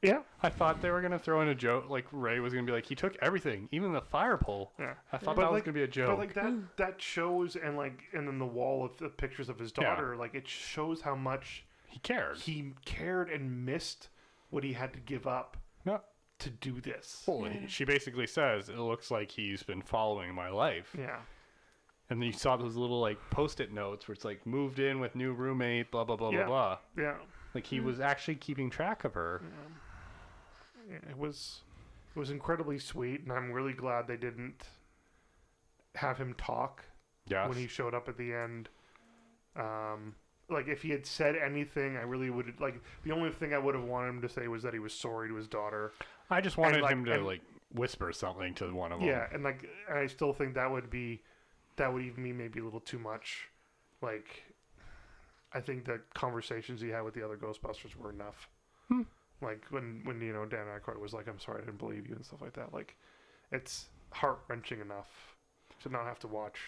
[SPEAKER 3] yeah
[SPEAKER 1] I thought they were gonna throw in a joke, like Ray was gonna be like, he took everything, even the fire pole.
[SPEAKER 3] yeah.
[SPEAKER 1] I thought
[SPEAKER 3] But
[SPEAKER 1] that was
[SPEAKER 3] like-
[SPEAKER 1] gonna be a joke.
[SPEAKER 3] But like that that shows and like and then the wall of the pictures of his
[SPEAKER 1] Yeah.
[SPEAKER 3] daughter like it shows how much
[SPEAKER 1] he cared.
[SPEAKER 3] he cared and missed what he had to give up
[SPEAKER 1] Yeah.
[SPEAKER 3] to do this.
[SPEAKER 1] Well, he- She basically says, "It looks like he's been following my life."
[SPEAKER 3] Yeah,
[SPEAKER 1] And then you saw those little like post-it notes where it's like moved in with new roommate, blah blah blah
[SPEAKER 3] Yeah.
[SPEAKER 1] blah blah.
[SPEAKER 3] yeah,
[SPEAKER 1] Like he was actually keeping track of her.
[SPEAKER 3] yeah. It was it was incredibly sweet, and I'm really glad they didn't have him talk
[SPEAKER 1] Yeah.
[SPEAKER 3] when he showed up at the end. Um, like if he had said anything, I really would like. The only thing I would have wanted him to say was that he was sorry to his daughter.
[SPEAKER 1] I just wanted
[SPEAKER 3] and, like,
[SPEAKER 1] him to
[SPEAKER 3] and-
[SPEAKER 1] like whisper something to one of them.
[SPEAKER 3] Yeah, and like and I still think that would be that would even be maybe a little too much. Like, I think the conversations he had with the other Ghostbusters were enough.
[SPEAKER 1] Hmm.
[SPEAKER 3] Like when when you know Dan Aykroyd was like, "I'm sorry, I didn't believe you" and stuff like that. Like, it's heart wrenching enough to not have to watch.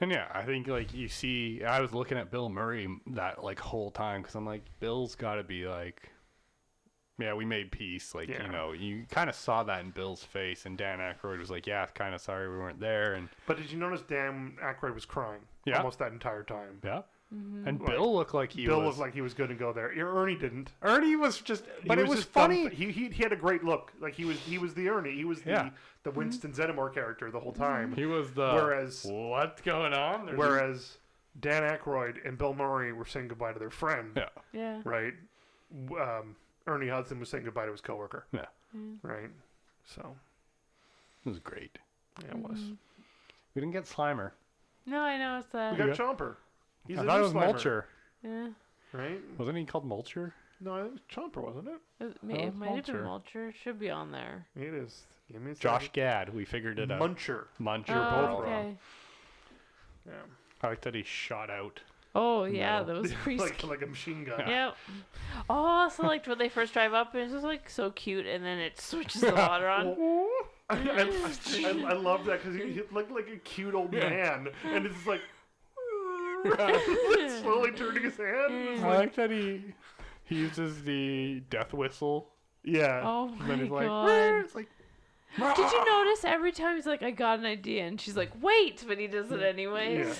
[SPEAKER 1] And yeah, I think like you see, I was looking at Bill Murray that like whole time because I'm like, Bill's got to be like, yeah, we made peace. Like
[SPEAKER 3] Yeah.
[SPEAKER 1] you know, you kind of saw that in Bill's face, and Dan Aykroyd was like, yeah, kind of sorry we weren't there, and
[SPEAKER 3] But did you notice Dan Aykroyd was crying
[SPEAKER 1] Yeah.
[SPEAKER 3] almost that entire time?
[SPEAKER 1] yeah, Mm-hmm. and
[SPEAKER 3] Like,
[SPEAKER 1] Bill looked like he
[SPEAKER 3] Bill
[SPEAKER 1] was,
[SPEAKER 3] looked like he was going to go there. Er- Ernie didn't.
[SPEAKER 1] Ernie was just,
[SPEAKER 3] He
[SPEAKER 1] but it was
[SPEAKER 3] just
[SPEAKER 1] funny.
[SPEAKER 3] dumbf- He, he he had a great look. Like he was he was the Ernie. He was the
[SPEAKER 1] Yeah.
[SPEAKER 3] the Winston Zeddemore character the whole time.
[SPEAKER 1] He was the
[SPEAKER 3] Whereas-
[SPEAKER 1] what's going on? There's-
[SPEAKER 3] Whereas Dan Aykroyd and Bill Murray were saying goodbye to their friend,
[SPEAKER 1] yeah,
[SPEAKER 2] Yeah,
[SPEAKER 3] right? W- Um, Ernie Hudson was saying goodbye to his coworker,
[SPEAKER 1] yeah,
[SPEAKER 3] right? So
[SPEAKER 1] it was great.
[SPEAKER 3] yeah, it was.
[SPEAKER 1] We didn't get Slimer.
[SPEAKER 2] no, I know it's
[SPEAKER 3] We
[SPEAKER 2] that.
[SPEAKER 3] got
[SPEAKER 1] Yeah.
[SPEAKER 3] Chomper. He's
[SPEAKER 1] I
[SPEAKER 3] a
[SPEAKER 1] thought it
[SPEAKER 3] new
[SPEAKER 1] was
[SPEAKER 3] Slimer,
[SPEAKER 1] Mulcher.
[SPEAKER 2] Yeah,
[SPEAKER 3] right?
[SPEAKER 1] Wasn't he called Mulcher?
[SPEAKER 3] No, it was Chomper, wasn't it?
[SPEAKER 2] it, may,
[SPEAKER 1] Oh,
[SPEAKER 2] it
[SPEAKER 1] it's
[SPEAKER 2] might have been
[SPEAKER 1] Mulcher.
[SPEAKER 2] Mulcher. It Should be on there.
[SPEAKER 3] It is. Give me a
[SPEAKER 1] Josh
[SPEAKER 3] second.
[SPEAKER 1] Gad. We figured it out.
[SPEAKER 3] Muncher.
[SPEAKER 1] Muncher
[SPEAKER 2] Oh,
[SPEAKER 1] Barbara.
[SPEAKER 2] okay.
[SPEAKER 3] Yeah.
[SPEAKER 1] I like that he shot out.
[SPEAKER 2] Oh yeah,
[SPEAKER 1] No.
[SPEAKER 2] those crease.
[SPEAKER 3] like like a machine gun.
[SPEAKER 2] Yep. Oh, I also liked when they first drive up, and it's just like so cute, and then it switches the water on.
[SPEAKER 3] I, I, I, I love that because he, he looked like a cute old
[SPEAKER 1] Yeah.
[SPEAKER 3] man, and it's just like slowly turning his head. and it's
[SPEAKER 1] I
[SPEAKER 3] like-
[SPEAKER 1] like that he he uses the death whistle.
[SPEAKER 3] yeah,
[SPEAKER 2] Oh
[SPEAKER 1] And then
[SPEAKER 2] my
[SPEAKER 1] he's like,
[SPEAKER 2] god!
[SPEAKER 1] "Where?" it's like
[SPEAKER 2] Did you notice every time he's like, I got an idea, and she's like, wait, but he does it anyways.
[SPEAKER 3] Yeah.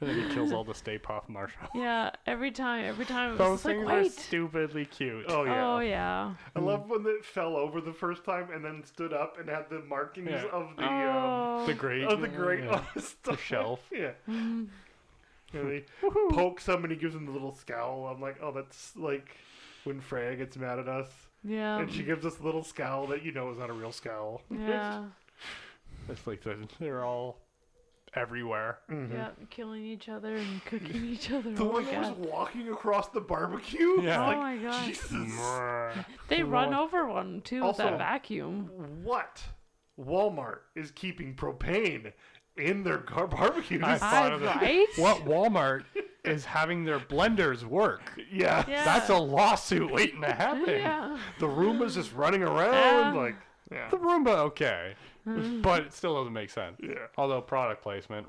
[SPEAKER 1] And then he kills all the Stay Puft Marshall.
[SPEAKER 2] Yeah, every time, every time. It
[SPEAKER 1] Those
[SPEAKER 2] was just
[SPEAKER 1] things
[SPEAKER 2] like,
[SPEAKER 1] are
[SPEAKER 2] wait.
[SPEAKER 1] stupidly cute.
[SPEAKER 3] Oh yeah.
[SPEAKER 2] Oh, yeah.
[SPEAKER 3] I love when it fell over the first time and then stood up and had the markings
[SPEAKER 1] Yeah.
[SPEAKER 3] of the um,
[SPEAKER 2] Oh.
[SPEAKER 1] the great.
[SPEAKER 3] of the great
[SPEAKER 1] Yeah.
[SPEAKER 3] on his stomach.
[SPEAKER 1] shelf.
[SPEAKER 3] Yeah.
[SPEAKER 2] Mm.
[SPEAKER 3] And they poke somebody, gives him the little scowl. I'm like, oh, that's like when Freya gets mad at us,
[SPEAKER 2] Yeah.
[SPEAKER 3] and she gives us a little scowl that you know is not a real scowl.
[SPEAKER 2] Yeah.
[SPEAKER 1] It's like the, they're all everywhere.
[SPEAKER 3] Mhm.
[SPEAKER 2] Yeah. Killing each other and cooking each other.
[SPEAKER 3] The
[SPEAKER 2] oh,
[SPEAKER 3] one
[SPEAKER 2] my
[SPEAKER 3] that was
[SPEAKER 2] God.
[SPEAKER 3] walking across the barbecue.
[SPEAKER 1] Yeah.
[SPEAKER 2] oh
[SPEAKER 1] like,
[SPEAKER 2] my God.
[SPEAKER 3] Jesus.
[SPEAKER 2] They
[SPEAKER 1] the
[SPEAKER 2] run
[SPEAKER 1] one-
[SPEAKER 2] over one, too, with
[SPEAKER 3] Also-
[SPEAKER 2] that vacuum.
[SPEAKER 3] What? Walmart is keeping propane in their gar- barbecues.
[SPEAKER 1] I-
[SPEAKER 2] I,
[SPEAKER 1] thought of it.
[SPEAKER 2] right?
[SPEAKER 1] What Walmart is having their blenders work?
[SPEAKER 3] yeah.
[SPEAKER 2] Yeah.
[SPEAKER 1] That's a lawsuit waiting to happen.
[SPEAKER 2] Yeah.
[SPEAKER 3] The Roomba's just running around
[SPEAKER 2] Yeah.
[SPEAKER 3] like yeah.
[SPEAKER 1] The Roomba, okay,
[SPEAKER 2] Mm-hmm.
[SPEAKER 1] but it still doesn't make sense.
[SPEAKER 3] Yeah.
[SPEAKER 1] Although product placement,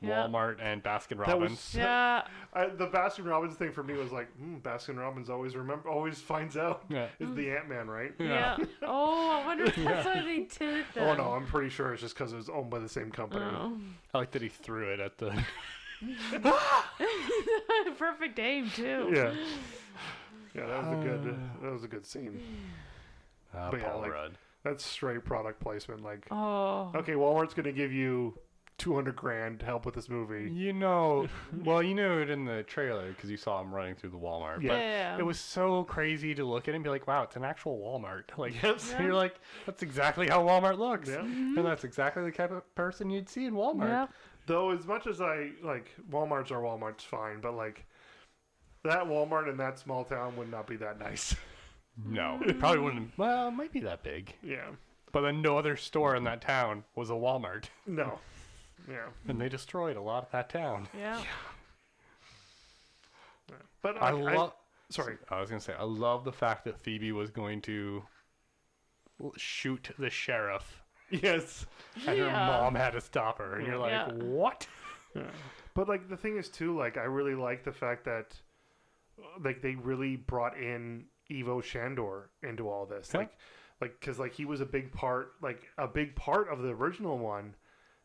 [SPEAKER 2] Yeah.
[SPEAKER 1] Walmart and Baskin
[SPEAKER 3] That
[SPEAKER 1] Robbins.
[SPEAKER 3] was
[SPEAKER 2] Yeah.
[SPEAKER 3] I, the Baskin Robbins thing for me was like mm, Baskin Robbins always remember always finds out
[SPEAKER 1] Yeah.
[SPEAKER 3] is the Ant Man right?
[SPEAKER 2] Mm. Yeah. Oh, I wonder if that's why they did it.
[SPEAKER 3] Oh
[SPEAKER 2] then.
[SPEAKER 3] no, I'm pretty sure it's just because it was owned by the same company.
[SPEAKER 2] Oh.
[SPEAKER 1] I like that he threw it at the.
[SPEAKER 2] Oh. Perfect aim too.
[SPEAKER 3] Yeah, yeah, that was a good that was a good scene.
[SPEAKER 1] Uh,
[SPEAKER 3] But yeah,
[SPEAKER 1] Paul
[SPEAKER 3] like-
[SPEAKER 1] Rudd.
[SPEAKER 3] That's straight product placement. Like,
[SPEAKER 2] Oh.
[SPEAKER 3] okay, Walmart's gonna give you 200 grand to help with this movie.
[SPEAKER 1] You know, well, you knew it in the trailer because you saw him running through the Walmart.
[SPEAKER 3] Yeah.
[SPEAKER 1] But
[SPEAKER 2] Yeah.
[SPEAKER 1] it was so crazy to look at it and be like, "Wow, it's an actual Walmart." Like, so you're like, "That's exactly how Walmart looks,"
[SPEAKER 3] Yeah.
[SPEAKER 1] and that's exactly the type of person you'd see in Walmart.
[SPEAKER 2] Yep.
[SPEAKER 3] Though as much as I like Walmart's are Walmart's fine, but like that Walmart in that small town would not be that nice.
[SPEAKER 1] No, it probably wouldn't. Well, it might be that big.
[SPEAKER 3] yeah.
[SPEAKER 1] But then no other store in that town was a Walmart,
[SPEAKER 3] No. Yeah.
[SPEAKER 1] and they destroyed a lot of that town.
[SPEAKER 2] Yeah.
[SPEAKER 3] But I,
[SPEAKER 1] I love.
[SPEAKER 3] Sorry.
[SPEAKER 1] I was gonna say I love the fact that Phoebe was going to l- shoot the sheriff,
[SPEAKER 3] Yes.
[SPEAKER 1] and her
[SPEAKER 2] Yeah.
[SPEAKER 1] mom had to stop her, and you're like,
[SPEAKER 2] Yeah.
[SPEAKER 1] "What?"
[SPEAKER 3] But like the thing is too, like I really like the fact that like they really brought in Evo Shandor into all this,
[SPEAKER 1] Yeah.
[SPEAKER 3] like like because like he was a big part, like a big part of the original one,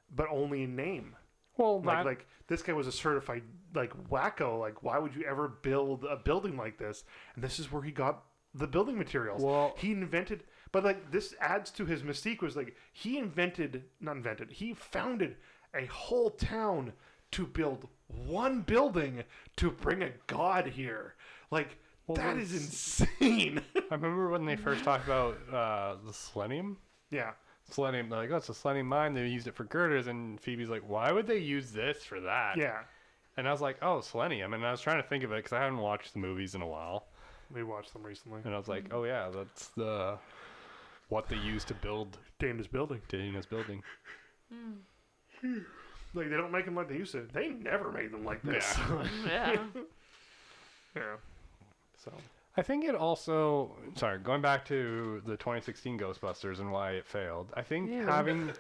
[SPEAKER 3] but only in name.
[SPEAKER 1] Well,
[SPEAKER 3] Like
[SPEAKER 1] that,
[SPEAKER 3] like this guy was a certified like wacko. Like why would you ever build a building like this? And this is where he got the building materials.
[SPEAKER 1] Well-
[SPEAKER 3] he invented. But like this adds to his mystique was like he invented not invented he founded a whole town to build one building to bring a god here. Like that is insane.
[SPEAKER 1] I remember when they first talked about uh, the selenium.
[SPEAKER 3] yeah.
[SPEAKER 1] Selenium, they're like, oh, it's a selenium mine. They used it for girders, and Phoebe's like, why would they use this for that?
[SPEAKER 3] Yeah.
[SPEAKER 1] And I was like, oh, selenium. And I was trying to think of it because I haven't watched the movies in a while.
[SPEAKER 3] We watched them recently.
[SPEAKER 1] And I was like,
[SPEAKER 2] Mm-hmm.
[SPEAKER 1] oh yeah, that's the what they use to build
[SPEAKER 3] Damnedest building.
[SPEAKER 1] Dana's building.
[SPEAKER 3] Like they don't make them like they used to. They never made them like this.
[SPEAKER 2] Yeah.
[SPEAKER 3] yeah. So
[SPEAKER 1] I think it also sorry, going back to the 2016 Ghostbusters and why it failed. I think
[SPEAKER 2] Ew.
[SPEAKER 1] having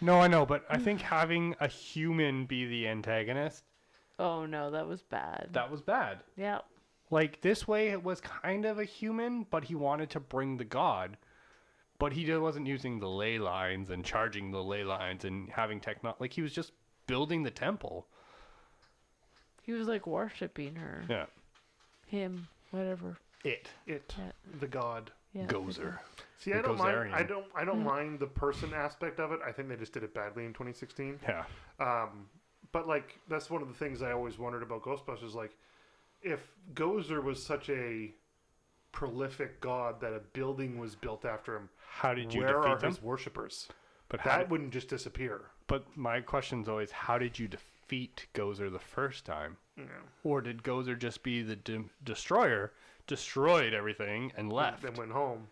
[SPEAKER 1] no, I know, but I think having a human be the antagonist
[SPEAKER 2] Oh no, that was bad.
[SPEAKER 1] that was bad.
[SPEAKER 2] yeah.
[SPEAKER 1] Like this way, it was kind of a human, but he wanted to bring the god. But he just wasn't using the ley lines and charging the ley lines and having techno. Like he was just building the temple.
[SPEAKER 2] He was like worshiping her.
[SPEAKER 1] Yeah,
[SPEAKER 2] Him. Whatever.
[SPEAKER 1] it
[SPEAKER 3] it
[SPEAKER 2] Yeah.
[SPEAKER 3] the god.
[SPEAKER 2] Yeah.
[SPEAKER 1] gozer.
[SPEAKER 3] See,
[SPEAKER 1] The
[SPEAKER 3] I don't mind.
[SPEAKER 1] Gozerian.
[SPEAKER 3] I don't. I don't mind the person aspect of it. I think they just did it badly in 2016.
[SPEAKER 1] Yeah,
[SPEAKER 3] Um, but like, that's one of the things I always wondered about Ghostbusters. Like, if Gozer was such a prolific god that a building was built after him,
[SPEAKER 1] how did you
[SPEAKER 3] where are
[SPEAKER 1] defeat them?
[SPEAKER 3] his worshippers?
[SPEAKER 1] But how
[SPEAKER 3] That
[SPEAKER 1] did-
[SPEAKER 3] wouldn't just disappear.
[SPEAKER 1] But my question's always, how did you defeat Gozer the first time?
[SPEAKER 3] You know,
[SPEAKER 1] Or did Gozer just be the de- destroyer, destroyed everything and left,
[SPEAKER 3] Then went home.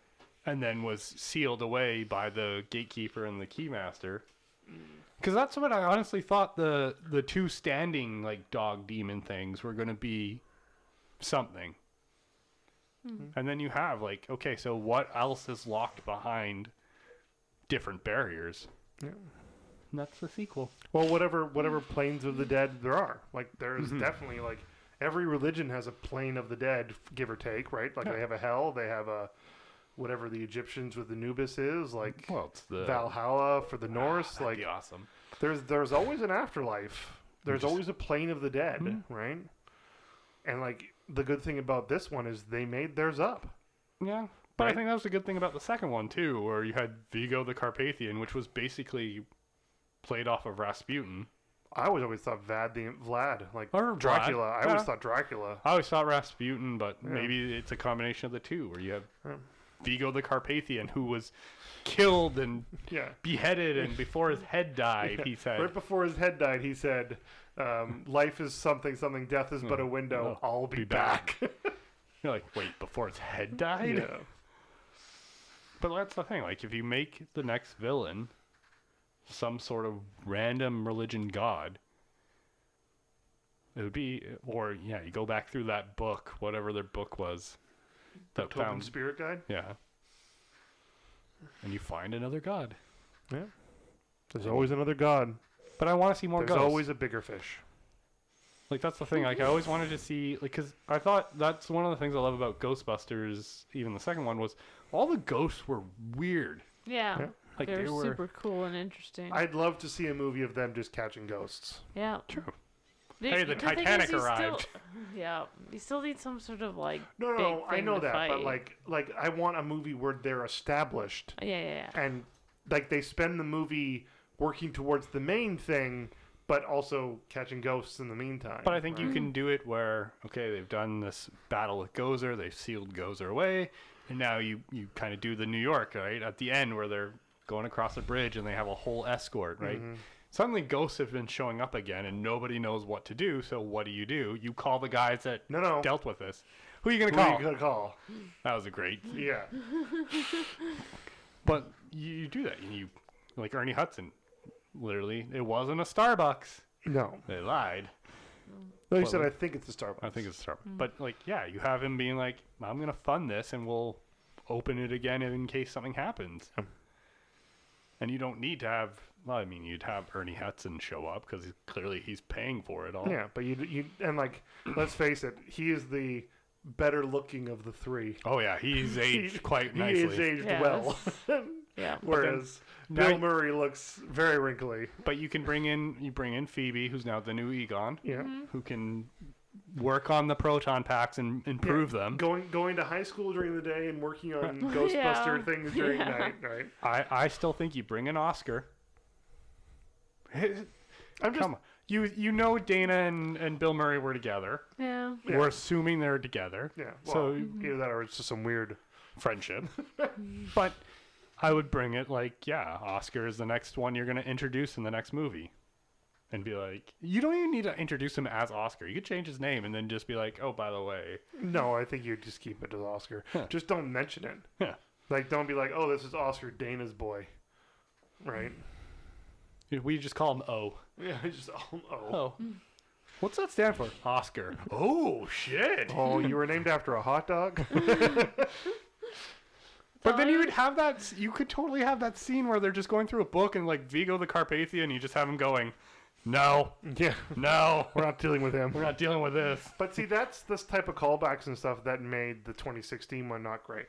[SPEAKER 1] and then was sealed away by the gatekeeper and the keymaster? Because that's what I honestly thought the the two standing like dog demon things were going to be something. And then you have like, okay, so what else is locked behind different barriers?
[SPEAKER 3] Yeah.
[SPEAKER 1] And that's the sequel.
[SPEAKER 3] Well, whatever whatever planes of the dead there are, like there
[SPEAKER 1] Mm-hmm.
[SPEAKER 3] is definitely like every religion has a plane of the dead, give or take, right? Like they have a hell, they have a whatever the Egyptians with Anubis is, like
[SPEAKER 1] Well, it's the
[SPEAKER 3] Valhalla for the Norse.
[SPEAKER 1] Ah, that'd
[SPEAKER 3] like
[SPEAKER 1] be awesome.
[SPEAKER 3] there's there's always an afterlife. There's
[SPEAKER 1] Just-
[SPEAKER 3] always a plane of the dead,
[SPEAKER 1] Hmm.
[SPEAKER 3] right? And like the good thing about this one is they made theirs up.
[SPEAKER 1] Yeah. But I
[SPEAKER 3] Right?
[SPEAKER 1] think that was a good thing about the second one too, where you had Vigo the Carpathian, which was basically played off of Rasputin.
[SPEAKER 3] I always always thought Vlad the Vlad like
[SPEAKER 1] Or Vlad,
[SPEAKER 3] Dracula. I always
[SPEAKER 1] yeah.
[SPEAKER 3] thought Dracula.
[SPEAKER 1] I always thought Rasputin, but
[SPEAKER 3] Yeah.
[SPEAKER 1] maybe it's a combination of the two, where you have
[SPEAKER 3] Yeah.
[SPEAKER 1] Vigo the Carpathian, who was killed and
[SPEAKER 3] Yeah.
[SPEAKER 1] beheaded, and before his head died, he said,
[SPEAKER 3] Right before his head died, he said, um, "Life is something, something. Death is but a window.
[SPEAKER 1] Oh,
[SPEAKER 3] I'll be,
[SPEAKER 1] be
[SPEAKER 3] back."
[SPEAKER 1] back." "You're like, wait, before his head died."
[SPEAKER 3] yeah.
[SPEAKER 1] But that's the thing. Like, if you make the next villain some sort of random religion god, it would be, or yeah, you go back through that book, whatever their book was, that
[SPEAKER 3] Token
[SPEAKER 1] found,
[SPEAKER 3] spirit guide.
[SPEAKER 1] yeah, and you find another god.
[SPEAKER 3] There's always another god.
[SPEAKER 1] But I want to see more
[SPEAKER 3] There's
[SPEAKER 1] ghosts.
[SPEAKER 3] always a bigger fish.
[SPEAKER 1] Like that's the thing. Like I always wanted to see, like, because I thought that's one of the things I love about Ghostbusters. Even the second one was all the ghosts were weird.
[SPEAKER 2] Yeah.
[SPEAKER 3] Yeah.
[SPEAKER 1] Like
[SPEAKER 2] They're
[SPEAKER 1] they were
[SPEAKER 2] super cool and interesting.
[SPEAKER 3] I'd love to see a movie of them just catching ghosts.
[SPEAKER 2] yeah.
[SPEAKER 1] true.
[SPEAKER 2] The-
[SPEAKER 1] Hey, the
[SPEAKER 2] thing
[SPEAKER 1] Titanic
[SPEAKER 2] you
[SPEAKER 1] arrived.
[SPEAKER 2] Still, yeah. You still need some sort of like.
[SPEAKER 3] No, no,
[SPEAKER 2] big
[SPEAKER 3] no, I
[SPEAKER 2] thing
[SPEAKER 3] know
[SPEAKER 2] to
[SPEAKER 3] that, but
[SPEAKER 2] fight.
[SPEAKER 3] like, like I want a movie where they're established
[SPEAKER 2] Yeah, yeah, yeah.
[SPEAKER 3] and like they spend the movie working towards the main thing, but also catching ghosts in the meantime.
[SPEAKER 1] But I think you
[SPEAKER 3] right?
[SPEAKER 1] can do it where okay, they've done this battle with Gozer, they've sealed Gozer away, and now you you kind of do the New York right at the end where they're going across a bridge and they have a whole escort, right?
[SPEAKER 3] Mm-hmm.
[SPEAKER 1] Suddenly, ghosts have been showing up again, and nobody knows what to do. So what do you do? You call the guys that
[SPEAKER 3] no, no.
[SPEAKER 1] dealt with this. Who are you gonna
[SPEAKER 3] Who
[SPEAKER 1] call?
[SPEAKER 3] are you gonna call?
[SPEAKER 1] That was a great.
[SPEAKER 3] Yeah,
[SPEAKER 1] But you, you do that, and you like Ernie Hudson. Literally, it wasn't a Starbucks.
[SPEAKER 3] no.
[SPEAKER 1] They lied.
[SPEAKER 3] No, you
[SPEAKER 1] But,
[SPEAKER 3] said I
[SPEAKER 1] like-
[SPEAKER 3] think it's a Starbucks.
[SPEAKER 1] I think it's Starbucks. But like, yeah, you have him being like, "I'm gonna fund this, and we'll open it again in case something happens." And you don't need to have. Well, I mean, you'd have Ernie Hudson show up because clearly he's paying for it all.
[SPEAKER 3] Yeah, but you you and like let's face it, he is the better looking of the three.
[SPEAKER 1] Oh yeah, he's aged quite
[SPEAKER 3] He
[SPEAKER 1] nicely.
[SPEAKER 3] is aged
[SPEAKER 2] Yeah,
[SPEAKER 3] well,
[SPEAKER 2] Yeah.
[SPEAKER 3] whereas
[SPEAKER 1] now-
[SPEAKER 3] Bill Murray looks very wrinkly.
[SPEAKER 1] But you can bring in you bring in Phoebe, who's now the new Egon,
[SPEAKER 3] Yeah,
[SPEAKER 2] Mm-hmm.
[SPEAKER 1] who can work on the proton packs and improve them.
[SPEAKER 3] going going to high school during the day and working on
[SPEAKER 2] Yeah.
[SPEAKER 3] Ghostbuster things during
[SPEAKER 2] Yeah.
[SPEAKER 3] night. Right?
[SPEAKER 1] I, I still think you bring an Oscar.
[SPEAKER 3] I'm just
[SPEAKER 1] Come on. You you know Dana and, and Bill Murray were together.
[SPEAKER 2] Yeah.
[SPEAKER 3] Yeah.
[SPEAKER 1] We're assuming they're together.
[SPEAKER 3] yeah. Well,
[SPEAKER 1] So-
[SPEAKER 2] Mm-hmm.
[SPEAKER 3] either that or it's just some weird.
[SPEAKER 1] Friendship. but I would bring it like, yeah, Oscar is the next one you're gonna introduce in the next movie. And be like, you don't even need to introduce him as Oscar. You could change his name and then just be like, oh, by the way,
[SPEAKER 3] No, I think you just keep it as Oscar. Just don't mention it.
[SPEAKER 1] Yeah.
[SPEAKER 3] Like don't be like, oh, this is Oscar Dana's boy. Right?
[SPEAKER 1] we just call him O.
[SPEAKER 3] Yeah. Just oh. Oh,
[SPEAKER 1] Oh. What's that stand for? Oscar. oh shit.
[SPEAKER 3] oh you were named after a hot dog.
[SPEAKER 1] But then you would have that. s- You could totally have that scene where they're just going through a book and like Vigo the Carpathian. You just have him going, "No,
[SPEAKER 3] yeah.
[SPEAKER 1] no,
[SPEAKER 3] We're not dealing with him.
[SPEAKER 1] we're not dealing with this."
[SPEAKER 3] But see, that's this type of callbacks and stuff that made the 2016 one not great.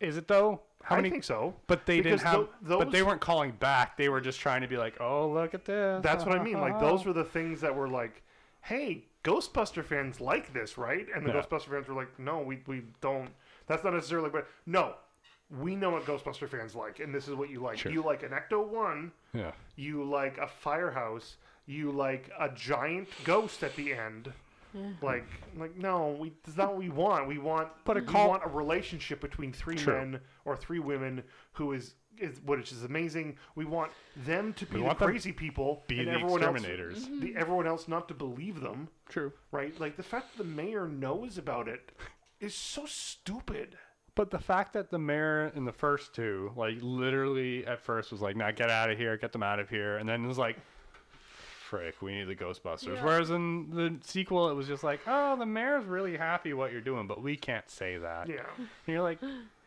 [SPEAKER 1] Is it though? How
[SPEAKER 3] I
[SPEAKER 1] many?
[SPEAKER 3] think so.
[SPEAKER 1] But they
[SPEAKER 3] because
[SPEAKER 1] didn't have.
[SPEAKER 3] tho-
[SPEAKER 1] but they
[SPEAKER 3] those-
[SPEAKER 1] weren't calling back. They were just trying to be like, "Oh, look at this."
[SPEAKER 3] That's what I mean. Like those were the things that were like, "Hey, Ghostbuster fans like this, right?" And the
[SPEAKER 1] Yeah.
[SPEAKER 3] Ghostbuster fans were like, "No, we we don't. That's not necessarily. But no, we know what Ghostbuster fans like, and this is what you like.
[SPEAKER 1] Sure.
[SPEAKER 3] You like an Ecto One.
[SPEAKER 1] Yeah.
[SPEAKER 3] You like a firehouse. You like a giant ghost at the end."
[SPEAKER 2] Yeah.
[SPEAKER 3] Like, like no, we that's not what we want. We want,
[SPEAKER 1] But a
[SPEAKER 3] we
[SPEAKER 1] call-
[SPEAKER 3] want a relationship between three
[SPEAKER 1] True.
[SPEAKER 3] men or three women who is is which is amazing. We want them to be
[SPEAKER 1] We
[SPEAKER 3] the
[SPEAKER 1] want them
[SPEAKER 3] crazy people,
[SPEAKER 1] Be
[SPEAKER 3] and
[SPEAKER 1] the
[SPEAKER 3] everyone else
[SPEAKER 1] exterminators.
[SPEAKER 3] the everyone else not to believe them,
[SPEAKER 1] True.
[SPEAKER 3] right? Like the fact that the mayor knows about it is so stupid.
[SPEAKER 1] But the fact that the mayor in the first two, like, literally at first was like, "Nah, get out of here, get them out of here," and then it was like, "Frick, we need the Ghostbusters."
[SPEAKER 2] Yeah.
[SPEAKER 1] Whereas in the sequel, it was just like, "Oh, the mayor's really happy what you're doing, but we can't say that."
[SPEAKER 3] Yeah.
[SPEAKER 1] And you're like,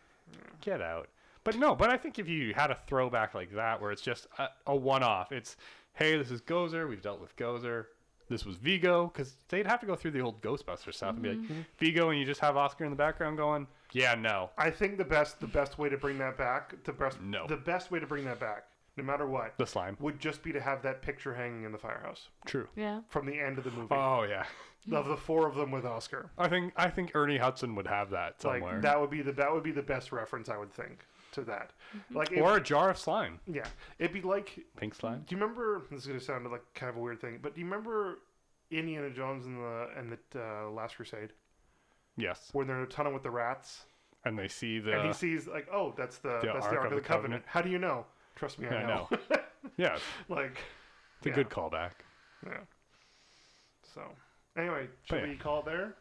[SPEAKER 1] "Get out." But no, but I think if you had a throwback like that, where it's just a, a one-off, it's, "Hey, this is Gozer. We've dealt with Gozer. this was Vigo because they'd have to go through the old Ghostbuster stuff and be
[SPEAKER 3] Mm-hmm.
[SPEAKER 1] like Vigo, and you just have Oscar in the background going, "Yeah, no,
[SPEAKER 3] I think the best the best way to bring that back the best
[SPEAKER 1] No.
[SPEAKER 3] the best way to bring that back no matter what
[SPEAKER 1] the slime."
[SPEAKER 3] would just be to have that picture hanging in the firehouse
[SPEAKER 1] True.
[SPEAKER 2] Yeah.
[SPEAKER 3] from the end of the movie
[SPEAKER 1] Oh yeah,
[SPEAKER 3] of the four of them with Oscar.
[SPEAKER 1] I think I think Ernie Hudson would have that somewhere,
[SPEAKER 3] Like that would be the that would be the best reference I would think to that. Like it,
[SPEAKER 1] Mm-hmm. or a jar of slime,
[SPEAKER 3] yeah, it'd be like
[SPEAKER 1] pink slime.
[SPEAKER 3] Do you remember? This is gonna sound like kind of a weird thing, but do you remember Indiana Jones and the and the uh, Last Crusade
[SPEAKER 1] Yes,
[SPEAKER 3] when they're tunneling with the rats
[SPEAKER 1] and they see the.
[SPEAKER 3] and he sees like, oh, that's the, that's the Ark of the, Covenant. How do you know? Trust me, I,
[SPEAKER 1] Yeah, I
[SPEAKER 3] know.
[SPEAKER 1] know. yeah,
[SPEAKER 3] like,
[SPEAKER 1] it's a
[SPEAKER 3] Yeah.
[SPEAKER 1] good callback.
[SPEAKER 3] yeah. So anyway, should
[SPEAKER 1] yeah.
[SPEAKER 3] we call it there?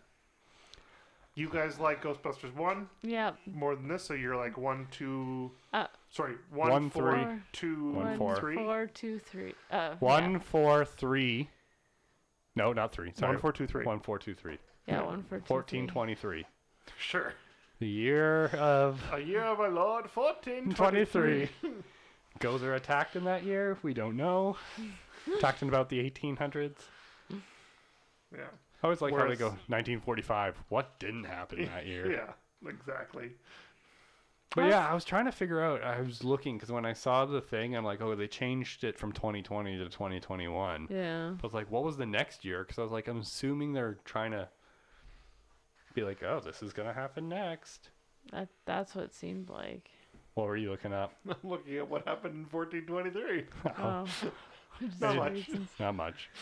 [SPEAKER 3] You guys like Ghostbusters one
[SPEAKER 2] Yeah.
[SPEAKER 3] more than this, so you're like one, two,
[SPEAKER 2] Uh,
[SPEAKER 3] sorry, one,
[SPEAKER 1] One,
[SPEAKER 3] four,
[SPEAKER 2] three.
[SPEAKER 3] two,
[SPEAKER 1] One, four.
[SPEAKER 3] three.
[SPEAKER 2] Four, two, three. Uh,
[SPEAKER 1] One four three. No, not three. Sorry.
[SPEAKER 3] One, four, two, three.
[SPEAKER 1] One, four, two, three.
[SPEAKER 2] Yeah, yeah one for
[SPEAKER 1] Fourteen twenty-three.
[SPEAKER 3] Sure.
[SPEAKER 1] The year of
[SPEAKER 3] A year of our Lord, fourteen twenty-three.
[SPEAKER 1] 23. Gozer attacked in that year. We don't know. attacked in about the 1800s.
[SPEAKER 3] Yeah.
[SPEAKER 1] I always like how they
[SPEAKER 3] Whereas-
[SPEAKER 1] go 1945. What didn't happen that year?
[SPEAKER 3] Yeah, exactly.
[SPEAKER 1] But yeah, I was trying to figure out. I was looking because when I saw the thing, I'm like, oh, they changed it from 2020 to 2021.
[SPEAKER 2] Yeah.
[SPEAKER 1] I was like, what was the next year? Because I was like, I'm assuming they're trying to be like, oh, this is gonna happen next.
[SPEAKER 2] That that's what it seemed like.
[SPEAKER 1] What were you looking up?
[SPEAKER 3] I'm looking at what happened in 1423.
[SPEAKER 2] Oh.
[SPEAKER 3] Not much.
[SPEAKER 1] Not much.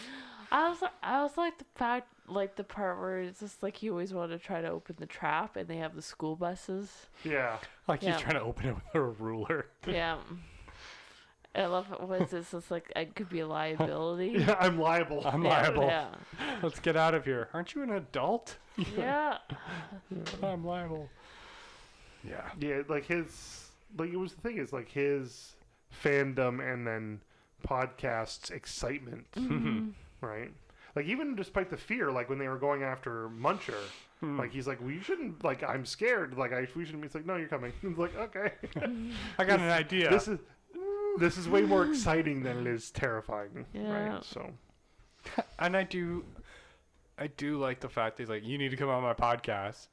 [SPEAKER 2] I was I was like the fact like the part where it's just like you always want to try to open the trap and they have the school buses.
[SPEAKER 3] Yeah.
[SPEAKER 1] Like
[SPEAKER 2] Yeah.
[SPEAKER 1] he's trying to open it with a ruler.
[SPEAKER 2] Yeah. I love it. What is this? It's like it could be a liability.
[SPEAKER 3] Yeah, I'm liable.
[SPEAKER 1] I'm
[SPEAKER 2] Yeah,
[SPEAKER 1] liable.
[SPEAKER 2] Yeah.
[SPEAKER 1] Let's get out of here. Aren't you an adult?
[SPEAKER 2] Yeah.
[SPEAKER 1] I'm liable. Yeah.
[SPEAKER 3] yeah, like his, like it was the thing is like his fandom and then podcasts excitement, right? Like even despite the fear, like when they were going after Muncher,
[SPEAKER 1] Hmm.
[SPEAKER 3] like he's like, well, you shouldn't, like I'm scared, like I we shouldn't be. It's like, no, you're coming. It's like, okay,
[SPEAKER 1] I got an idea.
[SPEAKER 3] this is. This is way more exciting than it is terrifying.
[SPEAKER 2] Yeah.
[SPEAKER 3] Right? So,
[SPEAKER 1] and I do I do like the fact that he's like, You need to come on my podcast.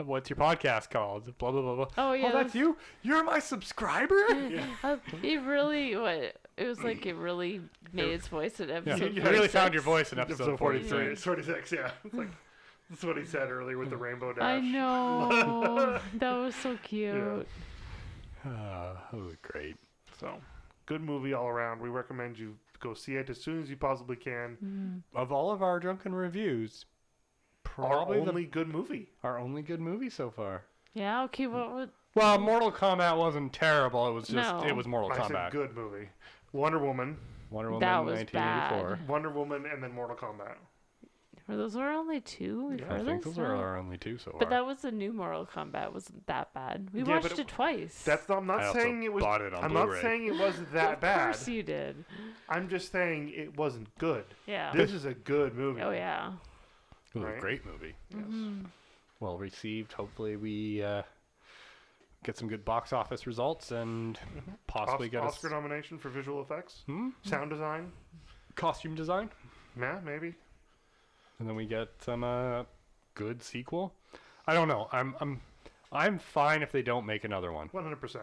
[SPEAKER 1] Uh, What's your podcast called? Blah blah blah blah.
[SPEAKER 2] Oh,
[SPEAKER 1] Oh,
[SPEAKER 2] yeah,
[SPEAKER 1] that's
[SPEAKER 2] that's-
[SPEAKER 1] you? You're my subscriber?
[SPEAKER 2] Uh, it really what it was like it really made its voice in
[SPEAKER 1] Yeah.
[SPEAKER 2] episode.
[SPEAKER 1] You
[SPEAKER 3] Yeah.
[SPEAKER 1] really found your
[SPEAKER 2] 46.
[SPEAKER 1] voice in
[SPEAKER 3] episode
[SPEAKER 1] episode
[SPEAKER 3] 43.
[SPEAKER 1] 43.
[SPEAKER 3] It's 46, yeah. It's like, that's what he said earlier with the
[SPEAKER 1] Hmm.
[SPEAKER 3] rainbow dash.
[SPEAKER 2] I know. that was so cute.
[SPEAKER 1] Uh, that was great.
[SPEAKER 3] So, good movie all around. We recommend you go see it as soon as you possibly can.
[SPEAKER 2] Hmm.
[SPEAKER 1] Of all of our drunken reviews,
[SPEAKER 3] Our
[SPEAKER 1] probably the-
[SPEAKER 3] only good movie.
[SPEAKER 1] our only good movie so far.
[SPEAKER 2] Yeah. Okay. What would?
[SPEAKER 1] Well, Mortal Kombat wasn't terrible. It was just
[SPEAKER 2] No.
[SPEAKER 1] it was Mortal
[SPEAKER 3] I said
[SPEAKER 1] Kombat.
[SPEAKER 3] good movie. Wonder Woman,
[SPEAKER 1] Wonder Woman
[SPEAKER 2] That was
[SPEAKER 1] 1984.
[SPEAKER 3] Wonder Woman, and then Mortal Kombat.
[SPEAKER 2] Were those were only two? We've
[SPEAKER 1] I
[SPEAKER 2] heard
[SPEAKER 1] think
[SPEAKER 2] this?
[SPEAKER 1] those are
[SPEAKER 2] No.
[SPEAKER 1] our only two so far.
[SPEAKER 2] But that was the new Mortal Kombat. Wasn't that bad? We
[SPEAKER 3] Yeah, but
[SPEAKER 2] watched
[SPEAKER 3] it-
[SPEAKER 2] it, twice.
[SPEAKER 3] That's not, I'm
[SPEAKER 1] I
[SPEAKER 3] not
[SPEAKER 1] also
[SPEAKER 3] saying it was.
[SPEAKER 1] bought it on
[SPEAKER 3] I'm not
[SPEAKER 1] Blu-ray.
[SPEAKER 3] saying it was that
[SPEAKER 2] of
[SPEAKER 3] bad.
[SPEAKER 2] course you did.
[SPEAKER 3] I'm just saying it wasn't good.
[SPEAKER 2] Yeah.
[SPEAKER 3] This is a good movie.
[SPEAKER 2] oh yeah.
[SPEAKER 1] It
[SPEAKER 2] Mm-hmm.
[SPEAKER 1] was
[SPEAKER 3] Right.
[SPEAKER 1] a great movie.
[SPEAKER 3] Yes.
[SPEAKER 1] Well received. Hopefully we uh, get some good box office results and possibly
[SPEAKER 3] Os-
[SPEAKER 1] get a
[SPEAKER 3] Oscar
[SPEAKER 1] s-
[SPEAKER 3] nomination for visual effects,
[SPEAKER 1] hmm?
[SPEAKER 2] Mm-hmm.
[SPEAKER 3] sound design.
[SPEAKER 1] costume design,
[SPEAKER 3] Yeah, maybe.
[SPEAKER 1] and then we get some uh, good sequel. I don't know. I'm I'm I'm fine if they don't make another one.
[SPEAKER 3] 100%.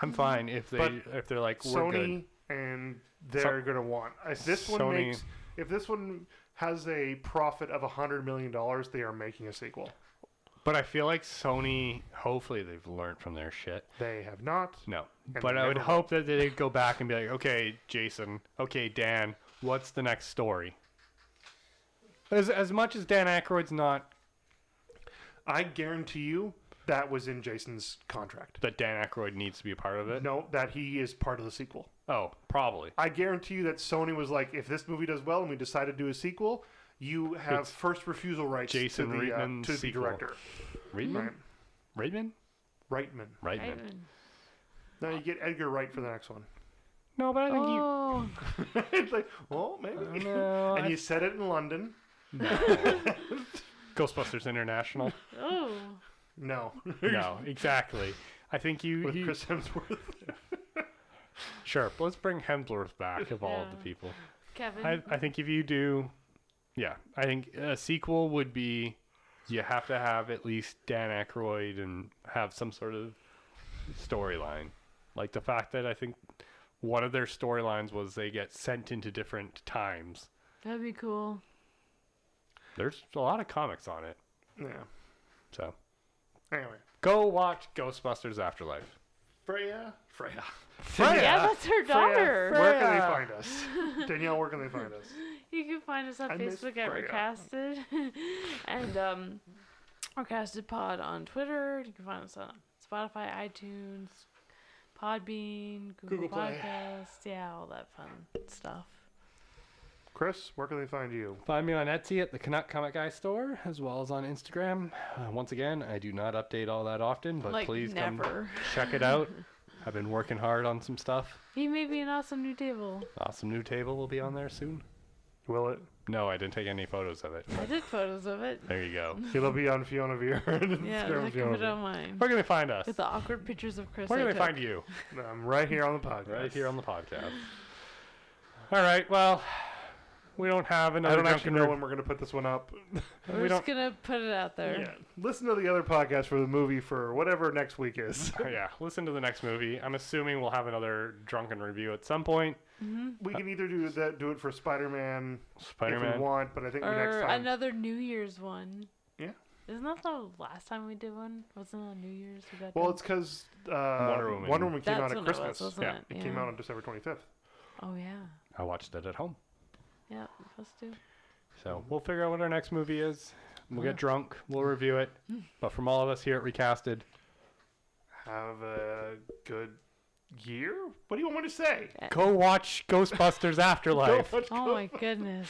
[SPEAKER 1] I'm fine if they
[SPEAKER 3] Mm-hmm. But
[SPEAKER 1] if they're like we're good.
[SPEAKER 3] Sony and they're gonna want if this one
[SPEAKER 1] Sony-
[SPEAKER 3] makes if this one has a profit of a hundred million dollars, they are making a sequel.
[SPEAKER 1] But I feel like Sony. Hopefully they've learned from their shit.
[SPEAKER 3] They have not.
[SPEAKER 1] No.
[SPEAKER 3] And
[SPEAKER 1] But I would
[SPEAKER 3] never
[SPEAKER 1] hope that they'd go back and be like, okay, Jason, okay, Dan, what's the next story? As, as much as Dan Aykroyd's not,
[SPEAKER 3] I guarantee you that was in Jason's contract.
[SPEAKER 1] that Dan Aykroyd needs to be a part of it.
[SPEAKER 3] No, that he is part of the sequel.
[SPEAKER 1] Oh, probably.
[SPEAKER 3] I guarantee you that Sony was like, if this movie does well and we decide to do a sequel, you have
[SPEAKER 1] It's
[SPEAKER 3] first refusal rights
[SPEAKER 1] Jason
[SPEAKER 3] to the, uh,
[SPEAKER 1] Reitman's
[SPEAKER 3] to the
[SPEAKER 1] sequel.
[SPEAKER 3] director.
[SPEAKER 2] Hmm?
[SPEAKER 1] Reitman?
[SPEAKER 3] Mm-hmm.
[SPEAKER 1] Reitman?
[SPEAKER 3] Reitman.
[SPEAKER 1] Reitman.
[SPEAKER 3] Now you get Edgar Wright for the next one.
[SPEAKER 1] No, but I think you.
[SPEAKER 2] Oh.
[SPEAKER 3] it's like, well, maybe.
[SPEAKER 1] No,
[SPEAKER 3] and
[SPEAKER 1] I-
[SPEAKER 3] you said it in London.
[SPEAKER 1] Ghostbusters International?
[SPEAKER 2] Oh.
[SPEAKER 3] No,
[SPEAKER 1] no, exactly. I think you.
[SPEAKER 3] with
[SPEAKER 1] you
[SPEAKER 3] Chris Hemsworth.
[SPEAKER 1] sure, let's bring Hemsworth back of all of the
[SPEAKER 2] Yeah.
[SPEAKER 1] people.
[SPEAKER 2] Kevin.
[SPEAKER 1] I, I think if you do Yeah, I think a sequel would be you have to have at least Dan Aykroyd and have some sort of storyline. Like the fact that I think one of their storylines was they get sent into different times.
[SPEAKER 2] That'd be cool.
[SPEAKER 1] There's a lot of comics on it.
[SPEAKER 3] Yeah.
[SPEAKER 1] So
[SPEAKER 3] Anyway,
[SPEAKER 1] go watch Ghostbusters Afterlife.
[SPEAKER 3] Freya, Freya,
[SPEAKER 1] Freya!
[SPEAKER 2] Yeah, that's her daughter.
[SPEAKER 3] Freya, where can they
[SPEAKER 1] Freya.
[SPEAKER 3] find us? Danielle, where can they find us?
[SPEAKER 2] You can find us on
[SPEAKER 3] I miss
[SPEAKER 2] Facebook at
[SPEAKER 3] Freya.
[SPEAKER 2] Recasted and um, Recasted Pod on Twitter. You can find us on Spotify, iTunes, Podbean, Google,
[SPEAKER 3] Google Play.
[SPEAKER 2] Podcasts. Yeah, all that fun stuff.
[SPEAKER 3] Chris, where can they find you?
[SPEAKER 1] Find me on Etsy at the Canuck Comic Guy store, as well as on Instagram. Uh, once again, I do not update all that often, but
[SPEAKER 2] Like,
[SPEAKER 1] please come
[SPEAKER 2] never.
[SPEAKER 1] check it out. I've been working hard on some stuff.
[SPEAKER 2] He made me an awesome new table.
[SPEAKER 1] Awesome new table will be on there soon.
[SPEAKER 3] Will it?
[SPEAKER 1] No, I didn't take any photos of it.
[SPEAKER 2] I did photos of it.
[SPEAKER 1] There you go.
[SPEAKER 3] It'll be on Fiona Vier. and
[SPEAKER 2] Yeah,
[SPEAKER 3] Instagram
[SPEAKER 2] look
[SPEAKER 3] Fiona
[SPEAKER 2] at it
[SPEAKER 3] Vier.
[SPEAKER 2] on mine.
[SPEAKER 1] Where can they find us?
[SPEAKER 2] With the awkward pictures of Chris.
[SPEAKER 1] Where
[SPEAKER 2] I
[SPEAKER 1] can they
[SPEAKER 2] took.
[SPEAKER 1] find you?
[SPEAKER 3] I'm right here on the podcast.
[SPEAKER 1] Right here on the podcast. All right. Well, we don't have another.
[SPEAKER 3] I don't actually
[SPEAKER 1] drunken
[SPEAKER 3] know
[SPEAKER 1] rev-
[SPEAKER 3] when we're going to put this one up.
[SPEAKER 2] We're
[SPEAKER 1] we
[SPEAKER 2] just gonna put it out there.
[SPEAKER 3] Yeah. Listen to the other podcast for the movie for whatever next week is.
[SPEAKER 1] Yeah, listen to the next movie. I'm assuming we'll have another drunken review at some point.
[SPEAKER 3] We can either do that, do it for Spider Man if we
[SPEAKER 1] Spider-Man.
[SPEAKER 3] want, but I think next
[SPEAKER 2] Or
[SPEAKER 3] time.
[SPEAKER 2] another New Year's one.
[SPEAKER 3] Yeah.
[SPEAKER 2] Isn't that the last time we did one? Wasn't it on New Year's? We got
[SPEAKER 3] Well,
[SPEAKER 2] done?
[SPEAKER 3] it's because uh,
[SPEAKER 1] Wonder
[SPEAKER 3] Wonder,
[SPEAKER 1] Woman.
[SPEAKER 3] Woman. came
[SPEAKER 2] That's
[SPEAKER 3] out at
[SPEAKER 2] when it was,
[SPEAKER 3] Christmas.
[SPEAKER 2] wasn't
[SPEAKER 1] Yeah,
[SPEAKER 2] it?
[SPEAKER 3] it came
[SPEAKER 2] Yeah.
[SPEAKER 3] out on December 25th.
[SPEAKER 2] Oh yeah.
[SPEAKER 1] I watched it at home,
[SPEAKER 2] Yeah, let's do.
[SPEAKER 1] so we'll figure out what our next movie is. We'll
[SPEAKER 2] Yeah.
[SPEAKER 1] get drunk. We'll review it. But from all of us here at Recasted,
[SPEAKER 3] Have a good year? What do you want me to say?
[SPEAKER 1] go watch Ghostbusters Afterlife.
[SPEAKER 3] Go watch
[SPEAKER 2] Oh my goodness.